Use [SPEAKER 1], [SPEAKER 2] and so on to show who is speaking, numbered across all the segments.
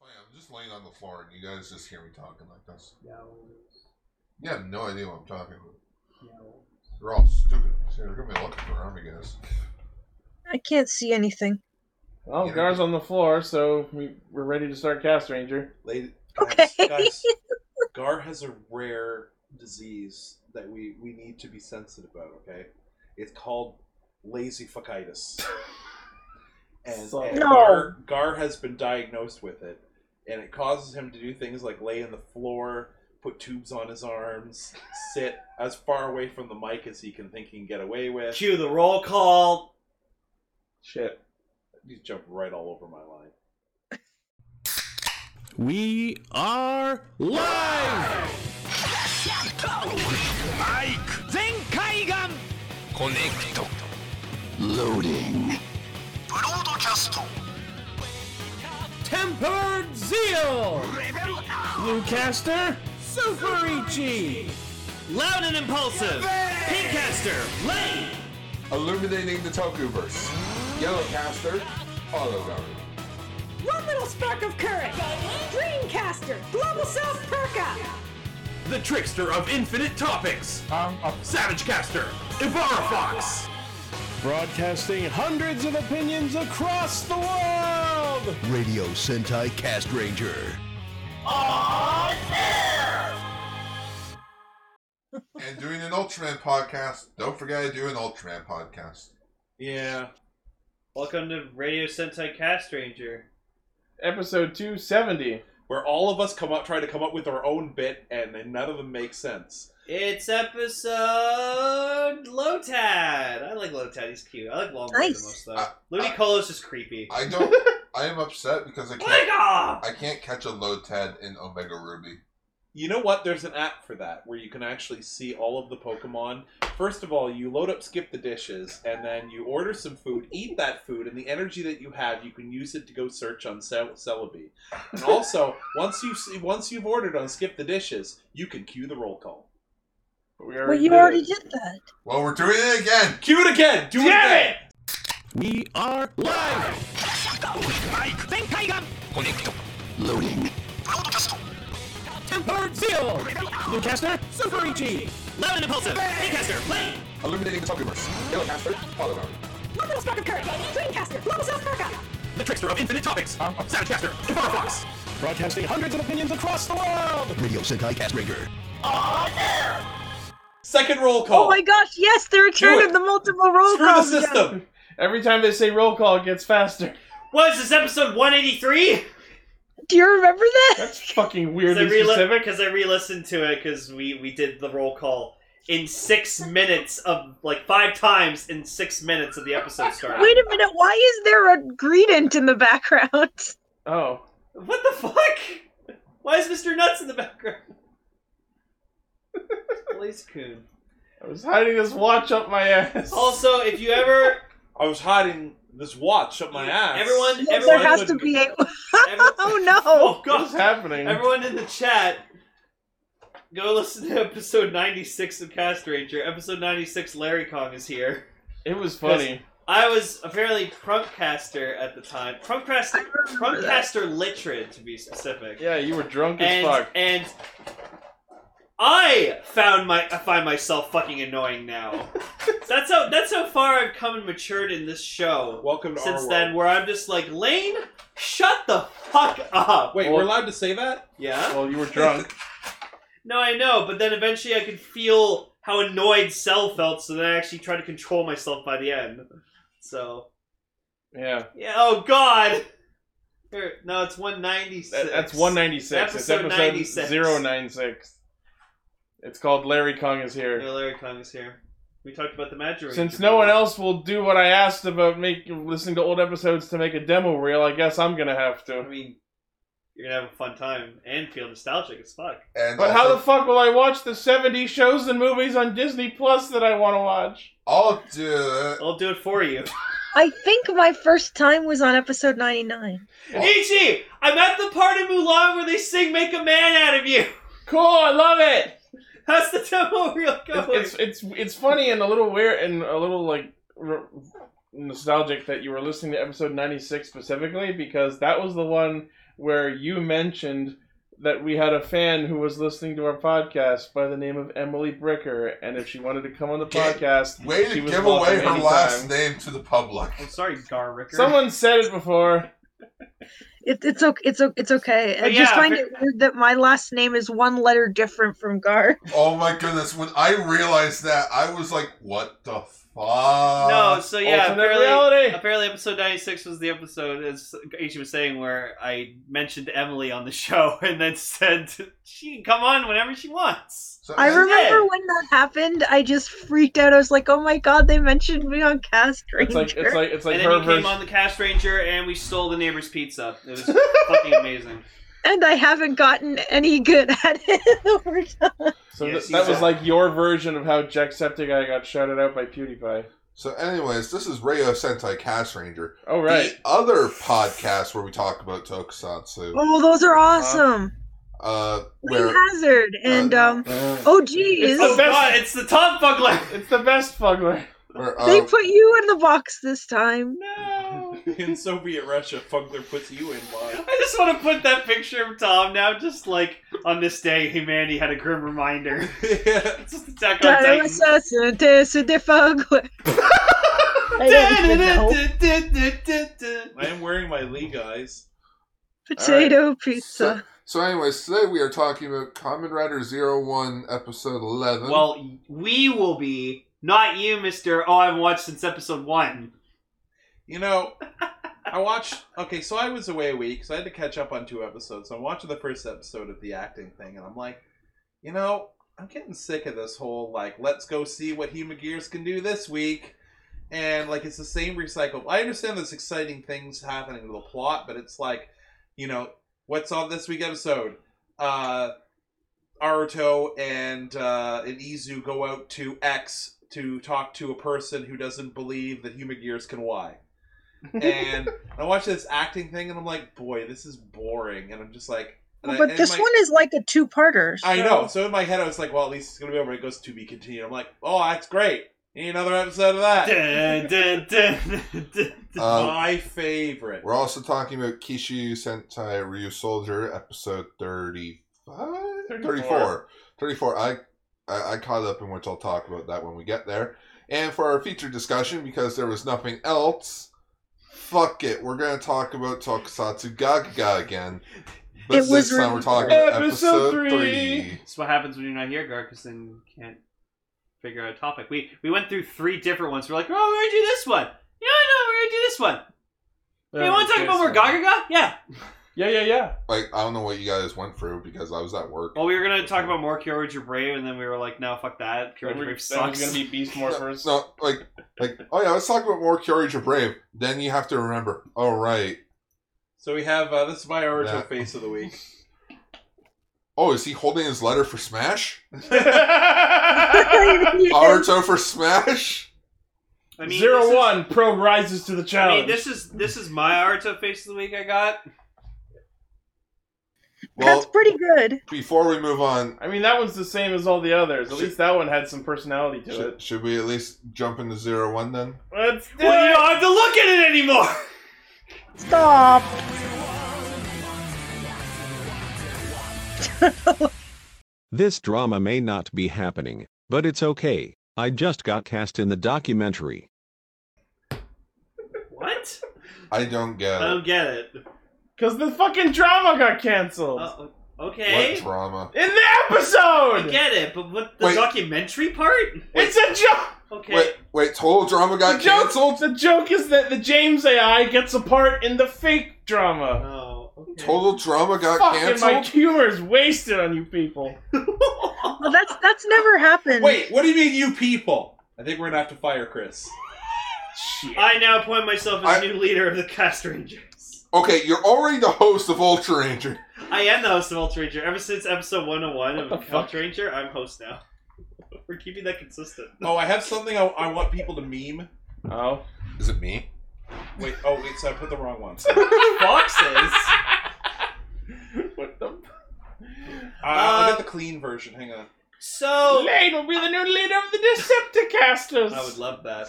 [SPEAKER 1] Oh, just laying on the floor and you guys just hear me talking like this.
[SPEAKER 2] No.
[SPEAKER 1] You have no idea what I'm talking about.
[SPEAKER 2] No.
[SPEAKER 1] You're all stupid. So you're gonna be looking for him, I guess.
[SPEAKER 3] I can't see anything.
[SPEAKER 4] Well,
[SPEAKER 1] Yeah.
[SPEAKER 4] Gar's on the floor, so we, we're ready to start Cast Ranger.
[SPEAKER 5] Lady,
[SPEAKER 3] Okay.
[SPEAKER 5] guys, guys, Gar has a rare disease that we, we need to be sensitive about, okay? It's called lazy fuckitis. And,
[SPEAKER 4] So-
[SPEAKER 5] and
[SPEAKER 3] No.
[SPEAKER 5] Gar, Gar has been diagnosed with it, and it causes him to do things like lay on the floor, put tubes on his arms, sit as far away from the mic as he can think he can get away with.
[SPEAKER 6] Cue the roll call.
[SPEAKER 4] Shit.
[SPEAKER 5] You jump right all over my line.
[SPEAKER 7] We are live! Tempered Zeal! Bluecaster! Superichi!
[SPEAKER 6] Loud and impulsive. Pincaster. Lane.
[SPEAKER 1] Illuminating the Tokuverse. Yellowcaster. Auto Guard.
[SPEAKER 8] One little spark of courage. Dreamcaster. Global South Perka.
[SPEAKER 7] The trickster of infinite topics! Savage Caster! Ivara Fox! Broadcasting hundreds of opinions across the world!
[SPEAKER 9] Radio Sentai Cast Ranger.
[SPEAKER 1] and doing an Ultraman podcast. Don't forget I do an Ultraman podcast.
[SPEAKER 5] Yeah.
[SPEAKER 6] Welcome to Radio Sentai Cast Ranger.
[SPEAKER 4] Episode 270.
[SPEAKER 5] Where all of us come up, try to come up with our own bit, and then none of them make sense.
[SPEAKER 6] It's episode Lotad. I like Lotad. He's cute. I like Walmart
[SPEAKER 3] Nice.
[SPEAKER 6] the most though.
[SPEAKER 1] I-
[SPEAKER 6] Looney
[SPEAKER 1] I-
[SPEAKER 6] Colo's just creepy.
[SPEAKER 1] I don't. I am upset because I can't.
[SPEAKER 6] Click off.
[SPEAKER 1] I can't catch a load Ted in Omega Ruby.
[SPEAKER 5] You know what? There's an app for that where you can actually see all of the Pokemon. First of all, you load up Skip the Dishes, and then you order some food, eat that food, and the energy that you have, you can use it to go search on Cel- Celebi. And also, once you see, once you've ordered on Skip the Dishes, you can cue the roll call.
[SPEAKER 4] We
[SPEAKER 3] Well, you already did that.
[SPEAKER 1] Well, we're doing it again.
[SPEAKER 5] Cue it again. Do
[SPEAKER 6] Damn
[SPEAKER 5] it. Again!
[SPEAKER 6] it!
[SPEAKER 7] We are live!
[SPEAKER 9] Loading.
[SPEAKER 7] Tempered Zeal! Bluecaster, Superichi!
[SPEAKER 6] Loud and impulsive. Pincaster. Lane.
[SPEAKER 1] Illuminating the Tokuverse. Yellowcaster. Auto Guard.
[SPEAKER 8] One little spark of courage. Dreamcaster. Global South Perka.
[SPEAKER 7] The trickster of infinite topics! Savage Caster, Ivara Fox! Broadcasting hundreds of opinions across the world!
[SPEAKER 9] Radio Sentai Cast Ranger.
[SPEAKER 5] Second roll
[SPEAKER 3] Oh,
[SPEAKER 5] call.
[SPEAKER 3] my gosh, yes, the
[SPEAKER 5] Do
[SPEAKER 3] return
[SPEAKER 5] it.
[SPEAKER 3] of the multiple roll
[SPEAKER 5] Screw the
[SPEAKER 3] calls.
[SPEAKER 5] system.
[SPEAKER 4] Every time they say roll call, it gets faster.
[SPEAKER 6] What is this episode 183?
[SPEAKER 3] Do you remember that?
[SPEAKER 4] That's fucking
[SPEAKER 6] Because I,
[SPEAKER 4] weirdly
[SPEAKER 6] re-
[SPEAKER 4] specific.
[SPEAKER 6] cause I re-listened to it because we, we did the roll call in six minutes of like five times in six minutes of the episode starting.
[SPEAKER 3] Wait a minute, why is there a greedent in the background?
[SPEAKER 4] Oh.
[SPEAKER 6] What the fuck? Why is Mr. Nuts in the background? Blaze Coon.
[SPEAKER 4] I was hiding this watch up my ass.
[SPEAKER 6] Also, if you ever
[SPEAKER 5] I was hiding this watch up my ass.
[SPEAKER 6] everyone
[SPEAKER 3] there
[SPEAKER 6] everyone,
[SPEAKER 3] has to
[SPEAKER 5] could-
[SPEAKER 3] be a.
[SPEAKER 6] everyone
[SPEAKER 3] Oh no!
[SPEAKER 6] Oh
[SPEAKER 4] What is
[SPEAKER 6] god.
[SPEAKER 4] happening?
[SPEAKER 6] Everyone in the chat go listen to episode 96 of Cast Ranger. Episode 96 Larry Kong is here.
[SPEAKER 4] It was funny.
[SPEAKER 6] I was apparently Prunkcaster at the time. Prunkcaster
[SPEAKER 3] I remember that.
[SPEAKER 6] Prunkcaster Litrid to be specific.
[SPEAKER 4] Yeah, you were drunk as
[SPEAKER 6] and
[SPEAKER 4] fuck.
[SPEAKER 6] and I found my I find myself fucking annoying now. that's how that's how far I've come and matured in this show
[SPEAKER 5] Welcome to our
[SPEAKER 6] since
[SPEAKER 5] world.
[SPEAKER 6] then, where I'm just like Lane, shut the fuck up.
[SPEAKER 5] Wait,
[SPEAKER 4] Well-
[SPEAKER 5] we're allowed to say that?
[SPEAKER 6] Yeah.
[SPEAKER 4] Well, you were drunk.
[SPEAKER 6] No, I know, but then eventually I could feel how annoyed Cell felt, so then I actually tried to control myself by the end. So
[SPEAKER 4] Yeah.
[SPEAKER 6] yeah. Oh God. Here, no, it's 196.
[SPEAKER 4] That- that's 196.
[SPEAKER 6] Episode
[SPEAKER 4] it's episode
[SPEAKER 6] 96.
[SPEAKER 4] 096. It's called Larry Kong is Here.
[SPEAKER 6] Yeah, Larry Kong is here. We talked about the Magic.
[SPEAKER 4] Since no one else will do what I asked about make, listening to old episodes to make a demo reel, I guess I'm gonna have
[SPEAKER 6] I
[SPEAKER 4] to.
[SPEAKER 6] mean, you're gonna have a fun time and feel nostalgic as fuck.
[SPEAKER 1] And
[SPEAKER 4] But how
[SPEAKER 1] also-
[SPEAKER 4] the fuck will I watch the 70 shows and movies on Disney Plus that I want to watch?
[SPEAKER 1] I'll do it.
[SPEAKER 6] I'll do it for you.
[SPEAKER 3] I think my first time was on episode 99.
[SPEAKER 6] Ichi! I'm at the part in Mulan where they sing Make a Man Out of You!
[SPEAKER 4] Cool, I love it.
[SPEAKER 6] How's the demo reel going?
[SPEAKER 4] It's it's it's, it's funny and a little weird and a little like r- nostalgic that you were listening to episode 96 specifically because that was the one where you mentioned that we had a fan who was listening to our podcast by the name of Emily Bricker, and if she wanted to come on the
[SPEAKER 1] Okay.
[SPEAKER 4] podcast,
[SPEAKER 1] Way
[SPEAKER 4] she
[SPEAKER 1] to
[SPEAKER 4] was
[SPEAKER 1] give away
[SPEAKER 4] welcome
[SPEAKER 1] her
[SPEAKER 4] anytime.
[SPEAKER 1] last name to the public.
[SPEAKER 6] I'm sorry, Garricker.
[SPEAKER 4] Someone said it before.
[SPEAKER 3] It, it's okay. It's o- it's okay. I
[SPEAKER 6] But
[SPEAKER 3] just
[SPEAKER 6] yeah,
[SPEAKER 3] find
[SPEAKER 6] but-
[SPEAKER 3] it weird that my last name is one letter different from Gar.
[SPEAKER 1] Oh my goodness! When I realized that, I was like, "What the fuck?"
[SPEAKER 6] No, so yeah,
[SPEAKER 4] Alternate
[SPEAKER 6] apparently,
[SPEAKER 4] Uh, reality.
[SPEAKER 6] apparently episode 96 was the episode, as Aichi was saying, where I mentioned Emily on the show and then said she can come on whenever she wants.
[SPEAKER 1] So-
[SPEAKER 3] I
[SPEAKER 1] and-
[SPEAKER 3] remember when that happened. I just freaked out. I was like, "Oh my god, they mentioned me on Cast Ranger."
[SPEAKER 4] It's like it's like it's like
[SPEAKER 6] and then
[SPEAKER 4] her
[SPEAKER 6] you came
[SPEAKER 4] version.
[SPEAKER 6] on the Cast Ranger and we stole the neighbor's pizza. It was fucking amazing.
[SPEAKER 3] and I haven't gotten any good at it over time.
[SPEAKER 4] so th-
[SPEAKER 6] Yes, you
[SPEAKER 4] that was
[SPEAKER 6] did.
[SPEAKER 4] like your version of how Jacksepticeye got shouted out by PewDiePie.
[SPEAKER 1] So, anyways, this is Rayo Sentai Cast Ranger,
[SPEAKER 4] Oh right.
[SPEAKER 1] the other podcast where we talk about Tokusatsu.
[SPEAKER 3] Oh, those are awesome.
[SPEAKER 1] Uh,
[SPEAKER 3] Wayne
[SPEAKER 1] where
[SPEAKER 3] Hazard and um. Oh geez,
[SPEAKER 4] It's the
[SPEAKER 6] oh
[SPEAKER 4] best-
[SPEAKER 6] god, it's the Tom Bugler!
[SPEAKER 4] It's the best Fugler.
[SPEAKER 1] where
[SPEAKER 3] they
[SPEAKER 1] uh,
[SPEAKER 3] put you in the box this time.
[SPEAKER 6] No!
[SPEAKER 5] In Soviet Russia, Fugler puts you in line.
[SPEAKER 6] I just want to put that picture of Tom now, just like on this day, humanity had a grim reminder. It's just Attack on
[SPEAKER 3] Cara
[SPEAKER 6] Titan.
[SPEAKER 3] assassante de fogo. I don't even know.
[SPEAKER 5] I am wearing my Lee guys.
[SPEAKER 3] Potato pizza.
[SPEAKER 1] So, anyways, today we are talking about Common Rider Zero One, Episode Eleven.
[SPEAKER 6] Well, we will be, not you, Mister. Oh, I've watched since episode one.
[SPEAKER 5] You know, I watched. Okay, so I was away a week, so I had to catch up on two episodes. So I'm watching the first episode of the acting thing, and I'm like, you know, I'm getting sick of this whole like, let's go see what Hema Gears can do this week, and like it's the same recycle. I understand there's exciting things happening to the plot, but it's like, you know, what's on this week episode? Uh, Aruto and uh, and Izu go out to X to talk to a person who doesn't believe that human gears can Y. And I watch this acting thing, and I'm like, boy, this is boring. And I'm just like, and I-
[SPEAKER 3] but
[SPEAKER 5] and
[SPEAKER 3] this
[SPEAKER 5] my-
[SPEAKER 3] one is like a two-parter.
[SPEAKER 5] I know. So in my head, I was like, well, at least it's gonna be over. It goes to be continued. I'm like, oh, that's great. Need another episode of that.
[SPEAKER 6] Dun, dun, dun, dun, dun.
[SPEAKER 4] Um,
[SPEAKER 1] Uh,
[SPEAKER 5] my favorite.
[SPEAKER 1] we're also talking about Kishu Sentai Ryu Soldier, Episode 35? 34.
[SPEAKER 4] 34.
[SPEAKER 1] 34. I, I I caught up in which I'll talk about that when we get there. And for our feature discussion, because there was nothing else, fuck it, we're gonna talk about Tokusatsu Gagaga again. But
[SPEAKER 3] It was
[SPEAKER 1] this time
[SPEAKER 3] re-
[SPEAKER 1] we're talking about
[SPEAKER 4] Episode
[SPEAKER 1] episode
[SPEAKER 4] three.
[SPEAKER 1] three.
[SPEAKER 6] That's what happens when you're not here, Gar, because then you can't figure out a topic. We we went through three different ones. We're like, oh, we're gonna do this one. Yeah, no, we're gonna do this one. Hey, you want to talk about more Gagaga? Yeah.
[SPEAKER 4] Yeah, yeah, yeah.
[SPEAKER 1] Like I don't know what you guys went through because I was at work.
[SPEAKER 6] Well, we were gonna talk about more Kyoto Your Brave, and then we were like, no, fuck that. Kyoto
[SPEAKER 4] Remember,
[SPEAKER 6] Brave
[SPEAKER 4] that was
[SPEAKER 6] sucks.
[SPEAKER 4] gonna be Beast Morphers.
[SPEAKER 1] No, like, like, oh yeah, let's talk about more Courage or Brave. Then you have to remember, oh right,
[SPEAKER 5] So we have uh, this is my Aruto
[SPEAKER 1] That-
[SPEAKER 5] face of the week.
[SPEAKER 1] oh is he holding his letter for Smash?
[SPEAKER 3] Yeah.
[SPEAKER 1] Aruto for Smash?
[SPEAKER 6] I mean,
[SPEAKER 4] Zero
[SPEAKER 6] this is-
[SPEAKER 4] one pro rises to the
[SPEAKER 6] I
[SPEAKER 4] challenge.
[SPEAKER 6] mean, this is this is my Aruto face of the week I got.
[SPEAKER 1] Well,
[SPEAKER 3] That's pretty good.
[SPEAKER 1] before we move on,
[SPEAKER 4] I mean, that one's the same as all the others. At least that one had some personality to
[SPEAKER 1] should,
[SPEAKER 4] it.
[SPEAKER 1] should we at least jump into zero one then?
[SPEAKER 4] Let's do
[SPEAKER 6] Well, you
[SPEAKER 4] it.
[SPEAKER 6] don't have to look at it anymore.
[SPEAKER 3] Stop.
[SPEAKER 2] This drama may not be happening, but it's okay. I just got cast in the documentary.
[SPEAKER 6] What?
[SPEAKER 1] I don't
[SPEAKER 6] I
[SPEAKER 1] get it.
[SPEAKER 6] don't get it.
[SPEAKER 4] Because the fucking drama got canceled
[SPEAKER 6] Uh,
[SPEAKER 1] what
[SPEAKER 6] okay.
[SPEAKER 1] drama?
[SPEAKER 4] in the episode.
[SPEAKER 6] I get it, but what the
[SPEAKER 1] Wait.
[SPEAKER 6] documentary part?
[SPEAKER 4] it's a joke.
[SPEAKER 6] Okay.
[SPEAKER 1] Wait, wait, total drama got
[SPEAKER 4] The joke-
[SPEAKER 1] canceled?
[SPEAKER 4] The joke is that the James AI gets a part in the fake drama.
[SPEAKER 6] Oh, okay.
[SPEAKER 1] Total drama got
[SPEAKER 4] Fucking my
[SPEAKER 1] canceled?
[SPEAKER 4] humor is wasted on you people.
[SPEAKER 3] Well, that's that's never happened.
[SPEAKER 5] Wait, what do you mean, you people? I think we're gonna have to fire Chris.
[SPEAKER 4] Shit.
[SPEAKER 6] I now appoint myself as
[SPEAKER 1] I-
[SPEAKER 6] new leader of the Cast Rangers.
[SPEAKER 1] Okay, you're already the host of Ultra Ranger.
[SPEAKER 6] I am the host of Ultra Ranger. Ever since episode 101
[SPEAKER 4] What
[SPEAKER 6] of
[SPEAKER 4] the fuck?
[SPEAKER 6] Ultra Ranger, I'm host now. We're keeping that consistent.
[SPEAKER 5] Oh, I have something I, I want people to meme.
[SPEAKER 4] oh.
[SPEAKER 1] Is it me?
[SPEAKER 5] Wait, oh wait, so I put the wrong one.
[SPEAKER 6] Boxes?
[SPEAKER 4] What the? Uh,
[SPEAKER 5] Uh, I'll get the clean version. Hang on. Oh.
[SPEAKER 6] So.
[SPEAKER 4] Lane will be the new leader of the Decepticasters.
[SPEAKER 6] I would love that.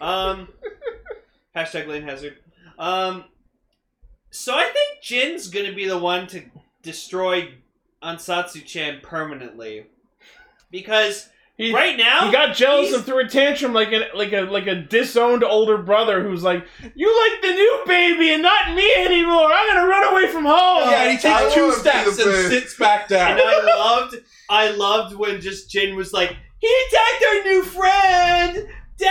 [SPEAKER 6] Um, hashtag Lane Hazard. Um, So I think Jin's gonna be the one to destroy Ansatsu Chan permanently. Because
[SPEAKER 4] He,
[SPEAKER 6] right now
[SPEAKER 4] he got jealous
[SPEAKER 6] he's-
[SPEAKER 4] and threw a tantrum like a like a like a disowned older brother who's like, "You like the new baby and not me anymore. I'm gonna run away from home."
[SPEAKER 5] Oh, yeah,
[SPEAKER 1] I
[SPEAKER 5] he takes two
[SPEAKER 1] wanna be
[SPEAKER 5] steps
[SPEAKER 1] the
[SPEAKER 5] and
[SPEAKER 1] best.
[SPEAKER 5] sits back down.
[SPEAKER 6] and I loved I loved when just Jin was like, He attacked our new friend! Dad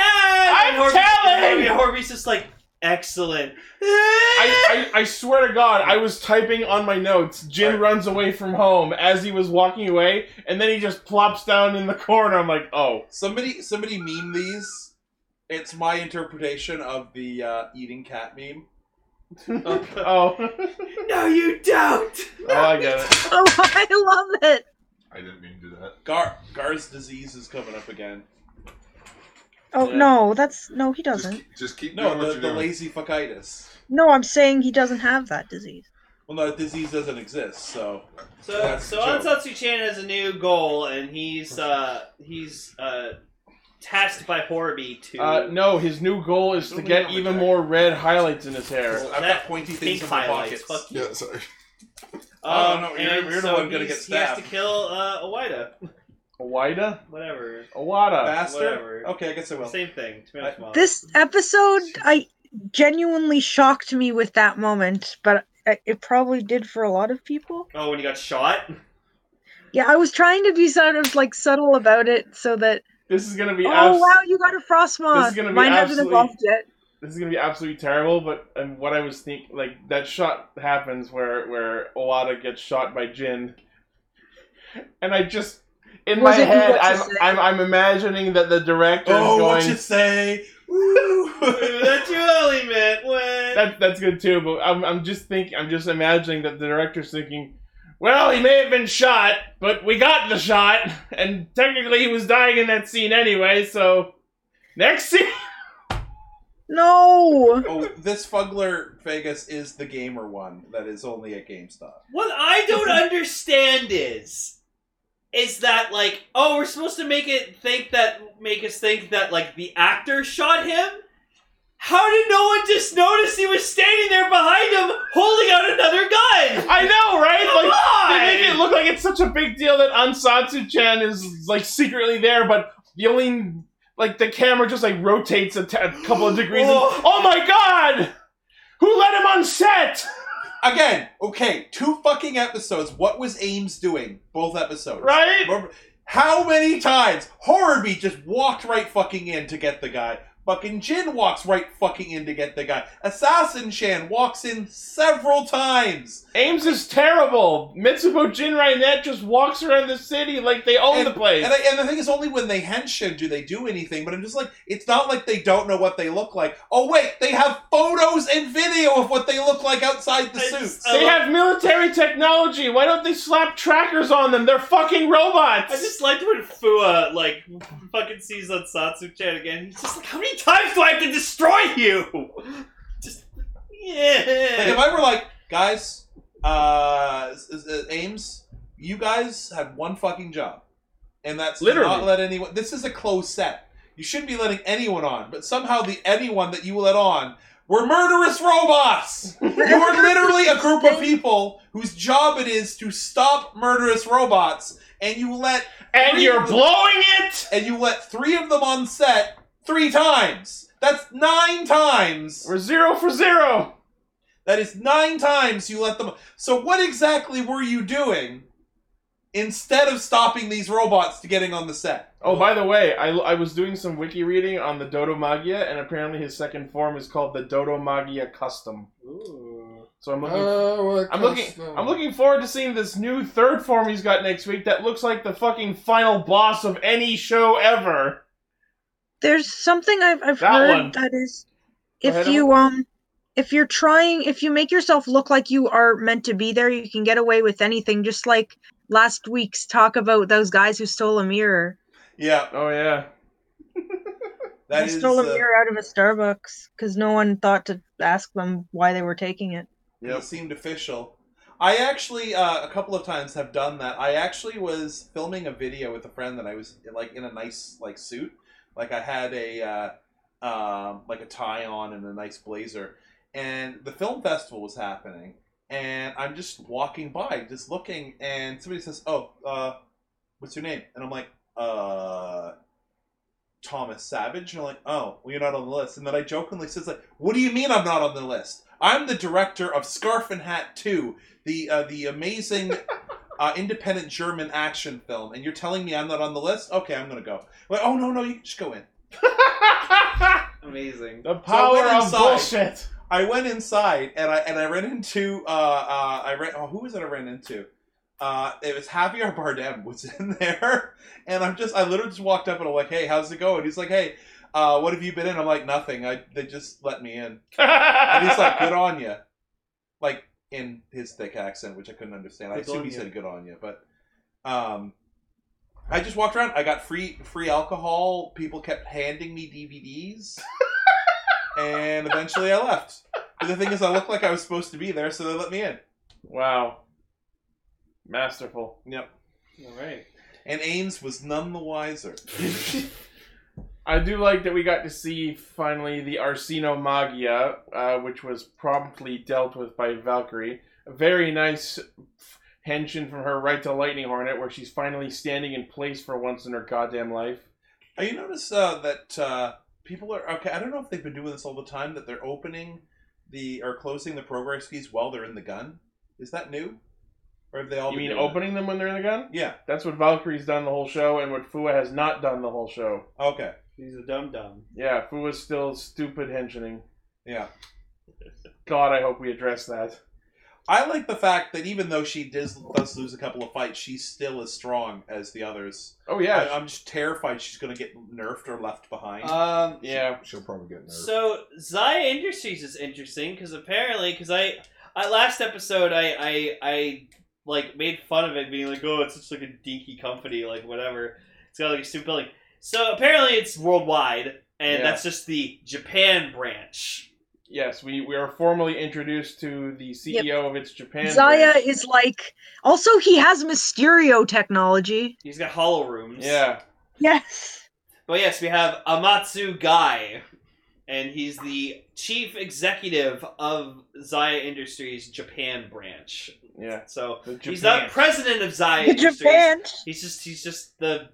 [SPEAKER 4] I'm
[SPEAKER 6] and Horby's-
[SPEAKER 4] telling!
[SPEAKER 6] and Horby's just like, excellent.
[SPEAKER 4] I, I, I swear to God, I was typing on my notes. Jin runs away from home as he was walking away, and then he just plops down in the corner. I'm like, oh,
[SPEAKER 5] Somebody, somebody meme these. It's my interpretation of the uh, eating cat meme.
[SPEAKER 4] oh,
[SPEAKER 6] no you don't!
[SPEAKER 4] oh, I get it.
[SPEAKER 3] Oh, I love it.
[SPEAKER 1] I didn't mean to do that.
[SPEAKER 5] Gar Gar's disease is coming up again.
[SPEAKER 3] Oh
[SPEAKER 4] Yeah.
[SPEAKER 3] no, that's no, he
[SPEAKER 1] Just
[SPEAKER 3] doesn't.
[SPEAKER 1] keep, just keep doing
[SPEAKER 5] No,
[SPEAKER 1] what
[SPEAKER 5] the,
[SPEAKER 1] you're
[SPEAKER 5] the
[SPEAKER 1] doing.
[SPEAKER 5] lazy fuckitis.
[SPEAKER 3] No, I'm saying he doesn't have that disease.
[SPEAKER 5] Well, no, that disease doesn't exist. So
[SPEAKER 6] So
[SPEAKER 5] That's
[SPEAKER 6] so
[SPEAKER 5] the joke.
[SPEAKER 6] Ansatsu Chan has a new goal and he's uh he's uh tasked by Horby to
[SPEAKER 4] Uh, no, his new goal is to get even more red highlights in his hair.
[SPEAKER 5] I've got
[SPEAKER 6] that
[SPEAKER 5] pointy things
[SPEAKER 6] pink
[SPEAKER 5] in my
[SPEAKER 6] highlights.
[SPEAKER 5] pockets.
[SPEAKER 6] Fuck you.
[SPEAKER 1] Yeah, sorry.
[SPEAKER 5] I don't
[SPEAKER 6] Um,
[SPEAKER 5] know, Oh, you're-
[SPEAKER 6] and
[SPEAKER 5] you're the
[SPEAKER 6] so
[SPEAKER 5] one gonna
[SPEAKER 6] he's-
[SPEAKER 5] get
[SPEAKER 6] He has to
[SPEAKER 5] stabbed.
[SPEAKER 6] kill uh, Awida.
[SPEAKER 4] Wida,
[SPEAKER 6] Whatever.
[SPEAKER 4] Awada.
[SPEAKER 5] Bastard.
[SPEAKER 6] Whatever.
[SPEAKER 5] Okay, I guess I will.
[SPEAKER 6] Same thing. Tomato,
[SPEAKER 4] Uh,
[SPEAKER 5] I-
[SPEAKER 6] tomato.
[SPEAKER 3] This episode, I genuinely shocked me with that moment, but I- it probably did for a lot of people.
[SPEAKER 6] Oh, when he got shot.
[SPEAKER 3] Yeah, I was trying to be sort of like subtle about it so that
[SPEAKER 4] This is gonna be.
[SPEAKER 3] oh
[SPEAKER 4] abs-
[SPEAKER 3] wow, you got a frost moth.
[SPEAKER 4] gonna be
[SPEAKER 3] Mine hasn't
[SPEAKER 4] absolutely-
[SPEAKER 3] evolved yet.
[SPEAKER 4] this is gonna be absolutely terrible. But and what I was think like that shot happens where where Owada gets shot by Jin, and I just in
[SPEAKER 3] Was
[SPEAKER 4] my
[SPEAKER 3] it you
[SPEAKER 4] head
[SPEAKER 3] what you
[SPEAKER 4] I'm,
[SPEAKER 3] said?
[SPEAKER 4] I'm I'm imagining that the director
[SPEAKER 5] oh,
[SPEAKER 4] is
[SPEAKER 5] what you
[SPEAKER 4] going.
[SPEAKER 5] say? Woo!
[SPEAKER 6] That's really meant when.
[SPEAKER 4] That, that's good too, but I'm, I'm just thinking, I'm just imagining that the director's thinking, well, he may have been shot, but we got the shot, and technically he was dying in that scene anyway, so next scene.
[SPEAKER 3] No.
[SPEAKER 5] oh, this Fugler Vegas is the gamer one that is only at GameStop.
[SPEAKER 6] What I don't understand is, is that like, oh, we're supposed to make it think that make us think that like the actor shot him. How did no one just notice he was standing there behind him holding out another gun?
[SPEAKER 4] I know, right? Like,
[SPEAKER 6] Come
[SPEAKER 4] They make it
[SPEAKER 6] on!
[SPEAKER 4] look like it's such a big deal that Ansatsu Chan is like secretly there, but the only like the camera just like rotates a, t- a couple of degrees. and-
[SPEAKER 6] Oh.
[SPEAKER 4] oh my god! Who let him on set?
[SPEAKER 5] Again, okay, two fucking episodes. What was Ames doing? Both episodes.
[SPEAKER 4] Right?
[SPEAKER 5] Remember- How many times Horrorby just walked right fucking in to get the guy? Fucking Jin walks right fucking in to get the guy. Assassin Shan walks in several times.
[SPEAKER 4] Ames is terrible. Mitsubo Jinrai Net just walks around the city like they own the place.
[SPEAKER 5] And, I, and the thing is, only when they henshin do they do anything, but I'm just like, it's not like they don't know what they look like. Oh, wait, they have photos and video of what they look like outside the
[SPEAKER 6] I
[SPEAKER 5] suits.
[SPEAKER 6] just- I
[SPEAKER 4] they
[SPEAKER 6] love-
[SPEAKER 4] have military technology. Why don't they slap trackers on them? They're fucking robots.
[SPEAKER 6] I just liked when Fua like fucking sees on Satsu Chan again. He's just like, how many times do I have to destroy you? Just
[SPEAKER 5] Like, if
[SPEAKER 6] yeah.
[SPEAKER 5] I were like, guys, uh, s- s- Ames, you guys have one fucking job, and that's to
[SPEAKER 4] Literally.
[SPEAKER 5] not let anyone. This is a closed set. You shouldn't be letting anyone on, but somehow the anyone that you let on were murderous robots. You are literally a group of people whose job it is to stop murderous robots, and you let
[SPEAKER 4] and you're blowing it.
[SPEAKER 5] and you let three of them on set three times. That's nine times.
[SPEAKER 4] We're zero for zero.
[SPEAKER 5] That is nine times you let them. So what exactly were you doing instead of stopping these robots to getting on the set?
[SPEAKER 4] Oh, by the way, I, I was doing some wiki reading on the Dodomagia, and apparently his second form is called the Dodomagia Custom. So I'm looking, I'm looking, I'm looking forward to seeing this new third form he's got next week. That looks like the fucking final boss of any show ever.
[SPEAKER 3] There's something I've I've
[SPEAKER 4] That
[SPEAKER 3] heard
[SPEAKER 4] one.
[SPEAKER 3] that is
[SPEAKER 4] Go
[SPEAKER 3] if
[SPEAKER 4] ahead,
[SPEAKER 3] you um if you're trying if you make yourself look like you are meant to be there, you can get away with anything, just like last week's talk about those guys who stole a mirror.
[SPEAKER 5] Yeah,
[SPEAKER 4] Oh yeah,
[SPEAKER 3] they
[SPEAKER 5] that is.
[SPEAKER 3] stole a
[SPEAKER 5] uh,
[SPEAKER 3] mirror out of a Starbucks because no one thought to ask them why they were taking it.
[SPEAKER 5] It seemed official. I actually, uh, a couple of times, have done that. I actually was filming a video with a friend that I was like in a nice like suit, like I had a uh, um, like a tie on and a nice blazer, and the film festival was happening, and I'm just walking by, just looking, and somebody says, "Oh, uh, what's your name?" And I'm like, "Uh." Thomas Savage, and I'm like, oh, well, you're not on the list. And then I jokingly says, like, what do you mean I'm not on the list? I'm the director of Scarf and Hat 2, the uh, the amazing uh, independent German action film, and you're telling me I'm not on the list? Okay, I'm gonna go. Like, oh no, no, you can just go in.
[SPEAKER 6] Amazing.
[SPEAKER 4] The
[SPEAKER 5] So I
[SPEAKER 4] power
[SPEAKER 5] went
[SPEAKER 4] of
[SPEAKER 5] inside.
[SPEAKER 4] bullshit.
[SPEAKER 5] I went inside and I and I ran into uh, uh I ran oh who was it I ran into? Uh, it was Javier Bardem was in there, and I'm just I literally just walked up and I'm like, hey, how's it going? He's like, hey, uh, what have you been in? I'm like, nothing. I they just let me in, and he's like, good on you, like in his thick accent, which I couldn't understand. I
[SPEAKER 6] Good
[SPEAKER 5] assume
[SPEAKER 6] on
[SPEAKER 5] he
[SPEAKER 6] ya.
[SPEAKER 5] said good on you, but um, I just walked around. I got free free alcohol. People kept handing me DVDs, and eventually I left. But the thing is, I looked like I was supposed to be there, so they let me in.
[SPEAKER 4] wow. Masterful.
[SPEAKER 5] Yep.
[SPEAKER 6] All right.
[SPEAKER 5] And Ames was none the wiser.
[SPEAKER 4] I do like that we got to see finally the Arsino Magia, uh, which was promptly dealt with by Valkyrie. A very nice henching from her right to Lightning Hornet, where she's finally standing in place for once in her goddamn life.
[SPEAKER 5] Oh, you notice uh, that uh, people are okay. I don't know if they've been doing this all the time that they're opening the or closing the progress keys while they're in the gun. Is that new? Or have they all?
[SPEAKER 4] You Oh,
[SPEAKER 5] been
[SPEAKER 4] mean
[SPEAKER 5] doing
[SPEAKER 4] opening them when they're in the gun?
[SPEAKER 5] It? Yeah.
[SPEAKER 4] That's what Valkyrie's done the whole show, and what Fua has not done the whole show.
[SPEAKER 5] Okay.
[SPEAKER 6] He's a dum dum.
[SPEAKER 4] Yeah, Fua's still stupid henching.
[SPEAKER 5] Yeah.
[SPEAKER 4] God, I hope we address that.
[SPEAKER 5] I like the fact that even though she does, does lose a couple of fights, she's still as strong as the others.
[SPEAKER 4] Oh yeah, Uh,
[SPEAKER 5] I, am just terrified she's going to get nerfed or left behind.
[SPEAKER 6] Um.
[SPEAKER 4] yeah.
[SPEAKER 1] She'll probably get nervous.
[SPEAKER 6] So Zaya Industries is interesting because apparently, because I, I last episode I, I I like made fun of it being like, oh, it's such like a dinky company, like whatever. It's got like a stupid building. So apparently, it's worldwide,
[SPEAKER 4] Yeah.
[SPEAKER 6] and that's just the Japan branch.
[SPEAKER 4] Yes, we, we are formally introduced to the CEO of its Japan.
[SPEAKER 3] Zaya
[SPEAKER 4] branch.
[SPEAKER 3] is like. Also, he has Mysterio technology.
[SPEAKER 6] He's got hollow rooms.
[SPEAKER 4] Yeah.
[SPEAKER 3] Yes.
[SPEAKER 6] But yes, we have Amatsu Guy, and he's the chief executive of Zaya Industries Japan branch.
[SPEAKER 4] Yeah.
[SPEAKER 6] So
[SPEAKER 4] The
[SPEAKER 6] he's
[SPEAKER 4] Japan.
[SPEAKER 6] not president of Zaya
[SPEAKER 3] The
[SPEAKER 6] Industries.
[SPEAKER 3] Japan.
[SPEAKER 6] He's just he's just the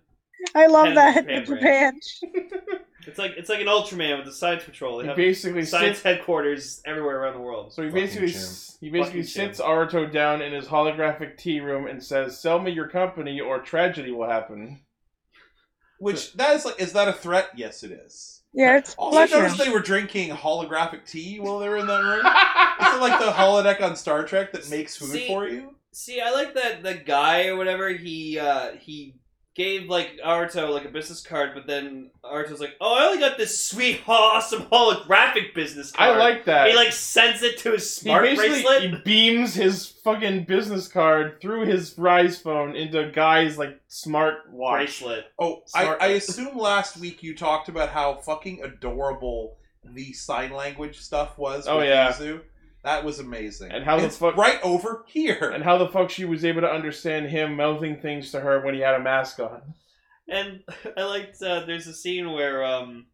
[SPEAKER 3] I
[SPEAKER 6] love
[SPEAKER 3] love
[SPEAKER 6] Head
[SPEAKER 3] that.
[SPEAKER 6] of the that,
[SPEAKER 3] The
[SPEAKER 6] Japan the
[SPEAKER 3] Japan.
[SPEAKER 6] It's like it's like an Ultraman with the science patrol. They
[SPEAKER 4] He
[SPEAKER 6] have
[SPEAKER 4] basically
[SPEAKER 6] science
[SPEAKER 4] sits.
[SPEAKER 6] headquarters everywhere around the world.
[SPEAKER 4] So he
[SPEAKER 1] Fucking
[SPEAKER 4] basically
[SPEAKER 1] Jim.
[SPEAKER 4] s- he basically
[SPEAKER 6] Fucking Jim.
[SPEAKER 4] sits Aruto down in his holographic tea room and says, "Sell me your company, or tragedy will happen."
[SPEAKER 5] Which that is like, is that a threat? Yes, it is.
[SPEAKER 3] Yeah, it's
[SPEAKER 5] Also, you
[SPEAKER 3] Black
[SPEAKER 5] notice they were drinking holographic tea while they were in that room. Is it like the holodeck on Star Trek that makes food
[SPEAKER 6] See-
[SPEAKER 5] for you?
[SPEAKER 6] See, I like that the guy or whatever he uh he gave like Aruto like a business card, but then Aruto's like, "Oh, I only got this sweet, awesome holographic business
[SPEAKER 4] I
[SPEAKER 6] card."
[SPEAKER 4] like that.
[SPEAKER 6] He like sends it to his
[SPEAKER 4] He
[SPEAKER 6] smart
[SPEAKER 4] basically
[SPEAKER 6] bracelet.
[SPEAKER 4] he beams his fucking business card through his rise phone into Guy's like smart watch.
[SPEAKER 6] bracelet.
[SPEAKER 5] Oh, I,
[SPEAKER 6] Smart-
[SPEAKER 5] I assume last week you talked about how fucking adorable the sign language stuff was.
[SPEAKER 4] Oh,
[SPEAKER 5] with
[SPEAKER 4] yeah.
[SPEAKER 5] Yuzu. that was amazing.
[SPEAKER 4] And how the
[SPEAKER 5] It's
[SPEAKER 4] fuck-
[SPEAKER 5] right over here.
[SPEAKER 4] And how the fuck she was able to understand him mouthing things to her when he had a mask on.
[SPEAKER 6] And I liked uh, there's a scene where um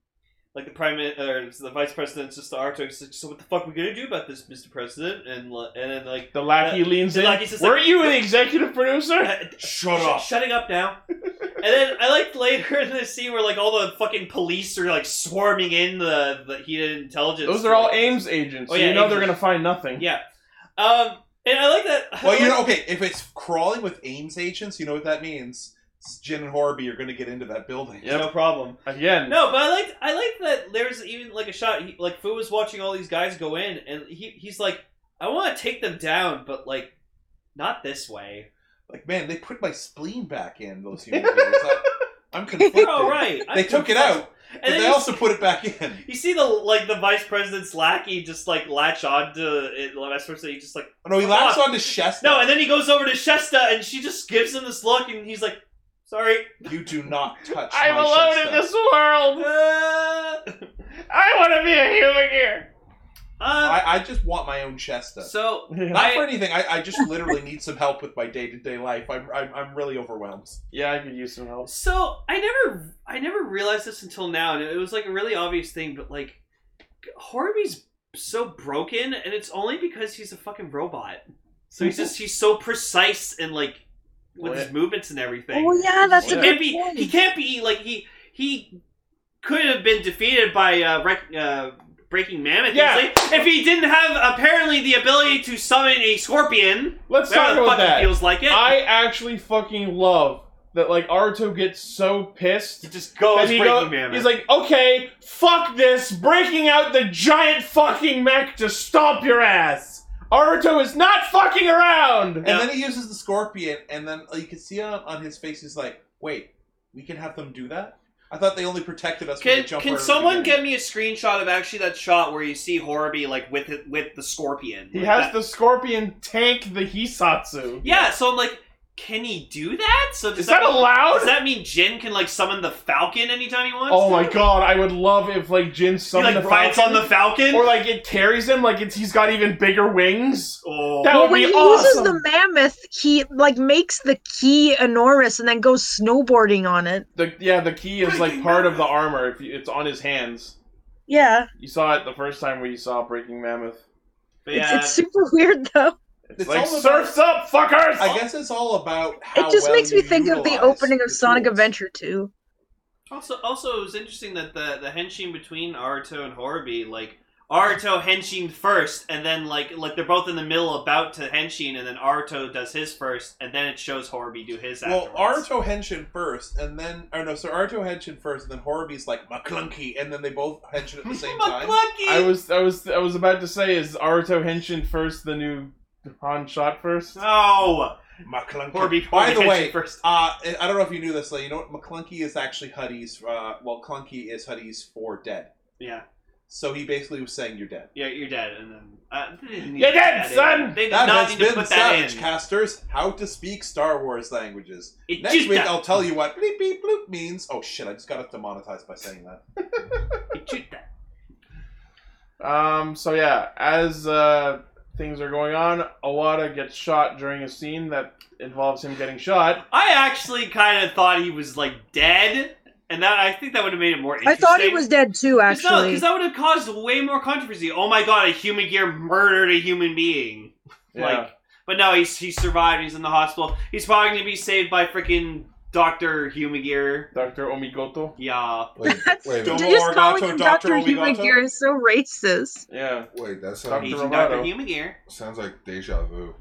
[SPEAKER 6] like the prime min- or the vice president's just to Aruto. He's like, "So what the fuck we gonna do about this, Mister President?" And li- and then like.
[SPEAKER 4] The lackey
[SPEAKER 6] Yeah,
[SPEAKER 4] leans
[SPEAKER 6] Uh, the
[SPEAKER 4] in.
[SPEAKER 6] lackey's just
[SPEAKER 4] Weren't
[SPEAKER 6] like-
[SPEAKER 4] you the executive producer?
[SPEAKER 5] Shut
[SPEAKER 6] Sh-
[SPEAKER 5] up.
[SPEAKER 6] shutting up now. and then I liked later in the scene where like all the fucking police are like swarming in the the heated intelligence.
[SPEAKER 4] Those are all Ames agents.
[SPEAKER 6] Oh,
[SPEAKER 4] so
[SPEAKER 6] yeah,
[SPEAKER 4] you know
[SPEAKER 6] Ames
[SPEAKER 4] they're gonna
[SPEAKER 6] agents.
[SPEAKER 4] find nothing.
[SPEAKER 6] Yeah. Um, and I like that. I
[SPEAKER 5] Well, you
[SPEAKER 6] like-
[SPEAKER 5] know, okay, if it's crawling with Ames agents, you know what that means. Jin and Horby are going to get into that building.
[SPEAKER 4] Yep.
[SPEAKER 6] no problem.
[SPEAKER 4] Again.
[SPEAKER 6] No, but I like I like that. There's even like a shot. He, like Fu was watching all these guys go in, and he he's like, I want to take them down, but like. Not this way.
[SPEAKER 5] Like, man, they put my spleen back in, those human beings. I, I'm conflicted.
[SPEAKER 6] Oh right, I
[SPEAKER 5] They took it out, but
[SPEAKER 6] And then
[SPEAKER 5] they
[SPEAKER 6] you
[SPEAKER 5] also put it back in.
[SPEAKER 6] You see the like the vice president's lackey just like latch on to it, the vice president. He just like
[SPEAKER 5] Oh, no, he
[SPEAKER 6] Fuck
[SPEAKER 5] latched
[SPEAKER 6] off.
[SPEAKER 5] onto Shasta.
[SPEAKER 6] no, and then he goes over to Shesta and she just gives him this look, and he's like, "Sorry."
[SPEAKER 5] you do not touch.
[SPEAKER 4] I'm
[SPEAKER 5] my
[SPEAKER 4] alone
[SPEAKER 5] Shasta.
[SPEAKER 4] in this world.
[SPEAKER 6] Uh,
[SPEAKER 4] I want to be a human here.
[SPEAKER 6] um,
[SPEAKER 5] I, I just want my own Shasta.
[SPEAKER 6] so
[SPEAKER 5] not for anything. I, I just literally need some help with my day to day life. I'm, I'm I'm really overwhelmed.
[SPEAKER 4] yeah, I could use some help.
[SPEAKER 6] so I never I never realized this until now, and it was like a really obvious thing, but like Horby's so broken, and it's only because he's a fucking robot. So he's just he's so precise and like with his movements and everything.
[SPEAKER 3] Oh yeah, that's
[SPEAKER 6] he
[SPEAKER 3] a
[SPEAKER 6] can't
[SPEAKER 3] good
[SPEAKER 6] be.
[SPEAKER 3] point.
[SPEAKER 6] He can't be like he he could have been defeated by uh, rec- uh, breaking mammoth.
[SPEAKER 4] Yeah.
[SPEAKER 6] easily if he didn't have apparently the ability to summon a scorpion.
[SPEAKER 4] Let's talk
[SPEAKER 6] Whatever the
[SPEAKER 4] about
[SPEAKER 6] fuck it
[SPEAKER 4] that.
[SPEAKER 6] feels like it.
[SPEAKER 4] I actually fucking love that. Like Arto gets so pissed
[SPEAKER 6] he just goes
[SPEAKER 4] And he
[SPEAKER 6] breaking
[SPEAKER 4] go-
[SPEAKER 6] mammoth.
[SPEAKER 4] He's like, okay, fuck this, breaking out the giant fucking mech to stomp your ass. Naruto is not fucking around.
[SPEAKER 5] And then he uses the scorpion, and then like, you can see on, on his face, he's like, wait, we can have them do that? I thought they only protected us when
[SPEAKER 6] Can,
[SPEAKER 5] they jump
[SPEAKER 6] can
[SPEAKER 5] right at the
[SPEAKER 6] someone
[SPEAKER 5] beginning."
[SPEAKER 6] get me a screenshot of actually that shot where you see Horobi like with it, with the scorpion?
[SPEAKER 4] He
[SPEAKER 6] Like
[SPEAKER 4] has
[SPEAKER 6] that-
[SPEAKER 4] the scorpion tank the Hisatsu.
[SPEAKER 6] Yeah, so I'm like, can he do that? So does
[SPEAKER 4] Is that
[SPEAKER 6] mean-
[SPEAKER 4] allowed?
[SPEAKER 6] Does that mean Jin can like summon the Falcon anytime he wants?
[SPEAKER 4] Oh my god, I would love if like Jin
[SPEAKER 6] He
[SPEAKER 4] summoned
[SPEAKER 6] like
[SPEAKER 4] the
[SPEAKER 6] rides on
[SPEAKER 4] Falcon,
[SPEAKER 6] the Falcon.
[SPEAKER 4] or like it carries him like it's he's got even bigger wings.
[SPEAKER 6] oh.
[SPEAKER 4] That
[SPEAKER 3] Well,
[SPEAKER 4] would
[SPEAKER 3] when
[SPEAKER 4] be
[SPEAKER 3] he
[SPEAKER 4] awesome.
[SPEAKER 3] uses the mammoth, he like makes the key enormous and then goes snowboarding on it.
[SPEAKER 4] The, yeah, the key is like part of the armor. If you, it's on his hands,
[SPEAKER 3] Yeah,
[SPEAKER 4] you saw it the first time where you saw Breaking Mammoth.
[SPEAKER 6] But
[SPEAKER 3] it's,
[SPEAKER 6] yeah,
[SPEAKER 3] it's super weird though.
[SPEAKER 5] It's
[SPEAKER 4] like
[SPEAKER 5] all about-
[SPEAKER 4] surfs up, fuckers.
[SPEAKER 5] I guess it's all about how
[SPEAKER 3] it just
[SPEAKER 5] well
[SPEAKER 3] makes
[SPEAKER 5] you
[SPEAKER 3] me think of the
[SPEAKER 5] utilize
[SPEAKER 3] opening
[SPEAKER 5] your
[SPEAKER 3] of Sonic
[SPEAKER 5] tools.
[SPEAKER 3] Adventure 2.
[SPEAKER 6] also also it was interesting that the the henshin between Aruto and Horobi like. Aruto henshin first, and then like like they're both in the middle about to henshin, and then Aruto does his first, and then it shows Horobi do his.
[SPEAKER 5] Well,
[SPEAKER 6] afterwards.
[SPEAKER 5] Aruto Henshin first, and then oh no, so Aruto Henshin first, and then Horobi's like McClunky, and then they both Henshin at the same time.
[SPEAKER 6] McClucky!
[SPEAKER 4] I was I was I was about to say is Aruto Henshin first the new Han shot first?
[SPEAKER 6] No,
[SPEAKER 5] McClunky.
[SPEAKER 6] Horobi.
[SPEAKER 5] By the
[SPEAKER 6] Henshin
[SPEAKER 5] way,
[SPEAKER 6] first.
[SPEAKER 5] uh, I I don't know if you knew this, like you know what McClunky is actually Huddy's. Uh, well, Clunky is Huddy's for dead.
[SPEAKER 6] Yeah,
[SPEAKER 5] So he basically was saying you're dead.
[SPEAKER 6] yeah, you're dead, and then uh, they didn't need
[SPEAKER 4] You're
[SPEAKER 6] to put
[SPEAKER 4] dead,
[SPEAKER 6] that in.
[SPEAKER 4] son!
[SPEAKER 6] They did
[SPEAKER 5] That
[SPEAKER 6] not
[SPEAKER 5] has
[SPEAKER 6] need
[SPEAKER 5] been
[SPEAKER 6] to put that
[SPEAKER 5] Savage
[SPEAKER 6] in.
[SPEAKER 5] Casters: How to Speak Star Wars Languages.
[SPEAKER 6] It
[SPEAKER 5] Next
[SPEAKER 6] just
[SPEAKER 5] week,
[SPEAKER 6] that-
[SPEAKER 5] I'll tell you what bleep beep bloop means. Oh shit! I just got demonetized by saying that.
[SPEAKER 6] it just that.
[SPEAKER 4] Um so yeah, as uh things are going on, Awada gets shot during a scene that involves him getting shot.
[SPEAKER 6] I actually kind of thought he was like dead, and that I think that would have made it more
[SPEAKER 3] I
[SPEAKER 6] interesting.
[SPEAKER 3] thought he was dead too,
[SPEAKER 6] Because no,
[SPEAKER 3] actually.
[SPEAKER 6] because that would have caused way more controversy. Oh my god, a human gear murdered a human being.
[SPEAKER 4] Yeah.
[SPEAKER 6] Like, but no, he's he survived. He's in the hospital. He's probably gonna be saved by freaking Doctor Humagear.
[SPEAKER 4] Dr. Omigoto.
[SPEAKER 6] Yeah,
[SPEAKER 1] Wait, wait, a minute.
[SPEAKER 5] Don't-
[SPEAKER 3] They're just
[SPEAKER 5] Omigato,
[SPEAKER 3] calling him
[SPEAKER 5] Dr.
[SPEAKER 3] Dr.
[SPEAKER 5] Omigato?
[SPEAKER 3] Human Gear is so racist.
[SPEAKER 4] Yeah.
[SPEAKER 1] wait. That
[SPEAKER 4] Dr.
[SPEAKER 1] sounds,
[SPEAKER 6] he's
[SPEAKER 4] Roboto.
[SPEAKER 6] Doctor Humagear.
[SPEAKER 1] sounds like deja vu.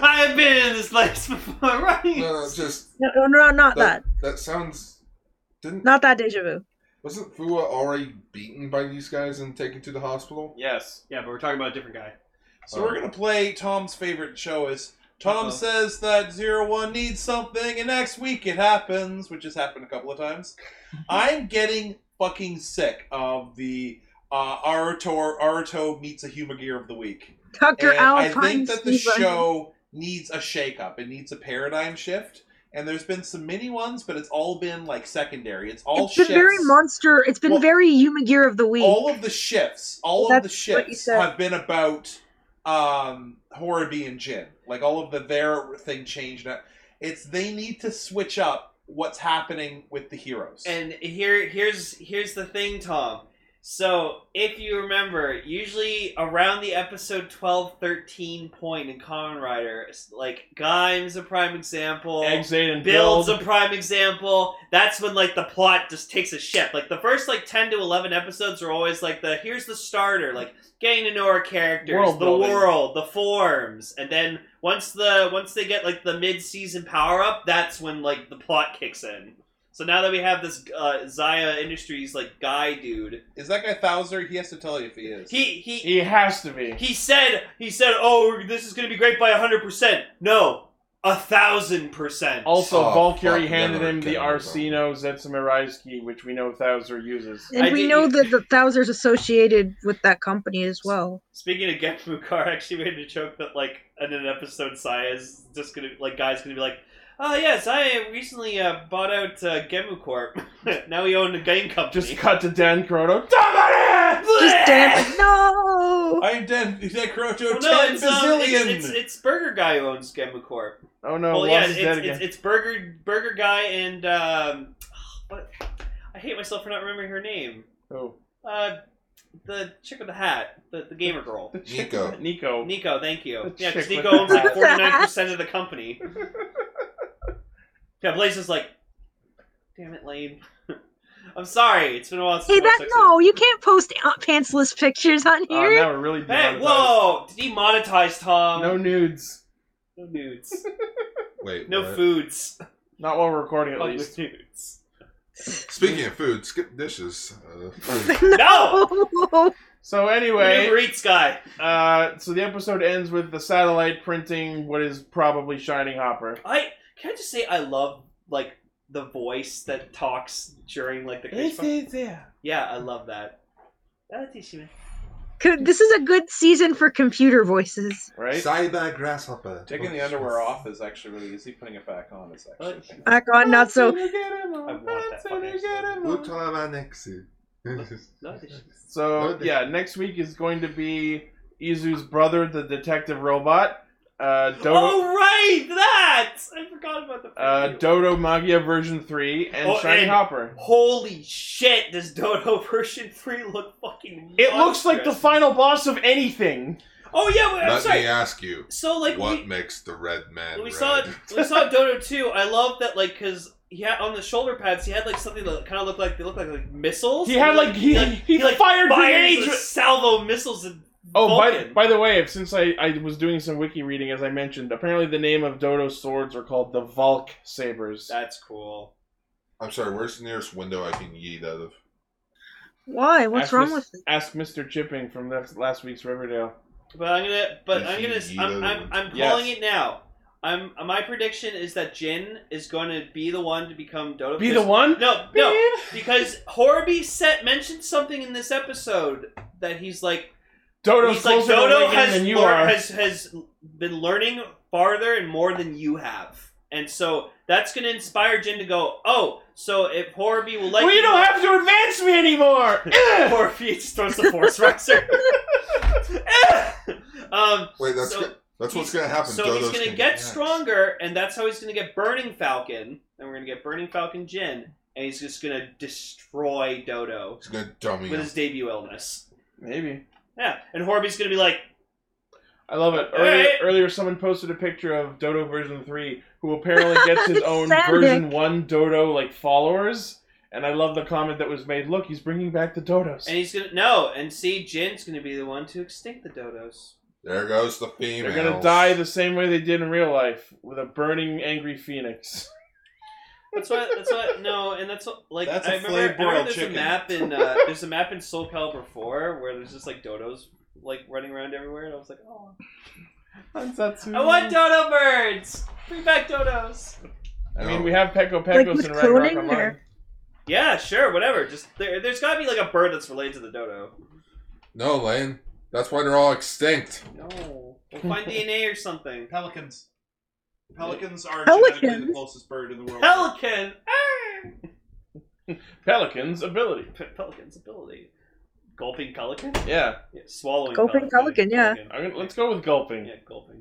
[SPEAKER 6] I have been in this place before, right?
[SPEAKER 1] No, no, just
[SPEAKER 3] No, no, no, not
[SPEAKER 1] that.
[SPEAKER 3] that.
[SPEAKER 1] That sounds. Didn't
[SPEAKER 3] Not that deja vu.
[SPEAKER 1] wasn't Fua already beaten by these guys and taken to the hospital?
[SPEAKER 4] Yes.
[SPEAKER 6] Yeah, but we're talking about a different guy.
[SPEAKER 5] So we're gonna play Tom's favorite show is Tom
[SPEAKER 6] Uh-oh.
[SPEAKER 5] says that Zero One needs something, and next week it happens, which has happened a couple of times. I'm getting fucking sick of the uh, Aruto Aruto meets a Humagear of the week,
[SPEAKER 3] Dr.
[SPEAKER 5] and I
[SPEAKER 3] Alpine
[SPEAKER 5] think that the
[SPEAKER 3] Stephen.
[SPEAKER 5] show needs a shakeup. It needs a paradigm shift. And there's been some mini ones, but it's all been like secondary. It's all
[SPEAKER 3] It's been very
[SPEAKER 5] shifts
[SPEAKER 3] monster. It's been
[SPEAKER 5] Well,
[SPEAKER 3] very Human Gear of the Week.
[SPEAKER 5] all of the shifts, all of the
[SPEAKER 3] That's what you
[SPEAKER 5] shifts
[SPEAKER 3] said.
[SPEAKER 5] have been about um Horobi and Jin. Like all of the their thing changed. up. It's they need to switch up what's happening with the heroes.
[SPEAKER 6] And here, here's here's the thing, Tom. So if you remember, usually around the episode 12, 13 point in Common Rider, it's like Gaim's a prime example.
[SPEAKER 4] Exit and build.
[SPEAKER 6] Build's a prime example. That's when like the plot just takes a shift. Like the first like ten to eleven episodes are always like the here's the starter, like getting to know our characters,
[SPEAKER 4] World
[SPEAKER 6] the
[SPEAKER 4] building.
[SPEAKER 6] world, the forms, and then once the once they get like the mid season power up, that's when like the plot kicks in. So now that we have this uh, Zaya Industries like guy dude,
[SPEAKER 5] is that guy Thouser? He has to tell you if he is.
[SPEAKER 6] he he
[SPEAKER 4] he has to be.
[SPEAKER 6] he said he said oh this is gonna be great by hundred percent. No, a thousand percent.
[SPEAKER 4] Also,
[SPEAKER 1] Oh,
[SPEAKER 4] Valkyrie
[SPEAKER 1] fuck,
[SPEAKER 4] handed
[SPEAKER 1] never
[SPEAKER 4] him the
[SPEAKER 1] again, bro.
[SPEAKER 4] Arsino Zetsumiraiski, which we know Thouser uses.
[SPEAKER 3] and
[SPEAKER 6] I
[SPEAKER 3] we
[SPEAKER 6] did- e-
[SPEAKER 3] know that the Thouser's associated with that company as well.
[SPEAKER 6] Speaking of Get Mukar, I actually made a joke that like in an episode, Saya's just gonna like guys gonna be like, "Oh yes, I recently uh, bought out uh, Gemu Corp. now we own a game company."
[SPEAKER 4] Just cut to Dan Croto. Dominic!
[SPEAKER 3] Just damn it. No!
[SPEAKER 5] I am Dan Necroto
[SPEAKER 6] Well, no,
[SPEAKER 5] ten
[SPEAKER 6] it's, um, it's,
[SPEAKER 5] bazillion.
[SPEAKER 6] it's it's Burger Guy who owns Gemu Corp.
[SPEAKER 4] Oh no,
[SPEAKER 6] well,
[SPEAKER 4] Lost
[SPEAKER 6] yeah,
[SPEAKER 4] is
[SPEAKER 6] it's,
[SPEAKER 4] dead
[SPEAKER 6] it's,
[SPEAKER 4] again.
[SPEAKER 6] it's it's Burger Burger Guy and um, what? I hate myself for not remembering her name.
[SPEAKER 4] oh.
[SPEAKER 6] Uh, the chick with the hat, the, the gamer girl.
[SPEAKER 1] Nico.
[SPEAKER 4] Nico.
[SPEAKER 6] Nico, thank you.
[SPEAKER 4] The
[SPEAKER 6] Yeah, because
[SPEAKER 4] chick
[SPEAKER 6] Nico
[SPEAKER 4] with-
[SPEAKER 6] owns like forty nine percent of the company. Yeah, Blaze is like, damn it, Lane. I'm sorry. It's been a while since
[SPEAKER 3] Hey,
[SPEAKER 6] I watched
[SPEAKER 3] that
[SPEAKER 6] Sex
[SPEAKER 3] no, you can't post a- pantsless pictures on
[SPEAKER 4] Oh,
[SPEAKER 3] here.
[SPEAKER 4] now we're really
[SPEAKER 6] Ed. Hey,
[SPEAKER 4] demonetized.
[SPEAKER 6] whoa! Demonetized, Tom.
[SPEAKER 4] No nudes.
[SPEAKER 6] no nudes.
[SPEAKER 1] Wait.
[SPEAKER 6] No
[SPEAKER 1] what?
[SPEAKER 6] foods.
[SPEAKER 4] Not while we're recording, at
[SPEAKER 6] Fuck
[SPEAKER 4] least.
[SPEAKER 6] with nudes.
[SPEAKER 1] Speaking of food, skip dishes. Uh,
[SPEAKER 6] No!
[SPEAKER 4] So
[SPEAKER 6] Wait.
[SPEAKER 4] anyway,
[SPEAKER 6] Uber Eats guy.
[SPEAKER 4] uh, so the episode ends with the satellite printing what is probably Shining Hopper.
[SPEAKER 6] I can I just say I love like the voice that talks during like the Christmas.
[SPEAKER 4] yeah.
[SPEAKER 6] Yeah, I love that. That is you.
[SPEAKER 3] Could- this is a good season for computer voices.
[SPEAKER 4] Right?
[SPEAKER 1] Cyber grasshopper.
[SPEAKER 5] Taking the underwear off is actually really easy. Putting it back on is actually.
[SPEAKER 6] What?
[SPEAKER 3] Back on, not so.
[SPEAKER 6] I want that fucking
[SPEAKER 1] We'll talk about next soon.
[SPEAKER 6] That is-
[SPEAKER 4] So
[SPEAKER 1] Okay.
[SPEAKER 4] yeah, next week is going to be Izu's brother, the detective robot. Uh, Dodo,
[SPEAKER 6] Oh right, that I forgot about the.
[SPEAKER 4] uh, Dodo Magia version three and
[SPEAKER 6] Oh,
[SPEAKER 4] Shiny
[SPEAKER 6] and-
[SPEAKER 4] Hopper.
[SPEAKER 6] Holy shit! Does Dodo version three look fucking?
[SPEAKER 4] It looks like the
[SPEAKER 6] monstrous.
[SPEAKER 4] final boss of anything.
[SPEAKER 6] Oh yeah, wait, I'm
[SPEAKER 1] Let me
[SPEAKER 6] sorry.
[SPEAKER 1] ask you.
[SPEAKER 6] So like
[SPEAKER 1] what
[SPEAKER 6] we,
[SPEAKER 1] makes the red man
[SPEAKER 6] when we
[SPEAKER 1] red?
[SPEAKER 6] saw we saw Dodo too. I love that like because he had on the shoulder pads he had like something that kind of looked like they looked like like missiles.
[SPEAKER 4] He had like he he,
[SPEAKER 6] he, like,
[SPEAKER 4] fired
[SPEAKER 6] fires
[SPEAKER 4] grenades.
[SPEAKER 6] with
[SPEAKER 4] with-
[SPEAKER 6] salvo missiles and
[SPEAKER 4] Oh, by,
[SPEAKER 6] Vulcan.
[SPEAKER 4] by the way, if, since I, I was doing some wiki reading, as I mentioned, apparently the name of Dodo's swords are called the Valk sabers.
[SPEAKER 6] that's cool.
[SPEAKER 1] I'm sorry, where's the nearest window I can yeet out of?
[SPEAKER 3] Why? What's
[SPEAKER 4] Ask
[SPEAKER 3] wrong
[SPEAKER 4] Mis-
[SPEAKER 3] with it?
[SPEAKER 4] Ask Mr. Chipping from last, last week's Riverdale.
[SPEAKER 6] But I'm gonna but
[SPEAKER 1] Is
[SPEAKER 6] I'm
[SPEAKER 1] he
[SPEAKER 6] gonna I'm
[SPEAKER 1] either
[SPEAKER 6] I'm,
[SPEAKER 1] one?
[SPEAKER 6] I'm
[SPEAKER 4] Yes.
[SPEAKER 6] calling it now. I'm my prediction is that Jin is going to be the one to become Dodo.
[SPEAKER 4] Be the
[SPEAKER 6] because-
[SPEAKER 4] one?
[SPEAKER 6] No, no, because Horby set mentioned something in this episode that he's like
[SPEAKER 4] Dodo's
[SPEAKER 6] he's like
[SPEAKER 4] closer to
[SPEAKER 6] Dodo
[SPEAKER 4] Lincoln
[SPEAKER 6] has,
[SPEAKER 4] than you
[SPEAKER 6] lear-
[SPEAKER 4] are.
[SPEAKER 6] has has been learning farther and more than you have, and so that's gonna inspire Jin to go. Oh, so if Horby will let
[SPEAKER 4] well,
[SPEAKER 6] you,
[SPEAKER 4] you don't have to advance me anymore! Eh!
[SPEAKER 6] Horby just throws the force riser. um,
[SPEAKER 1] Wait, that's
[SPEAKER 6] So-
[SPEAKER 1] good. that's what's
[SPEAKER 6] he's-
[SPEAKER 1] gonna happen.
[SPEAKER 6] so
[SPEAKER 1] Dodo's
[SPEAKER 6] he's gonna
[SPEAKER 1] gonna
[SPEAKER 6] get
[SPEAKER 1] axe.
[SPEAKER 6] stronger, and that's how he's gonna get Burning Falcon, and we're gonna get Burning Falcon Jin, and he's just gonna destroy Dodo
[SPEAKER 1] He's gonna dummy
[SPEAKER 6] with
[SPEAKER 1] him.
[SPEAKER 6] his debut illness.
[SPEAKER 4] Maybe.
[SPEAKER 6] Yeah, and Horby's gonna be like,
[SPEAKER 4] I love it. Earlier,
[SPEAKER 6] Alright.
[SPEAKER 4] earlier, someone posted a picture of Dodo version 3, who apparently gets his own
[SPEAKER 3] Saddick.
[SPEAKER 4] version 1 Dodo, like, followers. And I love the comment that was made, look, he's bringing back the Dodos.
[SPEAKER 6] and he's gonna no, and see, Jin's gonna be the one to extinct the Dodos.
[SPEAKER 1] There goes the female.
[SPEAKER 4] They're gonna die the same way they did in real life, with a burning, angry phoenix.
[SPEAKER 6] That's why. That's why. No, and that's what- like
[SPEAKER 5] That's
[SPEAKER 6] I
[SPEAKER 5] a
[SPEAKER 6] remember.
[SPEAKER 5] flame
[SPEAKER 6] I remember
[SPEAKER 5] broiled
[SPEAKER 6] there's
[SPEAKER 5] chicken.
[SPEAKER 6] a map in uh, there's a map in Soul Calibur Four where there's just like Dodos like running around everywhere, and I was like, oh, I
[SPEAKER 5] Mm.
[SPEAKER 6] want Dodo birds. Bring back Dodos.
[SPEAKER 4] I
[SPEAKER 1] No.
[SPEAKER 4] mean, we have Peko
[SPEAKER 3] Like
[SPEAKER 4] Pecos
[SPEAKER 3] with
[SPEAKER 4] and Ragnarok
[SPEAKER 3] cloning,
[SPEAKER 4] Online.
[SPEAKER 3] or-
[SPEAKER 6] Yeah, sure, whatever. Just there, there's got to be like a bird that's related to the dodo.
[SPEAKER 1] No, Lane. That's why they're all extinct.
[SPEAKER 6] No, we'll find DNA or something.
[SPEAKER 5] Pelicans. Pelicans are
[SPEAKER 3] Pelicans?
[SPEAKER 5] genetically the closest bird in the world.
[SPEAKER 6] Pelican. Ah!
[SPEAKER 4] Pelican's ability.
[SPEAKER 6] Pe- Pelican's ability. Gulping pelican.
[SPEAKER 4] Yeah,
[SPEAKER 6] Yeah, swallowing.
[SPEAKER 3] Gulping pelican, yeah.
[SPEAKER 4] I'm gonna, let's go with gulping.
[SPEAKER 6] Yeah, gulping.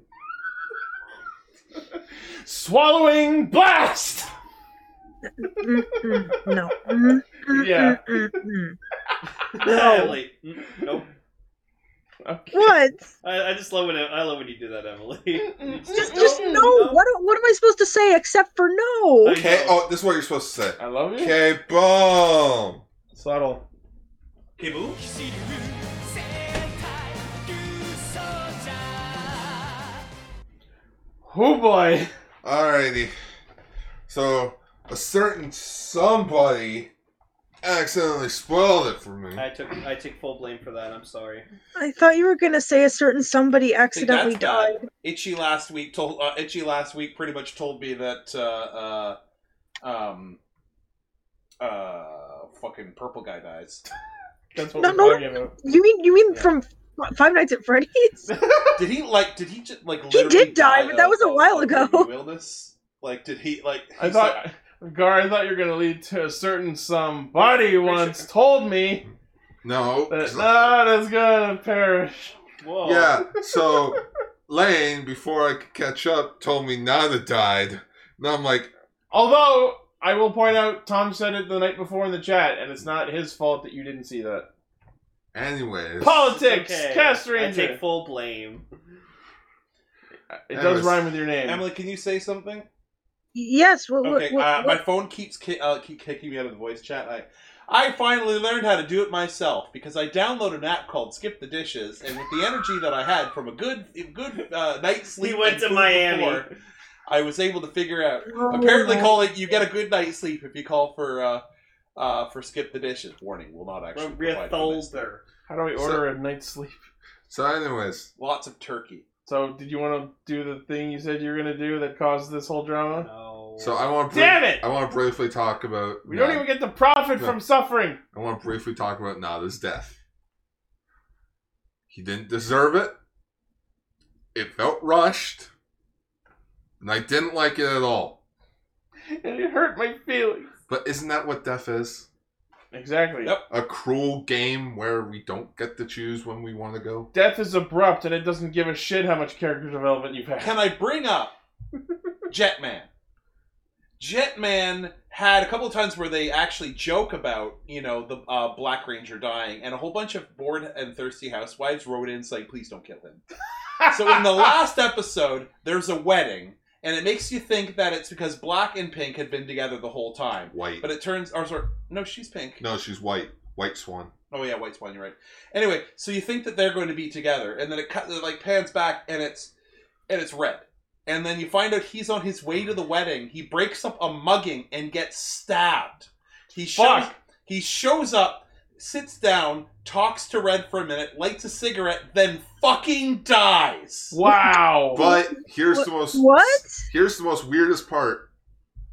[SPEAKER 4] Swallowing blast.
[SPEAKER 3] Mm, mm, no. Mm, mm,
[SPEAKER 4] Yeah.
[SPEAKER 3] mm, mm, mm.
[SPEAKER 6] Emily. mm, Nope.
[SPEAKER 4] Okay.
[SPEAKER 3] What?
[SPEAKER 6] I, I just love when I love when you do that, Emily. You
[SPEAKER 3] Just, just no. What? What am I supposed to say except for no?
[SPEAKER 6] I
[SPEAKER 1] Okay.
[SPEAKER 6] know.
[SPEAKER 1] Oh, this is what you're supposed to say.
[SPEAKER 4] I love you.
[SPEAKER 1] Okay, boom.
[SPEAKER 4] Subtle.
[SPEAKER 5] Kibu?
[SPEAKER 4] Oh boy.
[SPEAKER 1] Alrighty. So a certain somebody accidentally spoiled it for me.
[SPEAKER 6] I took I take full blame for that. I'm sorry.
[SPEAKER 3] I thought you were gonna say a certain somebody accidentally
[SPEAKER 5] that's bad.
[SPEAKER 3] died.
[SPEAKER 5] Itchy last week told uh, Itchy last week pretty much told me that uh, uh, um uh fucking purple guy dies.
[SPEAKER 4] That's what
[SPEAKER 3] No,
[SPEAKER 4] we're
[SPEAKER 3] no.
[SPEAKER 4] talking about.
[SPEAKER 3] You mean you mean
[SPEAKER 5] Yeah.
[SPEAKER 3] from Five Nights at Freddy's?
[SPEAKER 5] Did he like? Did he just like?
[SPEAKER 3] He
[SPEAKER 5] literally
[SPEAKER 3] did die, but that
[SPEAKER 5] of-
[SPEAKER 3] was a
[SPEAKER 5] of
[SPEAKER 3] while ago.
[SPEAKER 5] venereal Illness. Like, did he like?
[SPEAKER 4] I
[SPEAKER 5] he's like-
[SPEAKER 4] thought, Gar, I thought you were gonna lead to a certain somebody once told me
[SPEAKER 1] No.
[SPEAKER 4] that not is gonna perish.
[SPEAKER 6] Whoa.
[SPEAKER 1] Yeah. So Lane, before I could catch up, told me Nana died. And I'm like,
[SPEAKER 4] Although I will point out, Tom said it the night before in the chat, and it's not his fault that you didn't see that.
[SPEAKER 1] Anyways,
[SPEAKER 4] Politics,
[SPEAKER 6] Okay,
[SPEAKER 4] Cast
[SPEAKER 6] I
[SPEAKER 4] Ranger.
[SPEAKER 6] take full blame.
[SPEAKER 4] it
[SPEAKER 1] Anyways.
[SPEAKER 4] does rhyme with your name.
[SPEAKER 5] Emily, can you say something?
[SPEAKER 3] Yes. What, what-
[SPEAKER 5] Okay,
[SPEAKER 3] what-
[SPEAKER 5] uh, my
[SPEAKER 3] what-
[SPEAKER 5] phone keeps ki- uh, keep kicking me out of the voice chat. I I finally learned how to do it myself because I downloaded an app called Skip the Dishes, and with the energy that I had from a good good uh, night's sleep,
[SPEAKER 6] We went
[SPEAKER 5] and
[SPEAKER 6] to
[SPEAKER 5] food
[SPEAKER 6] Miami.
[SPEAKER 5] before, I was able to figure out.
[SPEAKER 3] Oh,
[SPEAKER 5] Apparently,
[SPEAKER 3] my-
[SPEAKER 5] calling you get a good night's sleep if you call for uh, uh, for Skip the Dishes. Warning: will not actually provide
[SPEAKER 6] We're
[SPEAKER 5] for this.
[SPEAKER 6] older.
[SPEAKER 4] How do we
[SPEAKER 1] So-
[SPEAKER 4] order a night's sleep?
[SPEAKER 1] so anyways,
[SPEAKER 5] Lots of turkey.
[SPEAKER 4] So, did you want to do the thing you said you were gonna do that caused this whole drama?
[SPEAKER 6] No.
[SPEAKER 1] so I want to
[SPEAKER 4] Damn it!
[SPEAKER 1] I want to briefly talk about.
[SPEAKER 4] We don't
[SPEAKER 1] Nah.
[SPEAKER 4] even get to profit
[SPEAKER 1] No.
[SPEAKER 4] from suffering.
[SPEAKER 1] I want to briefly talk about Nada's death. He didn't deserve it. It felt rushed. And I didn't like it at all.
[SPEAKER 4] And it hurt my feelings.
[SPEAKER 1] But isn't that what death is?
[SPEAKER 4] Exactly.
[SPEAKER 5] Yep.
[SPEAKER 1] A cruel game where we don't get to choose when we want to go?
[SPEAKER 4] Death is abrupt, and it doesn't give a shit how much character development you've had.
[SPEAKER 5] Can I bring up Jetman? Jetman had a couple of times where they actually joke about, you know, the uh, Black Ranger dying, and a whole bunch of bored and thirsty housewives wrote in saying, "Please don't kill him." so in the last episode, there's a wedding, and it makes you think that it's because Black and Pink had been together the whole time,
[SPEAKER 1] White.
[SPEAKER 5] but it turns, or sorry, no, she's Pink.
[SPEAKER 1] No, she's white. White swan.
[SPEAKER 5] Oh yeah, White Swan. You're right. Anyway, so you think that they're going to be together, and then it cut, it like pans back, and it's and it's red, and then you find out he's on his way to the wedding. He breaks up a mugging and gets stabbed. He shows
[SPEAKER 4] Fuck.
[SPEAKER 5] he shows up, sits down, talks to Red for a minute, lights a cigarette, then fucking dies.
[SPEAKER 4] Wow.
[SPEAKER 1] But here's the
[SPEAKER 3] Wha-
[SPEAKER 1] most
[SPEAKER 3] What?
[SPEAKER 1] here's the most weirdest part.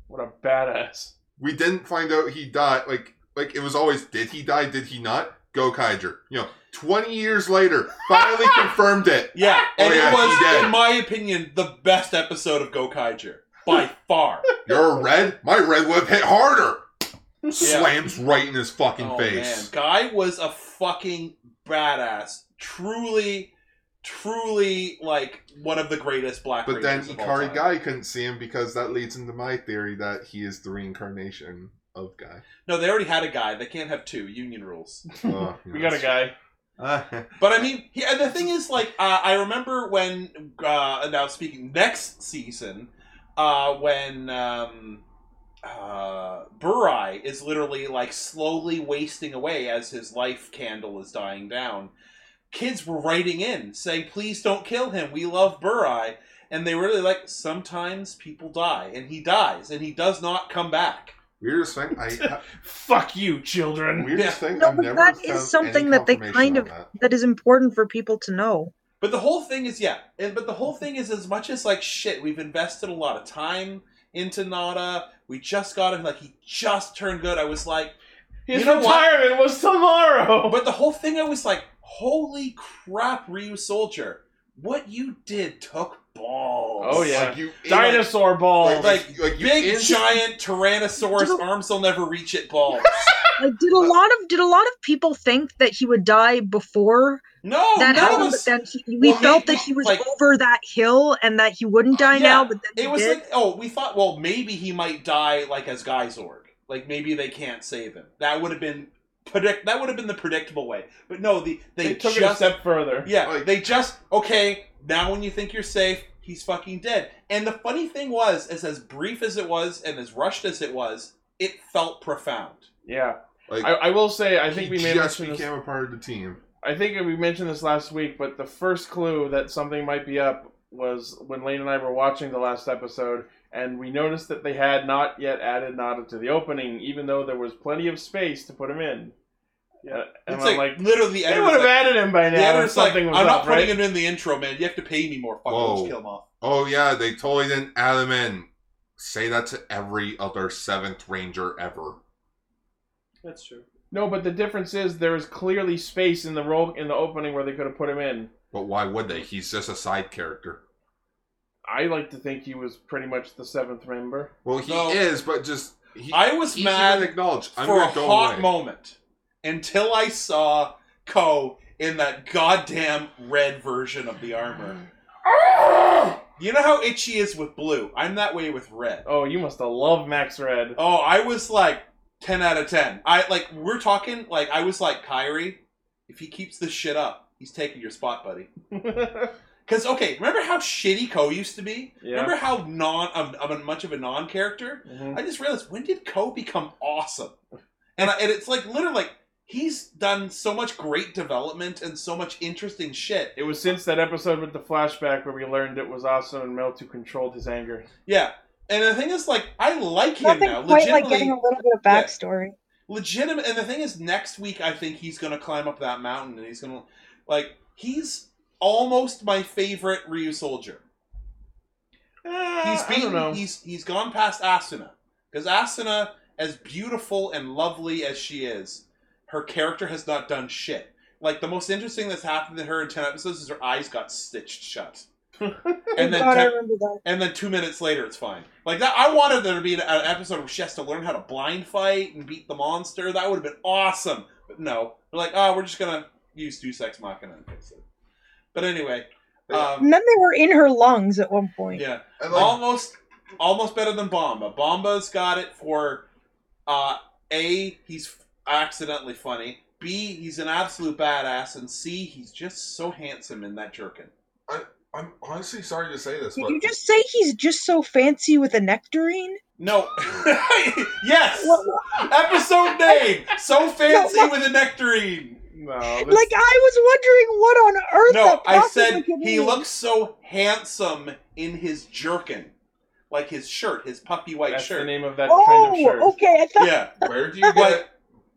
[SPEAKER 4] What a badass.
[SPEAKER 1] We didn't find out he died like like it was always did he die, did he not? Go Kyger. You know, twenty years later, finally confirmed it.
[SPEAKER 5] Yeah,
[SPEAKER 1] Oh,
[SPEAKER 5] and
[SPEAKER 1] yeah,
[SPEAKER 5] it was,
[SPEAKER 1] he did.
[SPEAKER 5] in my opinion, the best episode of Gokaiger by far.
[SPEAKER 1] You're a red? My red whip hit harder. Slams right in his fucking
[SPEAKER 5] Oh, man.
[SPEAKER 1] face.
[SPEAKER 5] Guy was a fucking badass. Truly, truly, like one of the greatest black.
[SPEAKER 1] But then
[SPEAKER 5] Rangers of all
[SPEAKER 1] Ikari
[SPEAKER 5] time.
[SPEAKER 1] Guy couldn't see him because that leads into my theory that he is the reincarnation of Guy.
[SPEAKER 5] No, they already had a guy. They can't have two union rules.
[SPEAKER 1] Oh,
[SPEAKER 4] We got a guy.
[SPEAKER 1] guy.
[SPEAKER 5] But I mean, he, and the thing is, like, uh, I remember when uh, now speaking next season, uh, when um, uh, Burai is literally like slowly wasting away as his life candle is dying down. Kids were writing in saying, "Please don't kill him. We love Burai." And they were really like, sometimes people die, and he dies, and he does not come back.
[SPEAKER 1] weirdest thing. I
[SPEAKER 4] Fuck you, children.
[SPEAKER 1] weirdest thing.
[SPEAKER 3] No,
[SPEAKER 1] I've
[SPEAKER 3] but
[SPEAKER 1] never
[SPEAKER 3] that is
[SPEAKER 1] found
[SPEAKER 3] something
[SPEAKER 1] any
[SPEAKER 3] that they
[SPEAKER 1] confirmation
[SPEAKER 3] kind
[SPEAKER 1] on
[SPEAKER 3] of-
[SPEAKER 1] that.
[SPEAKER 3] That is important for people to know.
[SPEAKER 5] But the whole thing is, yeah. And, but the whole thing is, as much as like shit, we've invested a lot of time into Nada. We just got him. Like he just turned good. I was like,
[SPEAKER 4] His
[SPEAKER 5] You know what?
[SPEAKER 4] retirement was tomorrow.
[SPEAKER 5] but the whole thing, I was like, holy crap, Ryu Soldier, what you did took balls.
[SPEAKER 4] Oh, yeah.
[SPEAKER 1] Like you
[SPEAKER 4] Dinosaur balls.
[SPEAKER 1] like,
[SPEAKER 5] Like,
[SPEAKER 1] like, like you
[SPEAKER 5] Big
[SPEAKER 1] in-
[SPEAKER 5] giant Tyrannosaurus
[SPEAKER 3] Dude.
[SPEAKER 5] arms will never reach it balls.
[SPEAKER 3] Like, did
[SPEAKER 5] Uh,
[SPEAKER 3] a lot of did a lot of people think that he would die before
[SPEAKER 5] Oh, No,
[SPEAKER 3] that
[SPEAKER 5] none of
[SPEAKER 3] happened? But
[SPEAKER 5] us.
[SPEAKER 3] then he, we
[SPEAKER 5] Well,
[SPEAKER 3] felt
[SPEAKER 5] maybe,
[SPEAKER 3] that he was
[SPEAKER 5] like-
[SPEAKER 3] over that hill and that he wouldn't die
[SPEAKER 5] Yeah,
[SPEAKER 3] now. But then
[SPEAKER 5] It
[SPEAKER 3] he
[SPEAKER 5] was
[SPEAKER 3] did.
[SPEAKER 5] like, oh, we thought, well, maybe he might die like as Geysorg. Like maybe they can't save him. That would have been predict. That would have been the predictable way. But no, the they,
[SPEAKER 4] they took it a
[SPEAKER 5] just
[SPEAKER 4] step further.
[SPEAKER 5] yeah,
[SPEAKER 1] Like-
[SPEAKER 5] they just okay. Now when you think you're safe, he's fucking dead. And the funny thing was, is as brief as it was and as rushed as it was, it felt profound.
[SPEAKER 4] Yeah.
[SPEAKER 1] Like,
[SPEAKER 4] I, I will say, I
[SPEAKER 1] he
[SPEAKER 4] think we may
[SPEAKER 1] just
[SPEAKER 4] mention this-
[SPEAKER 1] became a part of the team.
[SPEAKER 4] I think we mentioned this last week, but the first clue that something might be up was when Lane and I were watching the last episode, and we noticed that they had not yet added Nada to the opening, even though there was plenty of space to put him in. Yeah, and
[SPEAKER 5] It's
[SPEAKER 4] I'm
[SPEAKER 5] like,
[SPEAKER 4] like,
[SPEAKER 5] literally the
[SPEAKER 4] they
[SPEAKER 5] editor's
[SPEAKER 4] would have
[SPEAKER 5] like-
[SPEAKER 4] added him by
[SPEAKER 5] the
[SPEAKER 4] now. if
[SPEAKER 5] editor's like,
[SPEAKER 4] something was
[SPEAKER 5] I'm
[SPEAKER 4] up,
[SPEAKER 5] not putting
[SPEAKER 4] right?
[SPEAKER 5] him in the intro, man. You have to pay me more. Fucking
[SPEAKER 1] Whoa.
[SPEAKER 5] let's kill him off.
[SPEAKER 1] Oh yeah, they totally didn't add him in. Say that to every other seventh ranger ever.
[SPEAKER 6] That's true.
[SPEAKER 4] No, but the difference is there is clearly space in the role in the opening where they could have put him in.
[SPEAKER 1] But why would they? He's just a side character.
[SPEAKER 4] I like to think he was pretty much the seventh member.
[SPEAKER 1] Well, he
[SPEAKER 5] No.
[SPEAKER 1] is, but just he,
[SPEAKER 5] I was
[SPEAKER 1] he's
[SPEAKER 5] mad
[SPEAKER 1] even acknowledged. I'm
[SPEAKER 5] for
[SPEAKER 1] gonna
[SPEAKER 5] a
[SPEAKER 1] go
[SPEAKER 5] hot
[SPEAKER 1] away.
[SPEAKER 5] moment until I saw Ko in that goddamn red version of the armor. you know how itchy is with blue. I'm that way with red.
[SPEAKER 4] Oh, you must have loved Max Red.
[SPEAKER 5] Oh, I was like ten out of ten. I like we're talking like I was like Kyrie If he keeps this shit up, he's taking your spot, buddy.
[SPEAKER 6] Mm-hmm.
[SPEAKER 5] Because okay, remember how shitty Ko used to be?
[SPEAKER 4] Yeah.
[SPEAKER 5] Remember how non of, of a, much of a non character?
[SPEAKER 4] Mhm.
[SPEAKER 5] I just realized when did Ko become awesome? And I, and it's like literally like he's done so much great development and so much interesting shit.
[SPEAKER 4] It was since that episode with the flashback where we learned it was awesome and Mel who controlled his anger.
[SPEAKER 5] Yeah. And the thing is, like, I like him
[SPEAKER 3] Nothing
[SPEAKER 5] now.
[SPEAKER 3] quite like
[SPEAKER 5] Legitimately,
[SPEAKER 3] getting a little bit of
[SPEAKER 5] yeah.
[SPEAKER 3] backstory.
[SPEAKER 5] legitimate. And the thing is, next week I think he's gonna climb up that mountain and he's gonna like he's almost my favorite Ryu soldier.
[SPEAKER 4] Eh,
[SPEAKER 5] He's
[SPEAKER 4] I don't
[SPEAKER 5] beaten.
[SPEAKER 4] know.
[SPEAKER 5] He's he's gone past Asuna because Asuna, as beautiful and lovely as she is, her character has not done shit. Like the most interesting that's happened to her in ten episodes is her eyes got stitched shut, and then
[SPEAKER 3] God, I
[SPEAKER 5] ten,
[SPEAKER 3] remember that.
[SPEAKER 5] and then two minutes later it's fine. Like that, I wanted there to be an, an episode where she has to learn how to blind fight and beat the monster. That would have been awesome. But no, they're like, oh, we're just gonna use two sex machina and fix it. But anyway, um,
[SPEAKER 3] And then they were in her lungs at one point.
[SPEAKER 5] yeah
[SPEAKER 1] And like,
[SPEAKER 5] almost almost better than Bomba. Bomba's got it for uh, a he's accidentally funny. B he's an absolute badass, and C he's just so handsome in that jerkin.
[SPEAKER 1] I'm honestly sorry to say this,
[SPEAKER 3] Did
[SPEAKER 1] but
[SPEAKER 3] you just say he's just so fancy with a nectarine?
[SPEAKER 5] No, yes,
[SPEAKER 3] What-
[SPEAKER 5] episode name so fancy
[SPEAKER 3] No,
[SPEAKER 5] with a nectarine.
[SPEAKER 4] No, this-
[SPEAKER 3] like I was wondering what on earth.
[SPEAKER 5] No,
[SPEAKER 3] that
[SPEAKER 5] I
[SPEAKER 3] pocket
[SPEAKER 5] said
[SPEAKER 3] book could
[SPEAKER 5] he
[SPEAKER 3] mean.
[SPEAKER 5] looks so handsome in his jerkin, like his shirt, his puppy white
[SPEAKER 4] that's the
[SPEAKER 5] shirt.
[SPEAKER 4] name of that
[SPEAKER 3] Oh,
[SPEAKER 4] kind of shirt.
[SPEAKER 3] okay. I thought
[SPEAKER 5] Yeah.
[SPEAKER 1] where do you get?